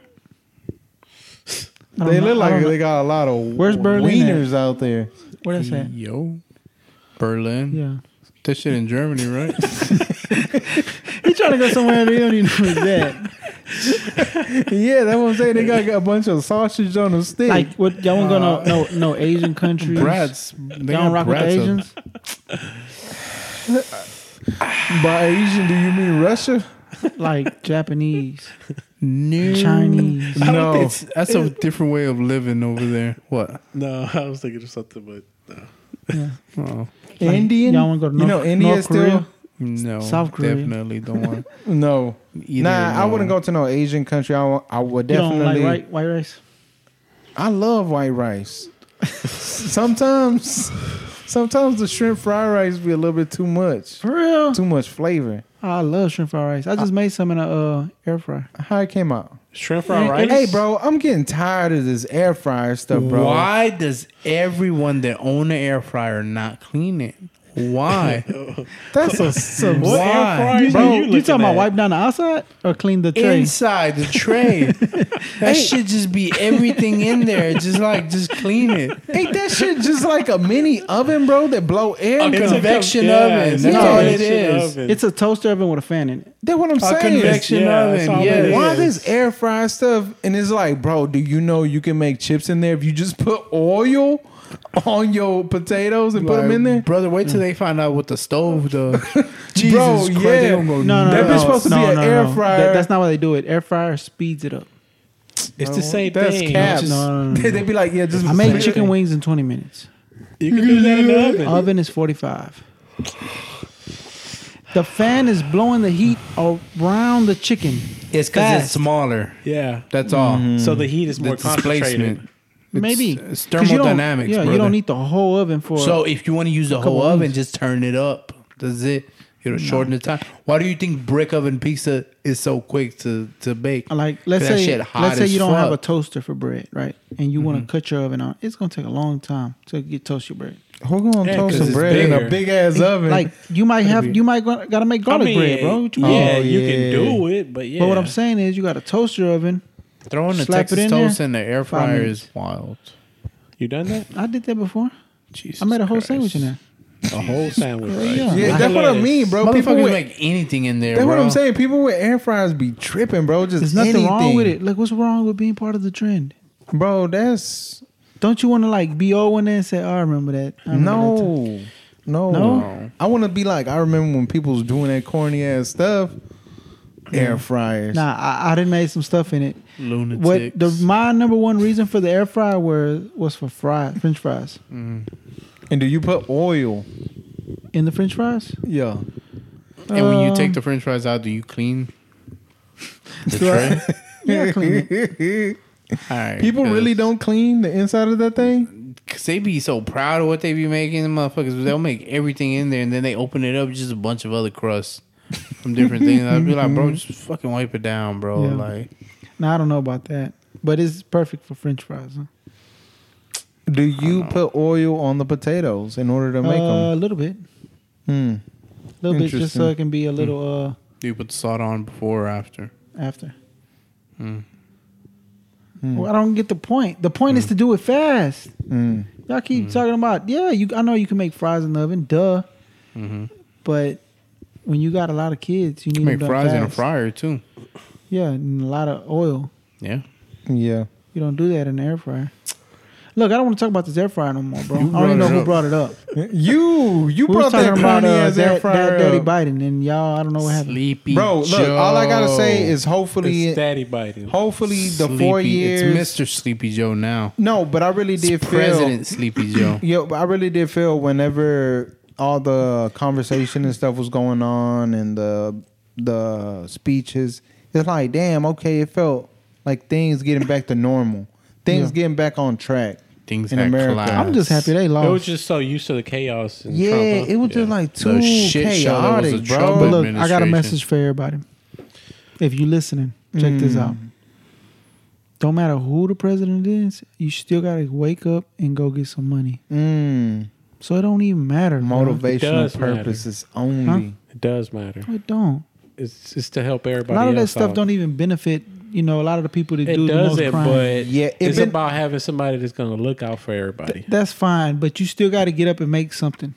S1: I don't
S4: They
S1: know-
S4: look
S1: I don't
S4: like
S1: know.
S4: they got a lot of
S1: Where's Berlin
S4: wieners out there.
S1: Where that's at?
S3: Yo, Berlin.
S1: Yeah.
S3: That shit in Germany, right?
S1: He trying to go somewhere they don't even know where it's at.
S4: yeah, that's what I'm saying. They got a bunch of sausage on a stick.
S1: Like what y'all wanna go
S4: Uh,
S1: no no no Asian countries.
S3: Brats. They
S1: Y'all don't
S3: got
S1: rock with
S3: brats
S1: the
S3: up-
S1: Asians?
S4: By Asian, do you mean Russia?
S1: like Japanese,
S3: No.
S1: Chinese.
S3: I don't
S4: No.
S3: think it's- Oh, that's a different way of living over there. What?
S2: No, I was thinking of something, but no.
S1: Yeah.
S3: Oh,
S4: Indian?
S1: Y'all wanna go to
S4: you
S1: North,
S4: know, India
S1: North
S4: still.
S1: Korea?
S3: no.
S1: South Korea.
S3: Definitely don't want
S4: No,
S3: either
S4: nah, I
S3: no.
S4: wouldn't go to no Asian country. I, wa- I would
S1: You don't
S4: definitely.
S1: like white, white rice?
S4: I love white rice. sometimes, sometimes the shrimp fried rice be a little bit too much,
S1: For real?
S4: too much flavor.
S1: I love shrimp fried rice. I just made some in a uh, air fryer.
S4: How it came out?
S2: Shrimp fried rice.
S4: Hey, bro, I'm getting tired of this air fryer stuff, bro.
S3: Why does everyone that own an air fryer not clean it? Why?
S4: That's a some.
S2: What
S3: Why?
S2: air fryers
S1: Bro,
S2: are you,
S1: you,
S2: looking
S1: talking
S2: at?
S1: about wipe down the outside or clean the tray?
S3: Inside the tray, that should just be everything in there. Just like just clean it.
S4: Ain't that shit just like a mini oven, bro? That blow air.
S3: A
S2: It's a
S3: convection
S2: con- yeah,
S3: oven.
S2: it's
S3: That's
S2: a
S3: all it
S2: convection
S3: is.
S2: oven.
S1: It's a toaster oven with a fan in it.
S4: That's what I'm
S3: A
S4: saying.
S3: convection
S2: Yeah, that's all
S3: oven.
S2: it
S3: Yes.
S2: is.
S4: Why this air fryer stuff? And it's like, bro, do you know you can make chips in there if you just put oil on your potatoes and put them in there?
S3: Brother, wait till they find out what the stove does. Jesus
S4: Bro,
S3: Christ,
S4: yeah.
S3: they don't go
S1: No, no,
S4: That
S1: no,
S4: bitch
S1: no,
S4: supposed to
S1: no,
S4: be an
S1: no,
S4: air
S1: no.
S4: fryer.
S1: That- that's not why they do it. Air fryer speeds it up.
S2: It's the same
S4: That's
S2: thing.
S4: cap.
S2: Just-
S1: No, no, no,
S4: They'd be like, yeah, just
S1: I made chicken wings in 20 minutes.
S2: You can do that in the oven.
S1: Oven is 45. The fan is blowing the heat around the chicken.
S3: It's because
S1: Fast.
S3: it's smaller.
S2: Yeah.
S3: That's all.
S2: So the heat is
S3: The
S2: more concentrated.
S3: displacement. Mm-hmm. It's-
S1: Maybe
S3: it's
S1: 'Cause you don't-
S3: thermodynamics.
S1: Yeah,
S3: brother.
S1: you don't need the whole oven for.
S3: So if you want to use the whole
S1: couple
S3: oven,
S1: weeks.
S3: just turn it up. Does it? It'll shorten the time. Why do you think brick oven pizza is so quick to to bake?
S1: like let's
S3: 'Cause that
S1: say
S3: shit hot
S1: let's say
S3: as
S1: you don't have a
S3: fuck. Mm-hmm.
S1: toaster for bread, right? And you want to cut your oven on. It's gonna take a long time to get toast your bread.
S4: Who gonna
S2: Yeah,
S4: throw
S2: 'cause
S4: some
S2: it's
S4: bread in a
S2: bigger.
S4: big ass oven?
S1: Like you might have you might go- gotta make
S2: I
S1: garlic
S2: mean,
S1: bread, bro. What you mean?
S2: yeah,
S4: Oh,
S2: you can
S4: yeah.
S2: do it, but yeah.
S1: But what I'm saying is you got a toaster oven.
S3: Throwing the
S1: Slap it
S3: Texas
S1: in
S3: toast
S1: there.
S3: in the air
S1: Five
S3: fryer
S1: minutes.
S3: is wild.
S2: you done that?
S1: I did that before.
S3: Jesus
S1: I made a whole
S3: Christ.
S1: sandwich in there.
S2: A whole sandwich.
S1: Yeah.
S4: yeah, that's what I mean, bro. People
S3: Motherfuckers
S4: with,
S3: make anything in there.
S4: that's
S3: bro.
S4: what I'm saying. People with air fryers be tripping, bro. Just
S1: There's nothing wrong
S4: anything.
S1: with it. Like what's wrong with being part of the trend?
S4: bro. That's
S1: Don't you want to like be old one day and say, "Oh, I remember that"? I remember that time."
S4: no, no,
S1: No?
S4: I want to be like, I remember when people was doing that corny ass stuff. Air fryers.
S1: Nah, I, I didn't make some stuff in it.
S3: Lunatics.
S1: What the my number one reason for the air fryer was was for fries, French fries.
S3: Mm.
S4: And do you put oil?
S1: In the French fries,
S4: Yeah.
S3: and when you
S1: Um,
S3: take the French fries out, do you clean the tray?
S1: yeah, I clean it.
S3: All right,
S4: People really
S3: don't.
S4: don't clean the inside of that thing.
S3: Cause they be so proud of what they be making, them motherfuckers. But they'll make everything in there, and then they open it up, it's just a bunch of other crusts from different things. I'd be like, bro, just fucking wipe it down, bro.
S1: Yeah.
S3: Like,
S1: Nah, I don't know about that, but it's perfect for French fries. Huh?
S4: Do you put oil on the potatoes in order to make
S1: Uh, a little bit.
S4: them?
S1: little bit just so
S4: Interesting.
S1: it can be
S3: Hmm.
S1: a little
S3: Do you put the salt on before or after?
S1: uh after. Hmm.
S3: Hmm.
S1: Well, I don't get the point. The point is to do it fast.
S3: Hmm.
S4: Mm.
S1: Y'all keep talking about yeah. You I know you can make fries in the oven, duh. But when you got a lot of kids, you need
S3: You make
S1: them done
S3: fries in a
S1: fast.
S3: fryer too.
S1: Yeah, and a lot of oil.
S3: Yeah.
S4: Hmm, Yeah.
S1: You don't do that in the air fryer. Look, I don't want to talk about this air fryer no more, bro. I
S3: You
S1: don't even know
S3: brought it
S1: who
S3: up.
S1: brought it up.
S4: You you
S1: we was
S4: brought that
S1: talking about
S4: corny
S1: uh,
S4: ass air
S1: Dad, Dad,
S4: fryer
S1: Daddy
S4: up.
S1: Biden, and y'all, I don't know what happened.
S3: Sleepy.
S4: Bro, look, all I gotta say
S3: Joe.
S4: is hopefully
S2: It's daddy biting.
S4: hopefully the
S3: Sleepy-
S4: four years
S3: It's Mr. Sleepy Joe now.
S4: No, but I really did
S3: It's
S4: feel
S3: President Sleepy Joe.
S4: Yo, but I really did feel whenever all the conversation and stuff was going on and the the speeches, it's like, damn, okay, it felt like things getting back to normal. Things
S1: Yeah.
S4: getting back on track.
S3: Things
S4: In
S3: in
S4: America.
S3: America.
S1: I'm just happy they
S2: It was
S1: lost.
S2: just so used to the chaos. And
S4: Yeah,
S2: Trump, huh?
S4: it was just
S2: Yeah.
S4: like
S3: The
S4: too
S3: shit show that was
S4: chaotic,
S3: the
S4: bro.
S3: Trump
S1: But Oh, look, I got a
S3: administration.
S1: message for everybody. If you listening, check this out.
S4: Mm.
S1: Don't matter who the president is, you still gotta wake up and go get some money.
S4: Mm,
S1: So it don't even matter. bro.
S4: motivational
S2: does matter.
S4: purposes only.
S2: It does matter.
S1: No, It don't.
S2: It's it's to help
S1: A
S2: everybody.
S1: lot of that
S2: else
S1: stuff
S2: out.
S1: don't even benefit. You know, a lot of the people that
S2: It
S1: do the
S2: does
S1: most
S2: it,
S1: crime.
S2: but
S4: Yeah, it
S2: it's
S4: been-
S2: about having somebody that's gonna look out for everybody.
S1: That's fine, but you still got to get up and make something.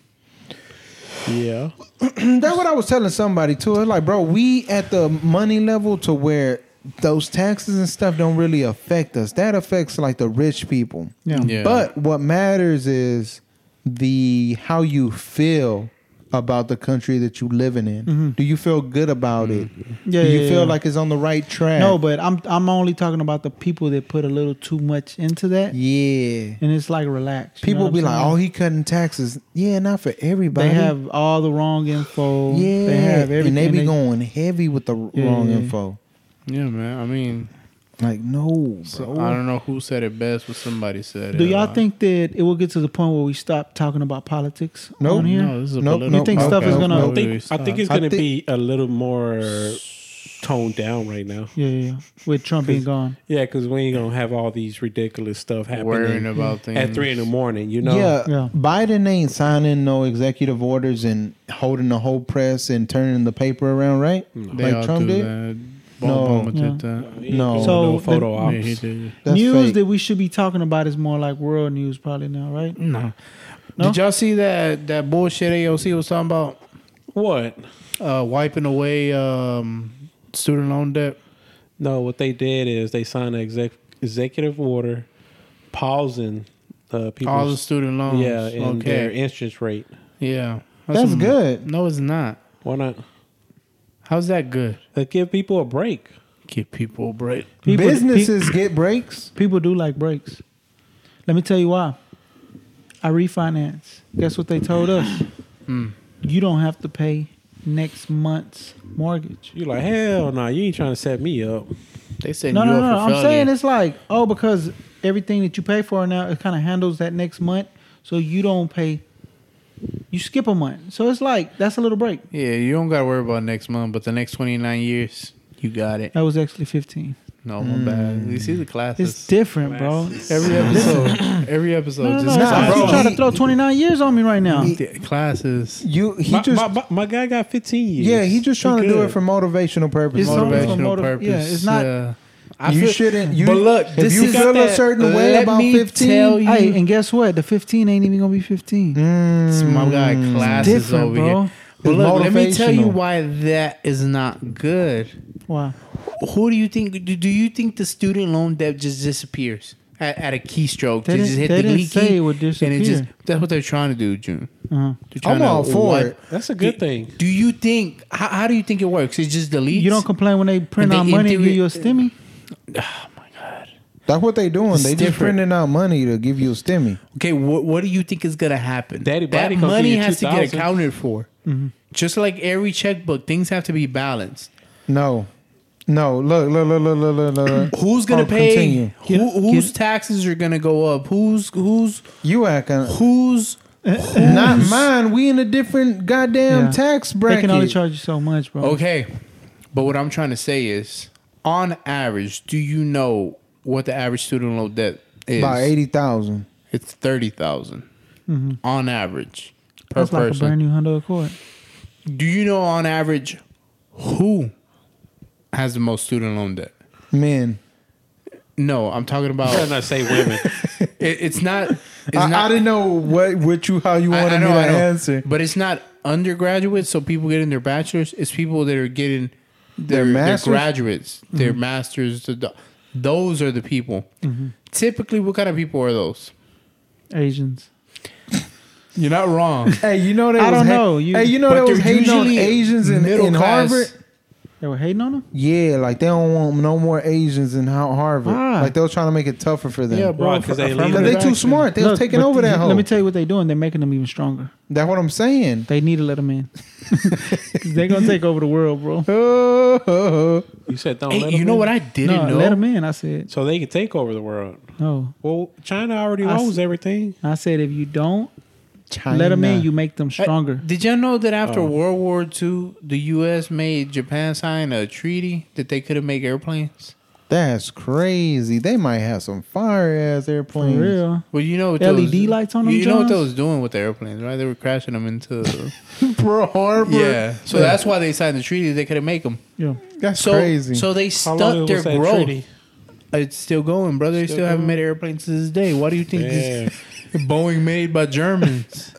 S2: yeah,
S4: Mm, That's what I was telling somebody too. It's like, bro, we at the money level to where those taxes and stuff don't really affect us. That affects like the rich people.
S1: Yeah.
S3: Yeah.
S4: But what matters is the how you feel about the country that you living in. Do you feel good about it?
S1: Yeah,
S4: Do you
S1: yeah,
S4: feel
S1: yeah.
S4: like it's on the right track?
S1: No, but I'm I'm only talking about the people that put a little too much into that,
S4: yeah.
S1: and it's like relax. you know
S4: People
S1: what I'm
S4: be like,
S1: saying?
S4: "Oh, he cutting taxes." Yeah, not for everybody.
S1: They have all the wrong info.
S4: yeah,
S1: they have everything.
S4: and they be going heavy with the
S1: Yeah,
S4: wrong
S1: yeah, yeah.
S4: info.
S3: yeah, man. I mean,
S4: Like, no, bro.
S3: so I don't know who said it best, but somebody said it.
S1: Do y'all
S3: Uh,
S1: think that it will get to the point where we stop talking about politics
S4: Nope.
S1: on here?
S3: No, this is a
S4: Nope,
S3: political.
S1: you think stuff is gonna-
S2: I think I
S1: uh,
S2: think it's
S4: I
S2: gonna
S4: thi-
S2: be a little more toned down right now.
S1: Yeah, yeah, yeah. With Trump being gone.
S2: Yeah, because we ain't gonna have all these ridiculous stuff
S3: worrying
S2: happening
S3: about things
S2: at three in the morning. You know,
S4: Yeah,
S1: Yeah.
S4: Biden ain't signing no executive orders and holding the whole press and turning the paper around, right?
S3: They all do that. Obama
S1: No.
S3: did that.
S4: No,
S1: So-
S2: no photo
S3: Yeah,
S2: ops.
S3: he did.
S4: that's
S1: news
S4: fake.
S1: that we should be talking about is more like world news, probably now, right?
S3: No.
S1: No?
S3: Did y'all see that that bullshit AOC was talking about
S2: What?
S3: uh, wiping away um, student loan debt?
S2: No, what they did is they signed an exec- executive order pausing uh,
S3: All the
S2: people's
S3: student loans.
S2: yeah and their
S3: okay.
S2: interest rate.
S3: yeah.
S4: That's
S3: some-
S4: good.
S3: No, it's not.
S2: Why not?
S3: How's that good?
S2: They give people a break.
S3: Give people a break.
S1: People-
S4: Businesses get breaks.
S1: People do like breaks. Let me tell you why. I refinance. Guess what they told us?
S3: Hmm.
S1: You don't have to pay next month's mortgage.
S2: You're like, hell no, you ain't trying to set me up.
S3: They said
S1: No,
S3: you
S1: no,
S3: up
S1: no.
S3: for
S1: I'm
S3: felony.
S1: saying it's like, oh, because everything that you pay for now, it kind of handles that next month. So you don't pay, you skip a month. So it's like, that's a little break.
S3: Yeah, you don't gotta worry about next month, but the next twenty nine years, you got it.
S1: That was actually 15.
S3: No, my bad. You see the classes.
S1: It's different, bro.
S3: every episode. every episode.
S1: No, no, no.
S3: just
S4: Nah,
S1: Stop
S4: bro,
S1: trying to
S4: he-
S1: throw 29 years on me right now.
S3: classes. classes.
S4: You he
S2: My,
S4: just
S2: my, my, my guy got 15 years.
S4: yeah he just trying to do it
S2: good.
S4: for motivational purposes.
S1: It's so- for
S4: Motivation.
S3: motivational
S1: motiv-
S3: purpose.
S1: yeah, it's not-
S3: Yeah. I
S4: you
S3: feel-
S4: shouldn't. You,
S3: but look,
S4: if
S3: this
S4: you
S3: is
S4: feel a
S3: that-
S4: certain way
S3: let
S4: about
S3: me
S4: fifteen,
S3: tell you-
S1: Hey, and guess what? The 15 ain't even going to be 15.
S3: Hmm?
S4: Mm.
S3: it's my guy classes
S1: different,
S3: over
S1: bro.
S3: here. But
S4: It's
S3: look, let me tell you
S4: motivational.
S3: why that is not good.
S1: Why?
S3: Who do you think? Do, do you think the student loan debt just disappears at, at a keystroke?
S1: They
S3: They just
S1: didn't-
S3: hit
S1: they
S3: the
S1: didn't
S3: leaky,
S1: say it would
S3: And it just
S1: disappear.
S3: that's what they're trying to do, June.
S1: Uh-huh.
S3: They're
S4: I'm
S3: trying to
S4: all for
S3: wipe-
S4: it.
S2: That's a good thing.
S3: Do you think? How, how do you think it works? It just deletes.
S1: You don't complain when they print
S3: And
S1: out
S3: they
S1: money and give
S3: integrate-
S1: you a stimmy.
S4: that's what they doing.
S3: It's
S4: They just
S3: different.
S4: printing out money to give you a stimmy.
S3: Okay, what what do you think is gonna happen?
S2: Daddy
S3: that
S2: Biden gonna
S3: money
S2: give you
S3: has to get
S2: 2,000.
S3: accounted for.
S1: Mm-hmm.
S3: Just like every checkbook, things have to be balanced.
S4: No, no. Look, look, look, look, look, look, look.
S3: Who's gonna
S4: Oh,
S3: pay?
S4: continue.
S3: Who, whose taxes are gonna go up? Who's who's
S4: You acting
S3: who's?
S4: Not mine. We in a different goddamn
S1: Yeah.
S4: tax
S1: They
S4: bracket.
S1: can only charge you so much, bro.
S3: Okay, but what I'm trying to say is, on average, do you know what the average student loan debt is?
S4: about eighty thousand.
S3: It's thirty thousand on average
S1: Mm-hmm.
S3: per
S1: That's like a
S3: person.
S1: brand new Honda Accord.
S3: Do you know on average who has the most student loan debt?
S4: Men.
S3: No, I'm talking about.
S2: Better not say women.
S3: it, it's not. It's
S4: I,
S3: not
S4: I didn't know what what you how you
S3: I- I
S4: wanted me
S3: know,
S4: to
S3: I know.
S4: answer.
S3: But it's not undergraduates, so people getting their bachelors. It's people that are getting their,
S4: Their
S3: their
S4: masters? Mm-hmm.
S3: graduates, their masters. The, the- those are the people. Typically, what kind of people are those?
S1: Asians.
S3: You're not wrong.
S4: Hey, you know they
S1: I
S4: was
S1: don't
S4: ha-
S1: know, you-
S4: hey, you know
S3: But
S4: they was
S3: they're
S4: hating on
S3: usually
S4: Asians in,
S3: middle
S4: in
S3: class.
S4: Harvard.
S1: They were hating on him.
S4: Yeah, like they don't want no more Asians in Har- Harvard.
S1: Why?
S4: Like they was trying to make it tougher for them.
S3: Yeah,
S2: Why? Because they
S4: Cause they
S2: leave.
S4: too smart. They
S1: Look,
S4: was taking
S1: but
S4: over
S1: th-
S4: that whole.
S1: Let me tell you what they're doing. They're making them even stronger.
S4: That's what I'm saying.
S1: They need to let them in. 'Cause they're gonna take over the world, bro.
S2: You said don't. let
S3: Hey, you
S2: them
S3: know
S2: in.
S3: what I didn't
S1: No,
S3: know?
S1: let them in. I said
S2: So they can take over the world.
S1: no.
S2: Well, China already
S1: I
S2: owns
S1: s-
S2: everything.
S1: I said if you don't let them in, you make them
S3: Hey,
S1: stronger.
S3: Did y'all know that after
S2: Oh.
S3: World War II, the U.S. made Japan sign a treaty that they couldn't make airplanes?
S4: That's crazy. They might have some fire ass
S1: For
S4: airplanes.
S1: real.
S3: Well, you know what
S1: LED
S3: those-
S1: lights on them,
S3: You know what
S1: Johns?
S3: they was doing with the airplanes, right? They were crashing them into.
S4: Pearl Harbor.
S3: yeah, so that's why they signed the treaty. They couldn't make them.
S1: Yeah.
S4: That's
S3: So
S4: crazy.
S3: so they
S2: How
S3: stuck
S2: long
S3: their
S2: was that
S3: growth.
S2: treaty?
S3: It's still going, brother. they
S2: Still
S3: still haven't
S2: going.
S3: made airplanes to this day. Why do you think
S2: Yeah.
S3: this Boeing made by Germans?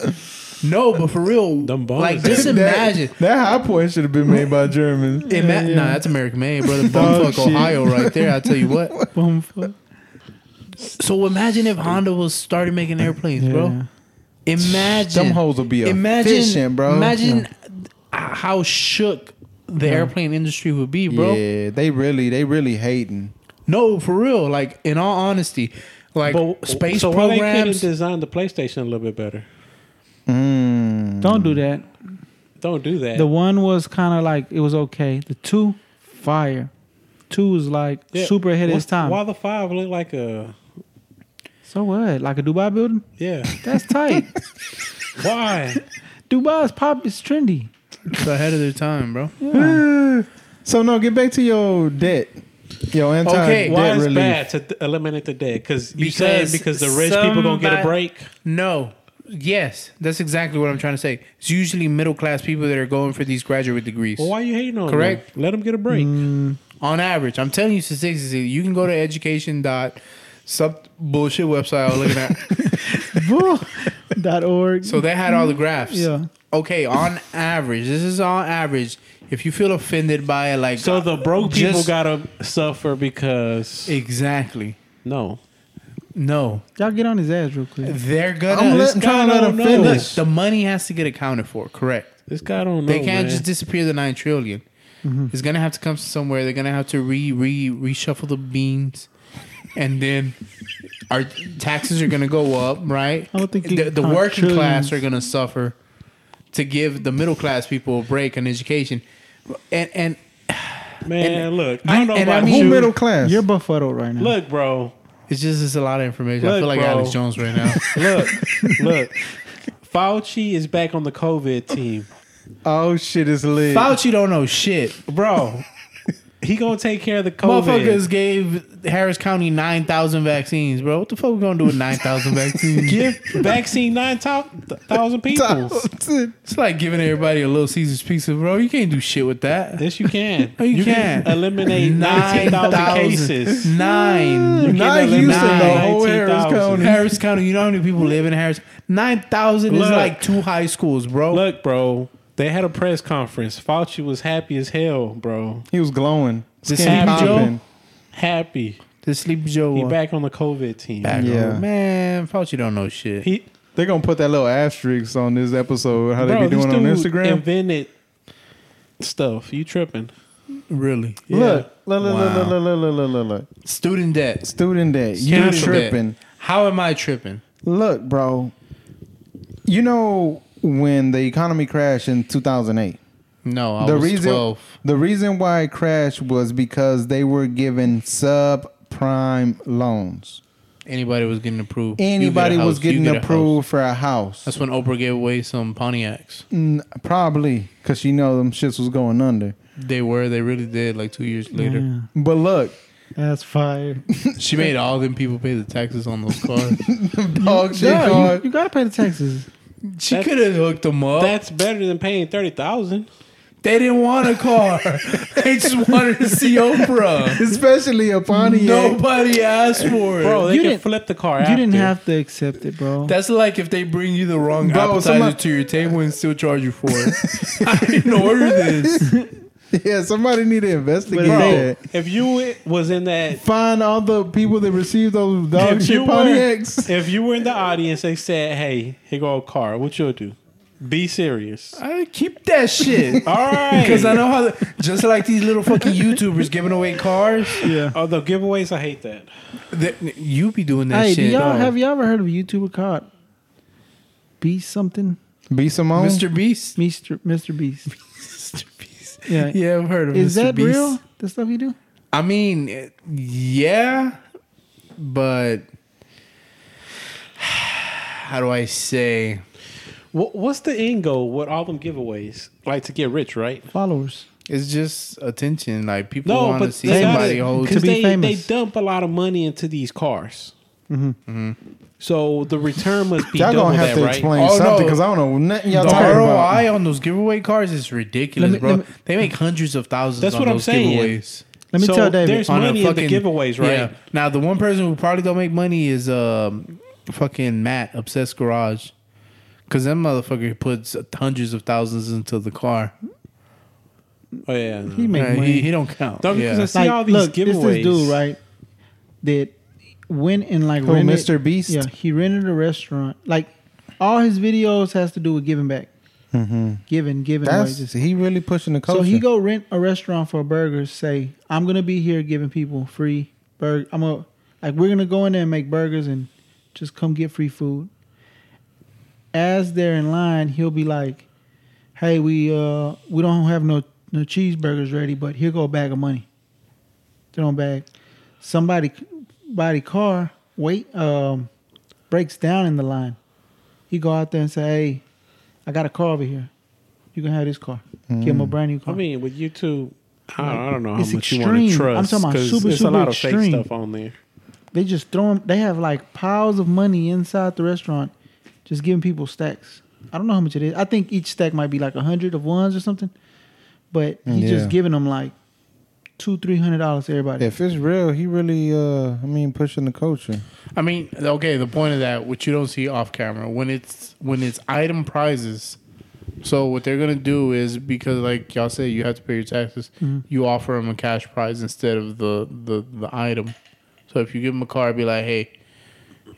S3: no, but for real,
S2: Them Boeings.
S3: like just
S4: That-
S3: imagine.
S4: that, high point should have been made by Germans.
S3: Ima- Nah, that's American made, brother. Bumfuck Ohio, right there. I tell you what.
S1: Boom. fuck.
S3: So imagine if Honda was started making airplanes, bro.
S1: Yeah.
S3: Imagine
S4: Them hoes will be
S3: imagine,
S4: efficient, bro.
S3: Imagine how shook the airplane industry would be, bro.
S4: Yeah, they really, they really hating.
S3: No, for real. Like in all honesty, like space
S2: so Why they couldn't
S3: programs.
S2: design the PlayStation a little bit better?
S4: Mm.
S1: Don't do that.
S2: Don't do that.
S1: The one was kind of like it was okay. The two, fire. Two was like
S2: Yeah.
S1: super ahead of
S2: Why-
S1: its time.
S2: Why the five look like a
S1: so what? Like a Dubai building?
S2: yeah?
S1: That's tight.
S2: Why?
S1: Dubai's pop is trendy.
S3: They're ahead of their time, bro.
S4: So no, get back to your debt. Your anti
S3: Okay,
S4: debt
S2: Why is
S4: relief.
S2: bad to th- eliminate the debt? Because you
S3: Because
S2: said because the rich people gonna get a
S3: somebody-
S2: break.
S3: No. Yes, that's exactly what I'm trying to say. It's usually middle class people that are going for these graduate degrees.
S2: Well, why you hating on?
S3: Correct.
S2: Them? Let them get a break.
S3: On average, I'm telling you statistics. You can go to education dot some bullshit website I was looking at.
S1: Dot org.
S3: so they had all the graphs.
S1: Yeah.
S3: Okay, on average, this is on average. If you feel offended by it, like
S2: So the broke people
S3: Just-
S2: gotta suffer because
S3: exactly
S2: no.
S3: no,
S1: Y'all get on his ass real quick.
S3: they're gonna.
S4: I'm, let, I'm trying to let
S2: don't
S4: them
S2: know.
S3: Look,
S4: finish.
S3: the money has to get accounted for. Correct.
S2: This guy don't know.
S3: They can't
S2: man.
S3: just disappear the nine trillion. It's gonna have to come somewhere. They're gonna have to re re reshuffle the beans, and then our taxes are gonna go up, right?
S1: I don't think you
S3: the,
S1: can
S3: the
S1: count
S3: working class
S1: trillions.
S3: are gonna suffer to give the middle class people a break on education, and and
S2: man. look, I don't know
S3: and I
S2: about
S3: mean-
S4: Who
S2: you.
S4: middle class?
S1: You're befuddled right now.
S2: Look, bro.
S3: it's just it's a lot of information. I
S2: Look,
S3: feel like
S2: bro.
S3: Alex Jones right now.
S2: Look, look. Fauci is back on the COVID team,
S4: oh shit, it's lit.
S3: Fauci don't know shit.
S2: bro. He gonna take care of the
S3: Motherfuckers
S2: COVID.
S3: gave Harris County nine thousand vaccines, bro. What the fuck we gonna do with nine thousand vaccines?
S2: Give vaccine nine top thousand people.
S3: It's like giving everybody a little Caesar's pizza, bro. You can't do shit with that.
S2: Yes, you can.
S3: No, you can't.
S2: eliminate nineteen thousand cases.
S3: Nine.
S4: Not
S2: Give them
S4: Houston,
S3: nine.
S4: the whole Harris
S2: 19,000.
S4: County.
S3: Harris County. You know how many people live in Harris? Nine thousand is
S2: Look.
S3: like two high schools, bro.
S2: Look, bro. They had a press conference. Fauci was happy as hell, bro.
S4: He was glowing.
S3: This
S4: Skin
S2: Sleepy Joe?
S4: popping.
S2: Happy.
S3: The Sleepy Joe.
S2: He
S3: one.
S2: back on the COVID team.
S3: Back on.
S4: Yeah.
S3: man. Fauci don't know shit.
S2: He,
S4: They're gonna put that little asterisk on this episode. How
S2: bro,
S4: they be
S2: this
S4: doing on
S2: dude
S4: Instagram?
S2: Invented stuff. You tripping?
S3: really?
S2: Yeah.
S4: Look, look, look,
S3: Wow.
S4: look, look, look, look, look, look, look.
S3: Student debt.
S4: Student debt. You
S3: Student debt.
S4: tripping?
S3: How am I tripping?
S4: Look, bro. You know when the economy crashed in 2008.
S3: No, I
S4: the
S3: was
S4: reason
S3: twelve.
S4: the reason why it crashed was because they were given subprime loans.
S3: Anybody was getting approved. You get a
S4: Anybody
S3: house,
S4: was
S3: you
S4: getting
S3: get a house.
S4: approved for a house.
S3: That's when Oprah gave away some Pontiacs.
S4: Mm, probably because she know them shits was going under.
S3: They were. They really did. Like two years later.
S1: Yeah.
S4: But look,
S1: That's fire.
S3: She made all them people pay the taxes on those cars.
S4: dog shit
S1: Yeah, you,
S4: card.
S1: you gotta pay the taxes.
S3: She could have hooked him up.
S2: That's better than paying thirty thousand.
S3: they didn't want a car. they just wanted to see Oprah.
S4: Especially a Pontiac.
S3: Nobody asked for it.
S2: Bro, they
S1: You
S2: can
S1: didn't-
S2: flip the car.
S1: You didn't
S2: after.
S1: have to accept it, bro.
S3: That's like if they bring you the wrong
S4: Bro,
S3: appetizer
S4: somebody-
S3: to your table and still charge you for it. I didn't order this.
S4: Yeah, somebody need to investigate
S1: But
S4: that.
S2: If you was in that,
S4: Find all the people that received those dog
S2: if
S4: shit
S2: you were,
S4: Pontiacs.
S2: if you were in the audience, they said, "Hey, here go a car." What you'll do? Be serious.
S3: I keep that shit.
S2: All right,
S3: Because I know how, the, just like these little fucking YouTubers giving away cars,
S1: yeah.
S2: Oh, the giveaways, I hate that.
S3: that, you be doing that
S1: Hey, do
S3: shit.
S1: y'all
S3: dog.
S1: have y'all ever heard of a YouTuber called Beast something?
S4: Be Simone.
S3: Mr. Beast?
S1: Mr. Mr. Beast.
S3: Mr. Beast.
S1: Yeah.
S3: Yeah, I've heard of
S1: Is
S3: Mr.
S1: that
S3: Beast.
S1: real? The stuff you do?
S3: I mean, it- yeah, but how do I say?
S2: What, what's the end goal with all them giveaways? Like to get rich, right?
S1: Followers.
S3: It's just attention. Like people
S2: No,
S3: want to
S2: but
S3: see
S2: they gotta-
S3: somebody hold.
S1: To
S2: Because
S1: be
S2: they,
S1: famous.
S2: they dump a lot of money into these cars.
S3: Mm-hmm.
S2: Mm-hmm. So the return must be
S4: Y'all
S2: double
S4: gonna have
S2: that,
S4: to
S2: right?
S4: explain
S3: Oh,
S4: something
S3: no.
S4: because I don't know nothing y'all
S3: The
S4: talking
S3: ROI
S4: about.
S3: on those giveaway cars is ridiculous,
S1: Let me-
S3: bro.
S1: let me-
S3: they make hundreds of thousands.
S2: That's
S3: on
S2: what I'm
S3: those
S2: saying.
S3: Giveaways.
S1: Let me
S2: So
S1: tell David.
S2: there's-
S3: a
S2: money in the giveaways, right?
S3: Now the one person who probably don't make money is um fucking Matt Obsessed Garage, because that motherfucker puts hundreds of thousands into the car.
S2: Oh yeah, no.
S1: he made
S3: Right,
S1: money.
S3: he, he don't count.
S2: No, because
S3: yeah.
S2: I see all these
S1: look, this
S2: giveaways.
S1: is dude, right? That went and like
S4: Who,
S1: rented,
S4: Mr. Beast?
S1: Yeah, he rented a restaurant. Like all his videos has to do with giving back, giving, giving away.
S4: That's
S1: Just,
S4: he really pushing the culture.
S1: so he go rent a restaurant for a burger. Say I'm gonna be here giving people free burger. I'm gonna like we're gonna go in there and make burgers and just come get free food. As they're in line, he'll be like, "Hey, we uh we don't have no no cheeseburgers ready, but here go a bag of money." Throw them back. Somebody body car wait um breaks down in the line. He go out there and say, "Hey, I got a car over here. You can have this car. Give
S4: Mm.
S1: him a brand new
S2: I
S1: car."
S2: mean, with YouTube, I don't, I don't know how
S1: It's
S2: much you want to
S1: extreme.
S2: trust.
S1: I'm talking about
S2: 'cause
S1: super,
S2: there's
S1: super
S2: a lot of
S1: extreme.
S2: fake stuff on there.
S1: they just throw them. They have like piles of money inside the restaurant, just giving people stacks. I don't know how much it is. I think each stack might be like a hundred of ones or something, but he's
S4: Mm, Yeah.
S1: just giving them like two, three hundred dollars to everybody.
S4: if it's real, he really uh I mean pushing the culture.
S3: I mean, okay. The point of that, which you don't see off camera, when it's when it's item prizes. So what they're gonna do is because, like y'all say, you have to pay your taxes.
S2: Mm-hmm.
S3: You offer them a cash prize instead of the the the item. So if you give them a car, be like, hey,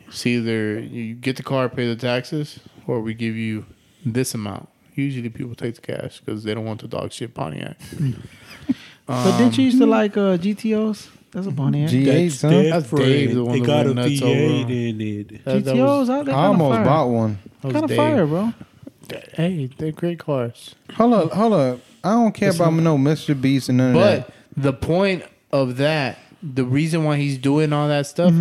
S3: it's either you get the car, pay the taxes, or we give you this amount. Usually people take the cash because they don't want the dog shit Pontiac.
S1: but didn't you used
S4: um,
S1: to like uh, GTOs? That's a Pontiac.
S4: G8, son.
S3: That's Dave, the one
S2: It
S3: that
S2: got a
S3: went nuts over.
S2: V8 in it.
S3: That- that
S1: GTOs,
S3: was-
S1: I,
S4: I almost bought one.
S3: that was
S1: Kind of
S3: Dave.
S1: fire, bro.
S3: Hey, they're great cars.
S4: Hold up, hold up. I don't care about no Mr. Beast and none of
S3: But
S4: that.
S3: the point of that, the reason why he's doing all that stuff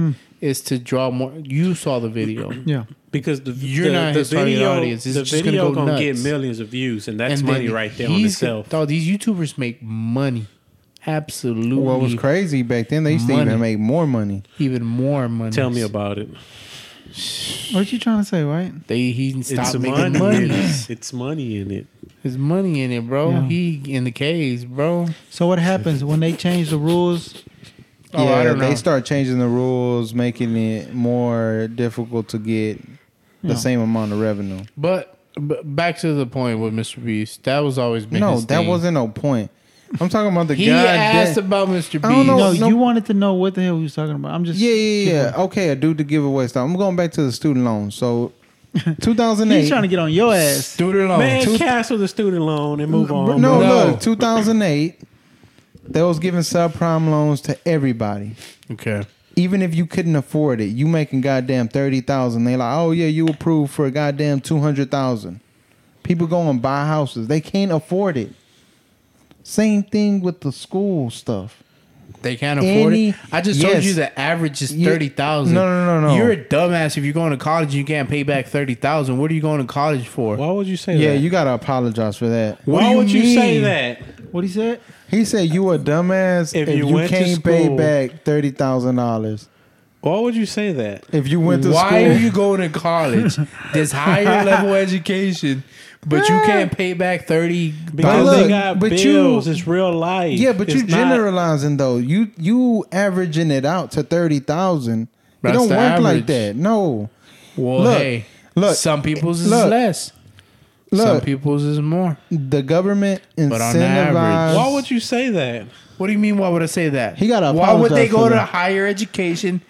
S3: is to draw more. You saw the video.
S1: Yeah.
S2: Because the
S3: You're
S2: the,
S3: not
S2: the
S3: his target
S2: video,
S3: audience. It's
S2: the
S3: just gonna
S2: video
S3: go
S2: gonna, get
S3: nuts.
S2: millions of views, and that's
S3: And
S2: money
S3: then
S2: right there on
S3: he's-
S2: itself.
S3: Dog, these YouTubers make money. Absolutely.
S4: What was crazy back then, they used to
S3: Money.
S4: even make more money.
S3: Even more money.
S2: Tell me about it.
S1: What you trying to say, right?
S3: They he
S2: It's
S3: stopped making
S2: money.
S3: money.
S2: In it. It's money in it.
S3: There's money in it, bro.
S1: Yeah.
S3: He in the caves, bro.
S1: So what happens when they change the rules?
S3: Oh,
S4: yeah,
S3: I don't know.
S4: they start changing the rules, making it more difficult to get the
S1: Yeah.
S4: same amount of revenue.
S3: But, but back to the point with Mr. Beast. That was always been
S4: No,
S3: his
S4: that
S3: thing.
S4: wasn't no point. I'm talking about the
S3: He
S4: guy.
S3: asked about Mr. Beast.
S4: I don't know.
S1: No,
S4: no-
S1: you wanted to know what the hell he was talking about. I'm just
S4: Yeah, yeah, yeah. Okay, a dude to give away stuff. I'm going back to the student loan. So, 2008.
S1: He's trying to get on your ass.
S3: Student loan.
S2: Man,
S3: Oh, Two-
S2: cancel the student loan and move on.
S4: no,
S3: No.
S2: bro.
S4: look, 2008. They was giving subprime loans to everybody.
S3: Okay.
S4: Even if you couldn't afford it, you making goddamn thirty thousand. They like, oh yeah, you approved for a goddamn two hundred thousand. People go and buy houses. They can't afford it. Same thing with the school stuff.
S3: They can't afford
S4: Any-
S3: it. I just told
S4: yes.
S3: you the average is
S4: You-
S3: thirty thousand.
S4: No, no, no, no.
S3: You're a dumbass if you're going to college and you can't pay back thirty thousand. What are you going to college for?
S2: Why would you say
S4: Yeah,
S2: that?
S4: you gotta apologize for that.
S3: What
S2: Why
S3: do you
S2: would you say
S3: mean?
S2: that?
S1: What he said?
S4: He said you a dumbass if,
S2: If you
S4: you,
S2: went to
S4: can't pay
S2: school-
S4: back thirty thousand dollars.
S2: Why would you say that?
S4: If you went to
S3: Why
S4: school,
S3: are you going to college? this higher level education, but you can't pay back thirty.
S2: Because
S4: look,
S2: they got
S4: but you-
S2: bills. it's real life.
S4: yeah, but
S2: It's
S4: you're
S2: not-
S4: generalizing though. You you averaging it out to thirty thousand. It
S3: That's
S4: don't work
S3: the
S4: like
S3: average.
S4: that. No,
S3: Well,
S4: Look,
S3: hey,
S4: look,
S3: some people's
S4: look,
S3: is less. Some
S4: look.
S3: people's is more.
S4: the government
S3: But on average-
S4: incentivized.
S2: Why would you say that?
S3: What do you mean? Why would I say that?
S4: He gotta
S3: Why would they
S4: apologize
S3: go
S4: for
S3: to
S4: that.
S3: higher education,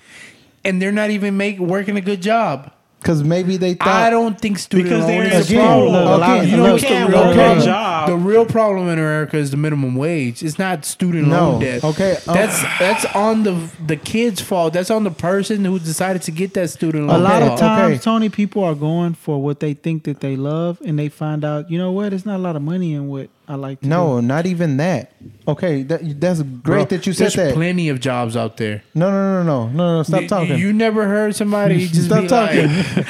S3: and they're not even make working a good job?
S4: Because maybe they thought
S3: I don't think student
S2: Because
S3: loan
S2: they're
S3: is
S2: in
S3: a
S2: a
S3: problem.
S2: look,
S4: a lot-
S3: you
S4: a
S3: know
S4: lot-
S3: what's the
S2: can't
S3: real
S2: work
S3: problem?
S2: a job.
S3: The real problem in America is the minimum wage. It's not student
S4: No.
S3: loan debt.
S4: Okay, um,
S3: that's that's on the the kid's fault. That's on the person who decided to get that student
S1: A
S3: loan.
S1: lot of
S3: fault.
S1: times,
S4: okay.
S1: Tony, people are going for what they think that they love, and they find out, you know what? It's not a lot of money in what I like. To
S4: No, not even that. Okay, that, that's great
S3: Bro,
S4: that you said
S3: There's
S4: that.
S3: plenty of jobs out there.
S4: no, no, no, no, no, no. Stop
S3: You-
S4: talking.
S3: You never heard somebody just
S4: Stop
S3: be
S4: talking.
S3: like,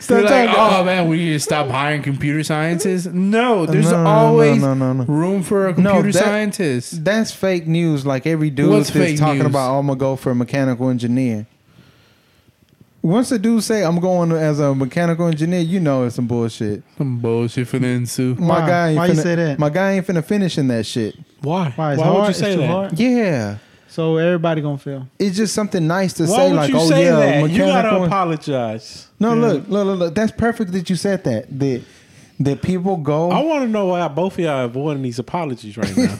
S4: Stop
S3: be like,
S4: talking.
S3: oh man, we need to stop hiring computer scientists. No, there's
S4: No, no, no,
S3: always
S4: no, no, no.
S3: room for a
S4: No,
S3: computer
S4: that-
S3: scientist.
S4: that's fake news. Like every dude
S3: What's fake
S4: that's talking
S3: news?
S4: about, oh, I'm gonna go for a mechanical engineer. Once a dude say I'm going as a mechanical engineer, you know it's some bullshit.
S3: Some bullshit for the ensue.
S4: My
S1: Why?
S4: guy, ain't
S1: Why
S4: finna,
S1: you say that?
S4: My guy ain't finna finish in that shit.
S2: Why?
S1: Why,
S2: Why,
S1: it's
S2: would
S1: hard?
S2: you
S1: It's
S2: say
S1: too
S2: that?
S1: hard?
S4: Yeah,
S1: So everybody gonna fail.
S4: it's just something nice to
S2: Why
S4: say.
S2: would
S4: like,
S2: you
S4: oh
S2: say
S4: yeah,
S2: that? You
S4: mechanical.
S2: gotta apologize.
S4: no, look, look, look, look. That's perfect that you said that. That that people go.
S2: I want to know why both of y'all avoiding these apologies right now.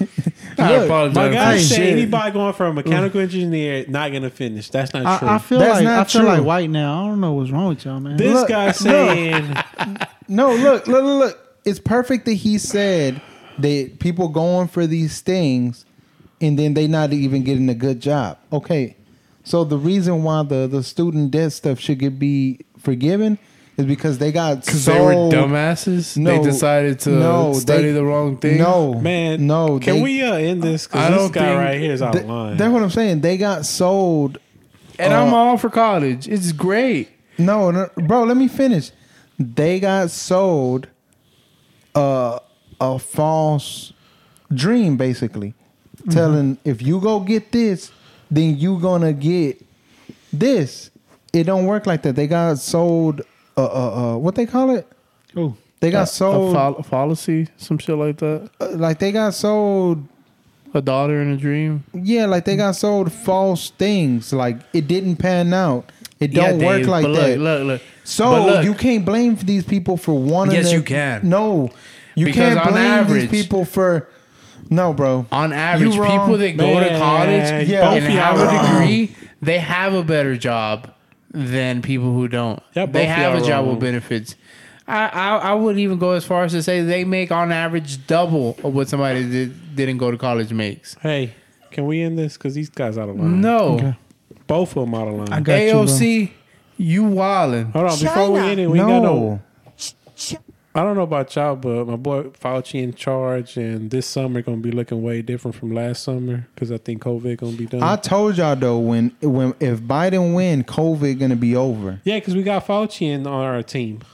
S3: I
S4: Look,
S3: apologize.
S2: My
S3: for
S2: guy
S3: that.
S2: say anybody going for a mechanical engineer not gonna finish. That's not true.
S1: I, I feel like
S4: That's
S1: I
S4: not
S1: feel
S4: true.
S1: like white now. I don't know what's wrong with y'all, man.
S2: this
S4: Look,
S2: guy
S4: look.
S2: saying
S4: No, look, look, look, look. It's perfect that he said that people going for these things and then they not even getting a good job. Okay. So the reason why the, the student debt stuff should get be forgiven is because they got
S3: Because
S4: so
S3: they were dumbasses.
S4: No,
S3: they decided to
S4: no,
S3: study
S4: they-
S3: the wrong thing.
S4: No.
S2: Man,
S4: No.
S2: Can
S4: they-
S2: we uh, end this? Because
S3: I
S2: this
S3: don't
S2: guy
S3: think-
S2: right here is out
S4: th-
S2: of line.
S4: That's what I'm saying. They got sold.
S3: and I'm
S4: Uh,
S3: all for college. It's great.
S4: No, no bro, let me finish. They got sold uh, a false dream, basically, telling if you go get this, then you gonna get this. It don't work like that. They got sold. Uh, uh, uh, what they call it?
S1: Who?
S4: They got
S3: A-
S4: sold.
S3: a, fol- a fallacy, some shit like that.
S4: uh, like they got sold.
S3: A daughter and a dream.
S4: Yeah, like they got sold false things. Like it didn't pan out. It don't work
S3: Dave,
S4: like
S3: but Look,
S4: that.
S3: look, look.
S4: So
S3: But look,
S4: you can't blame these people for wanting.
S3: Yes,
S4: to-
S3: you can.
S4: No, you
S3: Because
S4: can't
S3: on
S4: blame
S3: average-
S4: these people for. No, bro.
S3: on average,
S4: You wrong.
S3: people that go to
S2: Man,
S3: college
S4: yeah.
S3: and
S2: both y'all
S3: have
S2: wrong.
S3: a degree, they have a better job than people who don't.
S2: Yeah,
S3: they
S2: both
S3: have
S2: y'all
S3: a job
S2: wrong.
S3: with benefits. I, I I would even go as far as to say they make on average double of what somebody that didn't go to college makes.
S2: hey, can we end this? Because these guys out of line.
S3: No,
S2: both of them out of line.
S1: I got you.
S3: AOC, you wildin'.
S2: Hold on, before we
S7: China.
S2: end it, we
S4: no,
S2: got no. I don't know about y'all, but my boy Fauci in charge, and this summer gonna be looking way different from last summer because I think COVID gonna be done.
S4: I told y'all though when when if Biden win, COVID gonna be over.
S2: yeah, because we got Fauci in on our team.
S1: Bro.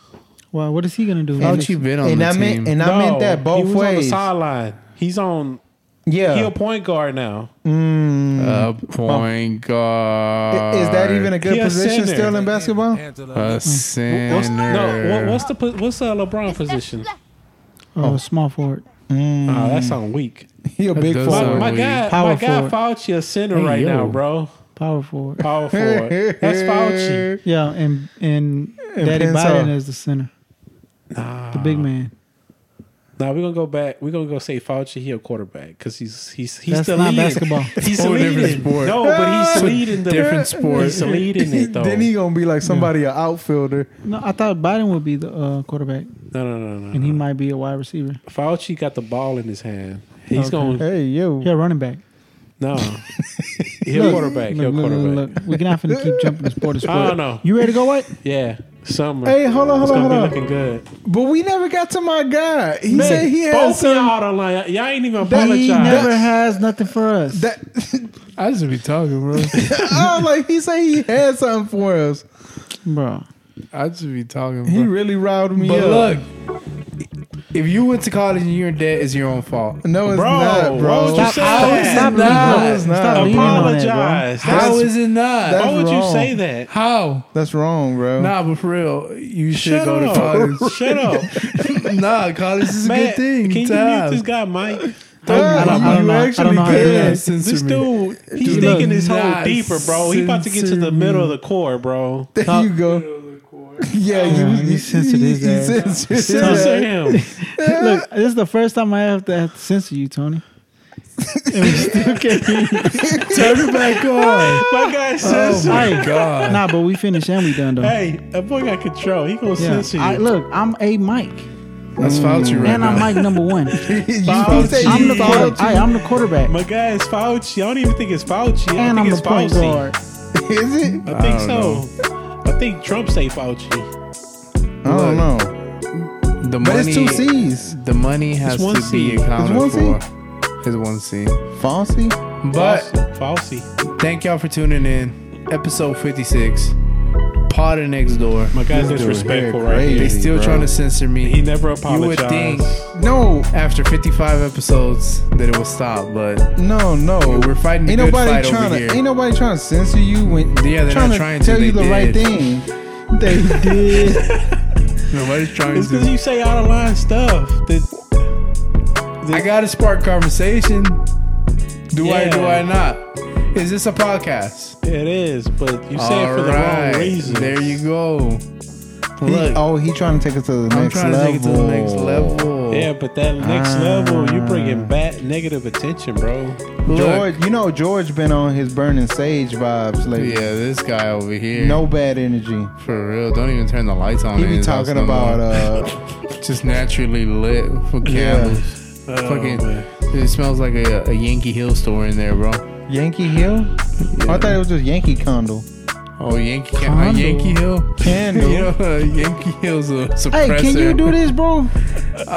S1: Well, what is he gonna do?
S3: Fauci been on
S4: and
S3: the
S4: I
S3: team.
S4: meant and I
S2: No,
S4: meant that both
S2: he was on the
S4: ways.
S2: sideline. He's on.
S4: yeah.
S2: He a point guard now.
S4: Mm.
S3: a point
S4: I-
S3: guard.
S4: is that even a good
S2: He a
S4: position
S2: center.
S4: still in basketball?
S3: a center?
S2: What's, no, what, what's the po- what's the LeBron position?
S1: Oh, small forward.
S2: Oh, that sound weak.
S4: He a big
S3: does
S2: My,
S3: sound
S4: forward.
S2: my
S3: weak.
S2: guy, my
S1: Power
S2: guy
S1: forward.
S2: Fauci a center right
S3: yo.
S2: now, bro.
S1: Power forward.
S2: Power forward. That's Fauci.
S1: Yeah, and and, Daddy
S4: Pence
S1: Biden
S4: off.
S1: as the center. Nah. The big man.
S2: Now we're gonna go back. We're gonna go say Fauci. He a quarterback because he's he's he's
S1: That's
S2: the
S1: not
S2: leading.
S1: basketball.
S2: He's
S3: Whole different
S2: leading.
S3: sport.
S2: No, but he's leading the
S3: Different sport.
S2: He's leading it though.
S4: then he gonna be like somebody an outfielder.
S1: No, I thought Biden would be the uh, quarterback,
S2: no, no, no, no.
S1: and he might be a wide receiver.
S2: Fauci got the ball in his hand. He's
S1: Okay.
S2: gonna
S4: Hey yo.
S1: Yeah, running back.
S2: no. He a quarterback. He a
S1: Look, look,
S2: quarterback.
S1: look, look. We're not finna keep jumping to sport to sport.
S2: I don't know.
S1: You ready to go? What?
S2: Yeah, summer.
S4: Hey, hold on,
S2: it's
S4: hold on,
S2: gonna
S4: hold
S2: be
S4: on.
S2: looking good.
S4: But we never got to my guy. He
S2: Man,
S4: said he had
S2: both
S4: some.
S2: of y'all online. Y'all- Y'all ain't even
S4: That-
S2: apologize.
S1: He never has nothing for us.
S4: That
S3: I just be talking, bro.
S4: I was like, he said he had something for us.
S1: bro.
S3: I just be talking,
S4: He
S3: bro.
S4: really riled me
S3: But
S4: up.
S3: look, If you went to college and you're in debt, it's your own fault.
S4: No, it's
S2: Bro,
S4: not,
S2: why
S4: bro.
S2: would you say that?
S4: Stop
S1: leaning on
S4: No,
S1: it.
S4: it's not.
S1: Stop leaning on it, bro.
S2: Apologize.
S3: How
S2: That's-
S3: is it not?
S4: That's
S2: Why would you
S4: wrong.
S2: say that?
S3: How?
S4: That's wrong, bro.
S3: Nah, but for real, you should
S2: Shut
S3: go
S2: up.
S3: to college.
S2: Shut up.
S3: nah, college is a
S2: Man,
S3: good thing.
S2: can you
S3: to
S2: mute
S3: have.
S2: this guy, Mike?
S4: Yeah,
S1: I don't,
S4: you
S1: I don't know. I don't know how to do
S4: actually
S3: Yeah,
S1: that.
S3: censor
S2: This
S3: me.
S2: dude, he's
S3: Dude,
S2: digging his hole
S3: not
S2: deeper, bro. He about to get to the
S3: censoring
S2: middle
S3: me.
S2: of the core, bro.
S4: There you go. Yeah, you,
S1: Yeah, you censored his
S4: you
S1: ass.
S4: censored his ass.
S2: Censor him.
S1: Look, this is the first time I have to, have to censor you, Tony. And we still can't hear you.
S3: Turn it back on.
S2: My guy
S3: Oh
S2: censored.
S3: my god.
S1: Nah, but we finished and we done though.
S2: Hey, that boy got control. He gonna
S1: yeah.
S2: censor you.
S1: I, look, I'm a Mike,
S3: That's Fauci right
S1: and
S3: now.
S1: I'm Mike number one. I'm
S4: You
S2: Fauci.
S4: said you
S1: the quarter,
S4: Fauci.
S1: I, I'm the quarterback,
S2: My guy is Fauci. I don't even think it's Fauci. I
S1: and
S2: think
S1: I'm the
S2: it's
S1: point
S2: Fauci.
S1: guard.
S4: Is it?
S2: I think so. I think Trump say Fauci.
S4: I don't know.
S3: the
S4: But
S3: money,
S4: it's two C's.
S3: The money has
S2: one
S3: to
S2: C.
S3: be
S2: It's
S3: accounted
S4: one C.
S3: for. It's one C.
S4: Fauci?
S3: But
S2: Fauci. Fauci.
S3: thank y'all for tuning in. Episode 56. Pod and next door.
S2: My
S4: This
S2: guy's
S4: dude
S2: disrespectful
S4: here
S2: right
S4: crazy.
S3: They
S2: here.
S3: still
S4: bro.
S3: trying to censor me.
S2: He never
S3: You would
S2: apologized.
S3: think
S4: No,
S3: after 55 episodes that it will stop, but
S4: no, no.
S3: we're fighting the
S4: Ain't
S3: good
S4: nobody
S3: fight over
S4: trying
S3: here.
S4: to. Ain't nobody trying to censor you when
S3: Yeah, they're
S4: trying
S3: not
S4: to
S3: trying to,
S4: tell
S3: they
S4: you the right
S3: did.
S4: thing. They did.
S3: nobody's trying
S2: it's because
S3: to.
S2: you say out of line stuff. That
S3: I gotta spark conversation. Do I? Do
S2: Yeah.
S3: I not? Is this a podcast?
S2: it is, but you say it for the
S3: Alright,
S2: wrong reason.
S3: There you go.
S4: He-
S3: Look,
S4: oh, he trying to take us to the
S3: I'm
S4: next
S3: trying
S4: level.
S3: to take it to the next level.
S2: Yeah, but that next
S4: Ah.
S2: level, you bringing back negative attention, bro.
S3: Look,
S4: George, you know George been on his burning sage vibes lately.
S3: Yeah, this guy over here.
S4: No bad energy.
S3: for real. Don't even turn the lights on.
S4: He
S3: in
S4: be
S3: his house no
S4: talking about
S3: more.
S4: uh
S3: just naturally lit for
S4: Yeah.
S3: candles.
S2: Oh,
S3: Fucking,
S2: man.
S3: it smells like a, a Yankee Hill store in there, bro.
S4: Yankee Hill. Oh, I thought it was just Yankee Condle.
S3: Oh, Yankee, uh, Yankee Hill.
S4: Candle.
S3: You know, uh, Yankee Hill's a suppressor.
S4: Hey, can you do this, bro?
S3: Uh, thank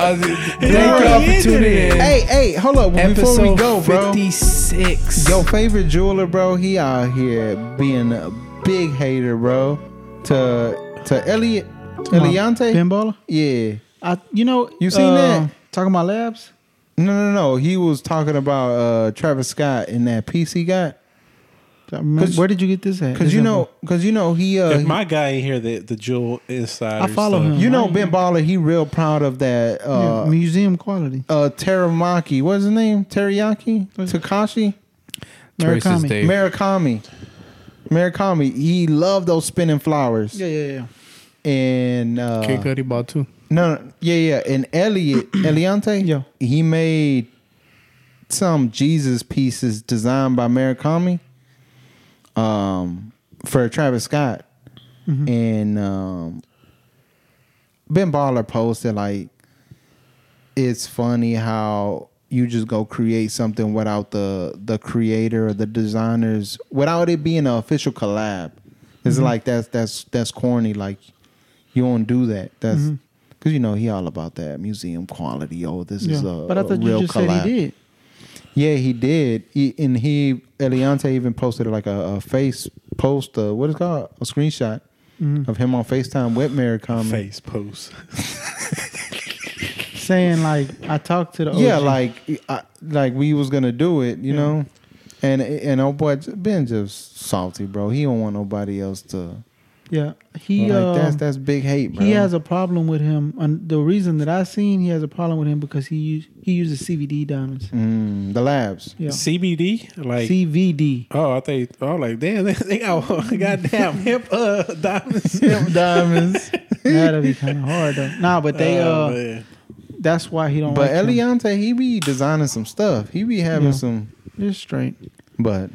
S2: already
S3: y'all for
S2: ended
S3: tuning
S2: it.
S3: in.
S4: Hey, hey, hold up
S3: episode
S4: before we go, bro.
S3: 56.
S4: Yo, favorite jeweler, bro. He out here being a big hater, bro. To to Elliot Eliante.
S1: Pinballer.
S4: Yeah.
S1: I, you know,
S4: You seen
S1: uh,
S4: that?
S1: Talking about labs.
S4: No, no, no. He was talking about uh Travis Scott and that piece he got.
S1: I remember-
S4: 'Cause-
S1: Where did you get this at?
S4: Cause
S1: Is
S4: you
S1: it-
S4: know, cause you know he uh
S2: If my guy ain't here, the the jewel inside.
S1: I follow him.
S4: You know
S1: Right.
S4: Ben Baller, he real proud of that
S1: Yeah,
S4: uh
S1: museum quality.
S4: uh Taramaki. What's his name? Teriyaki? Takashi?
S3: Racist
S1: Murakami.
S3: Dave.
S4: Murakami. Murakami. He loved those spinning flowers.
S1: Yeah, yeah, yeah.
S4: And uh
S3: Kid Cudi bought two.
S4: no, no, yeah, yeah. And Elliot Eliante,
S1: Yeah.
S4: he made some Jesus pieces designed by Murakami um for Travis Scott.
S1: Mm-hmm.
S4: And um Ben Baller posted like it's funny how you just go create something without the the creator or the designers without it being an official collab. It's
S1: Mm-hmm.
S4: like that's that's that's corny. Like you don't do that. That's
S1: Mm-hmm.
S4: because you know he all about that museum quality. Oh, this is
S1: Yeah.
S4: a,
S1: But I
S4: a
S1: thought you
S4: real
S1: just
S4: collab.
S1: said he did.
S4: Yeah, he did. He, and he Eliante even posted like a, a face post. Uh, what is it called a screenshot
S1: Mm-hmm.
S4: of him on Facetime with Mary Common.
S2: Face post.
S1: Saying like I talked to the OG.
S4: Yeah, like I, like we was gonna do it, you know. And and oh boy, Ben just salty, bro. He don't want nobody else to.
S1: yeah. He
S4: like
S1: uh,
S4: that's that's big hate, bro.
S1: he has a problem with him. And the reason that I seen he has a problem with him because he use, he uses CBD diamonds.
S4: Mm, the labs.
S1: Yeah.
S2: CBD, like.
S1: CVD.
S2: Oh, I think oh, like damn, they, they got goddamn hip uh, diamonds.
S4: diamonds.
S1: That'd be kind of hard though. Nah, but they
S2: Oh,
S1: uh,
S2: man.
S1: that's why he don't.
S4: But
S1: like him.
S4: Eliante, he be designing some stuff. He be having
S1: Yeah.
S4: some,
S1: It's straight.
S4: but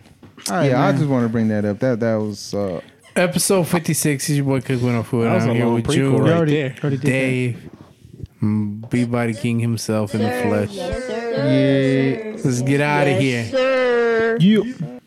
S1: All right,
S4: yeah, I
S1: man.
S4: just want to bring that up. That that was uh,
S3: Episode 56 is your boy Cook Winner Food.
S2: That was
S3: I'm
S2: a
S3: here
S2: long
S3: with
S2: prequel
S3: you,
S2: right
S1: already,
S2: there.
S1: already did that.
S3: Dave, mm, B-Body King himself in the flesh.
S4: yeah.
S3: Let's get out of here.
S1: You.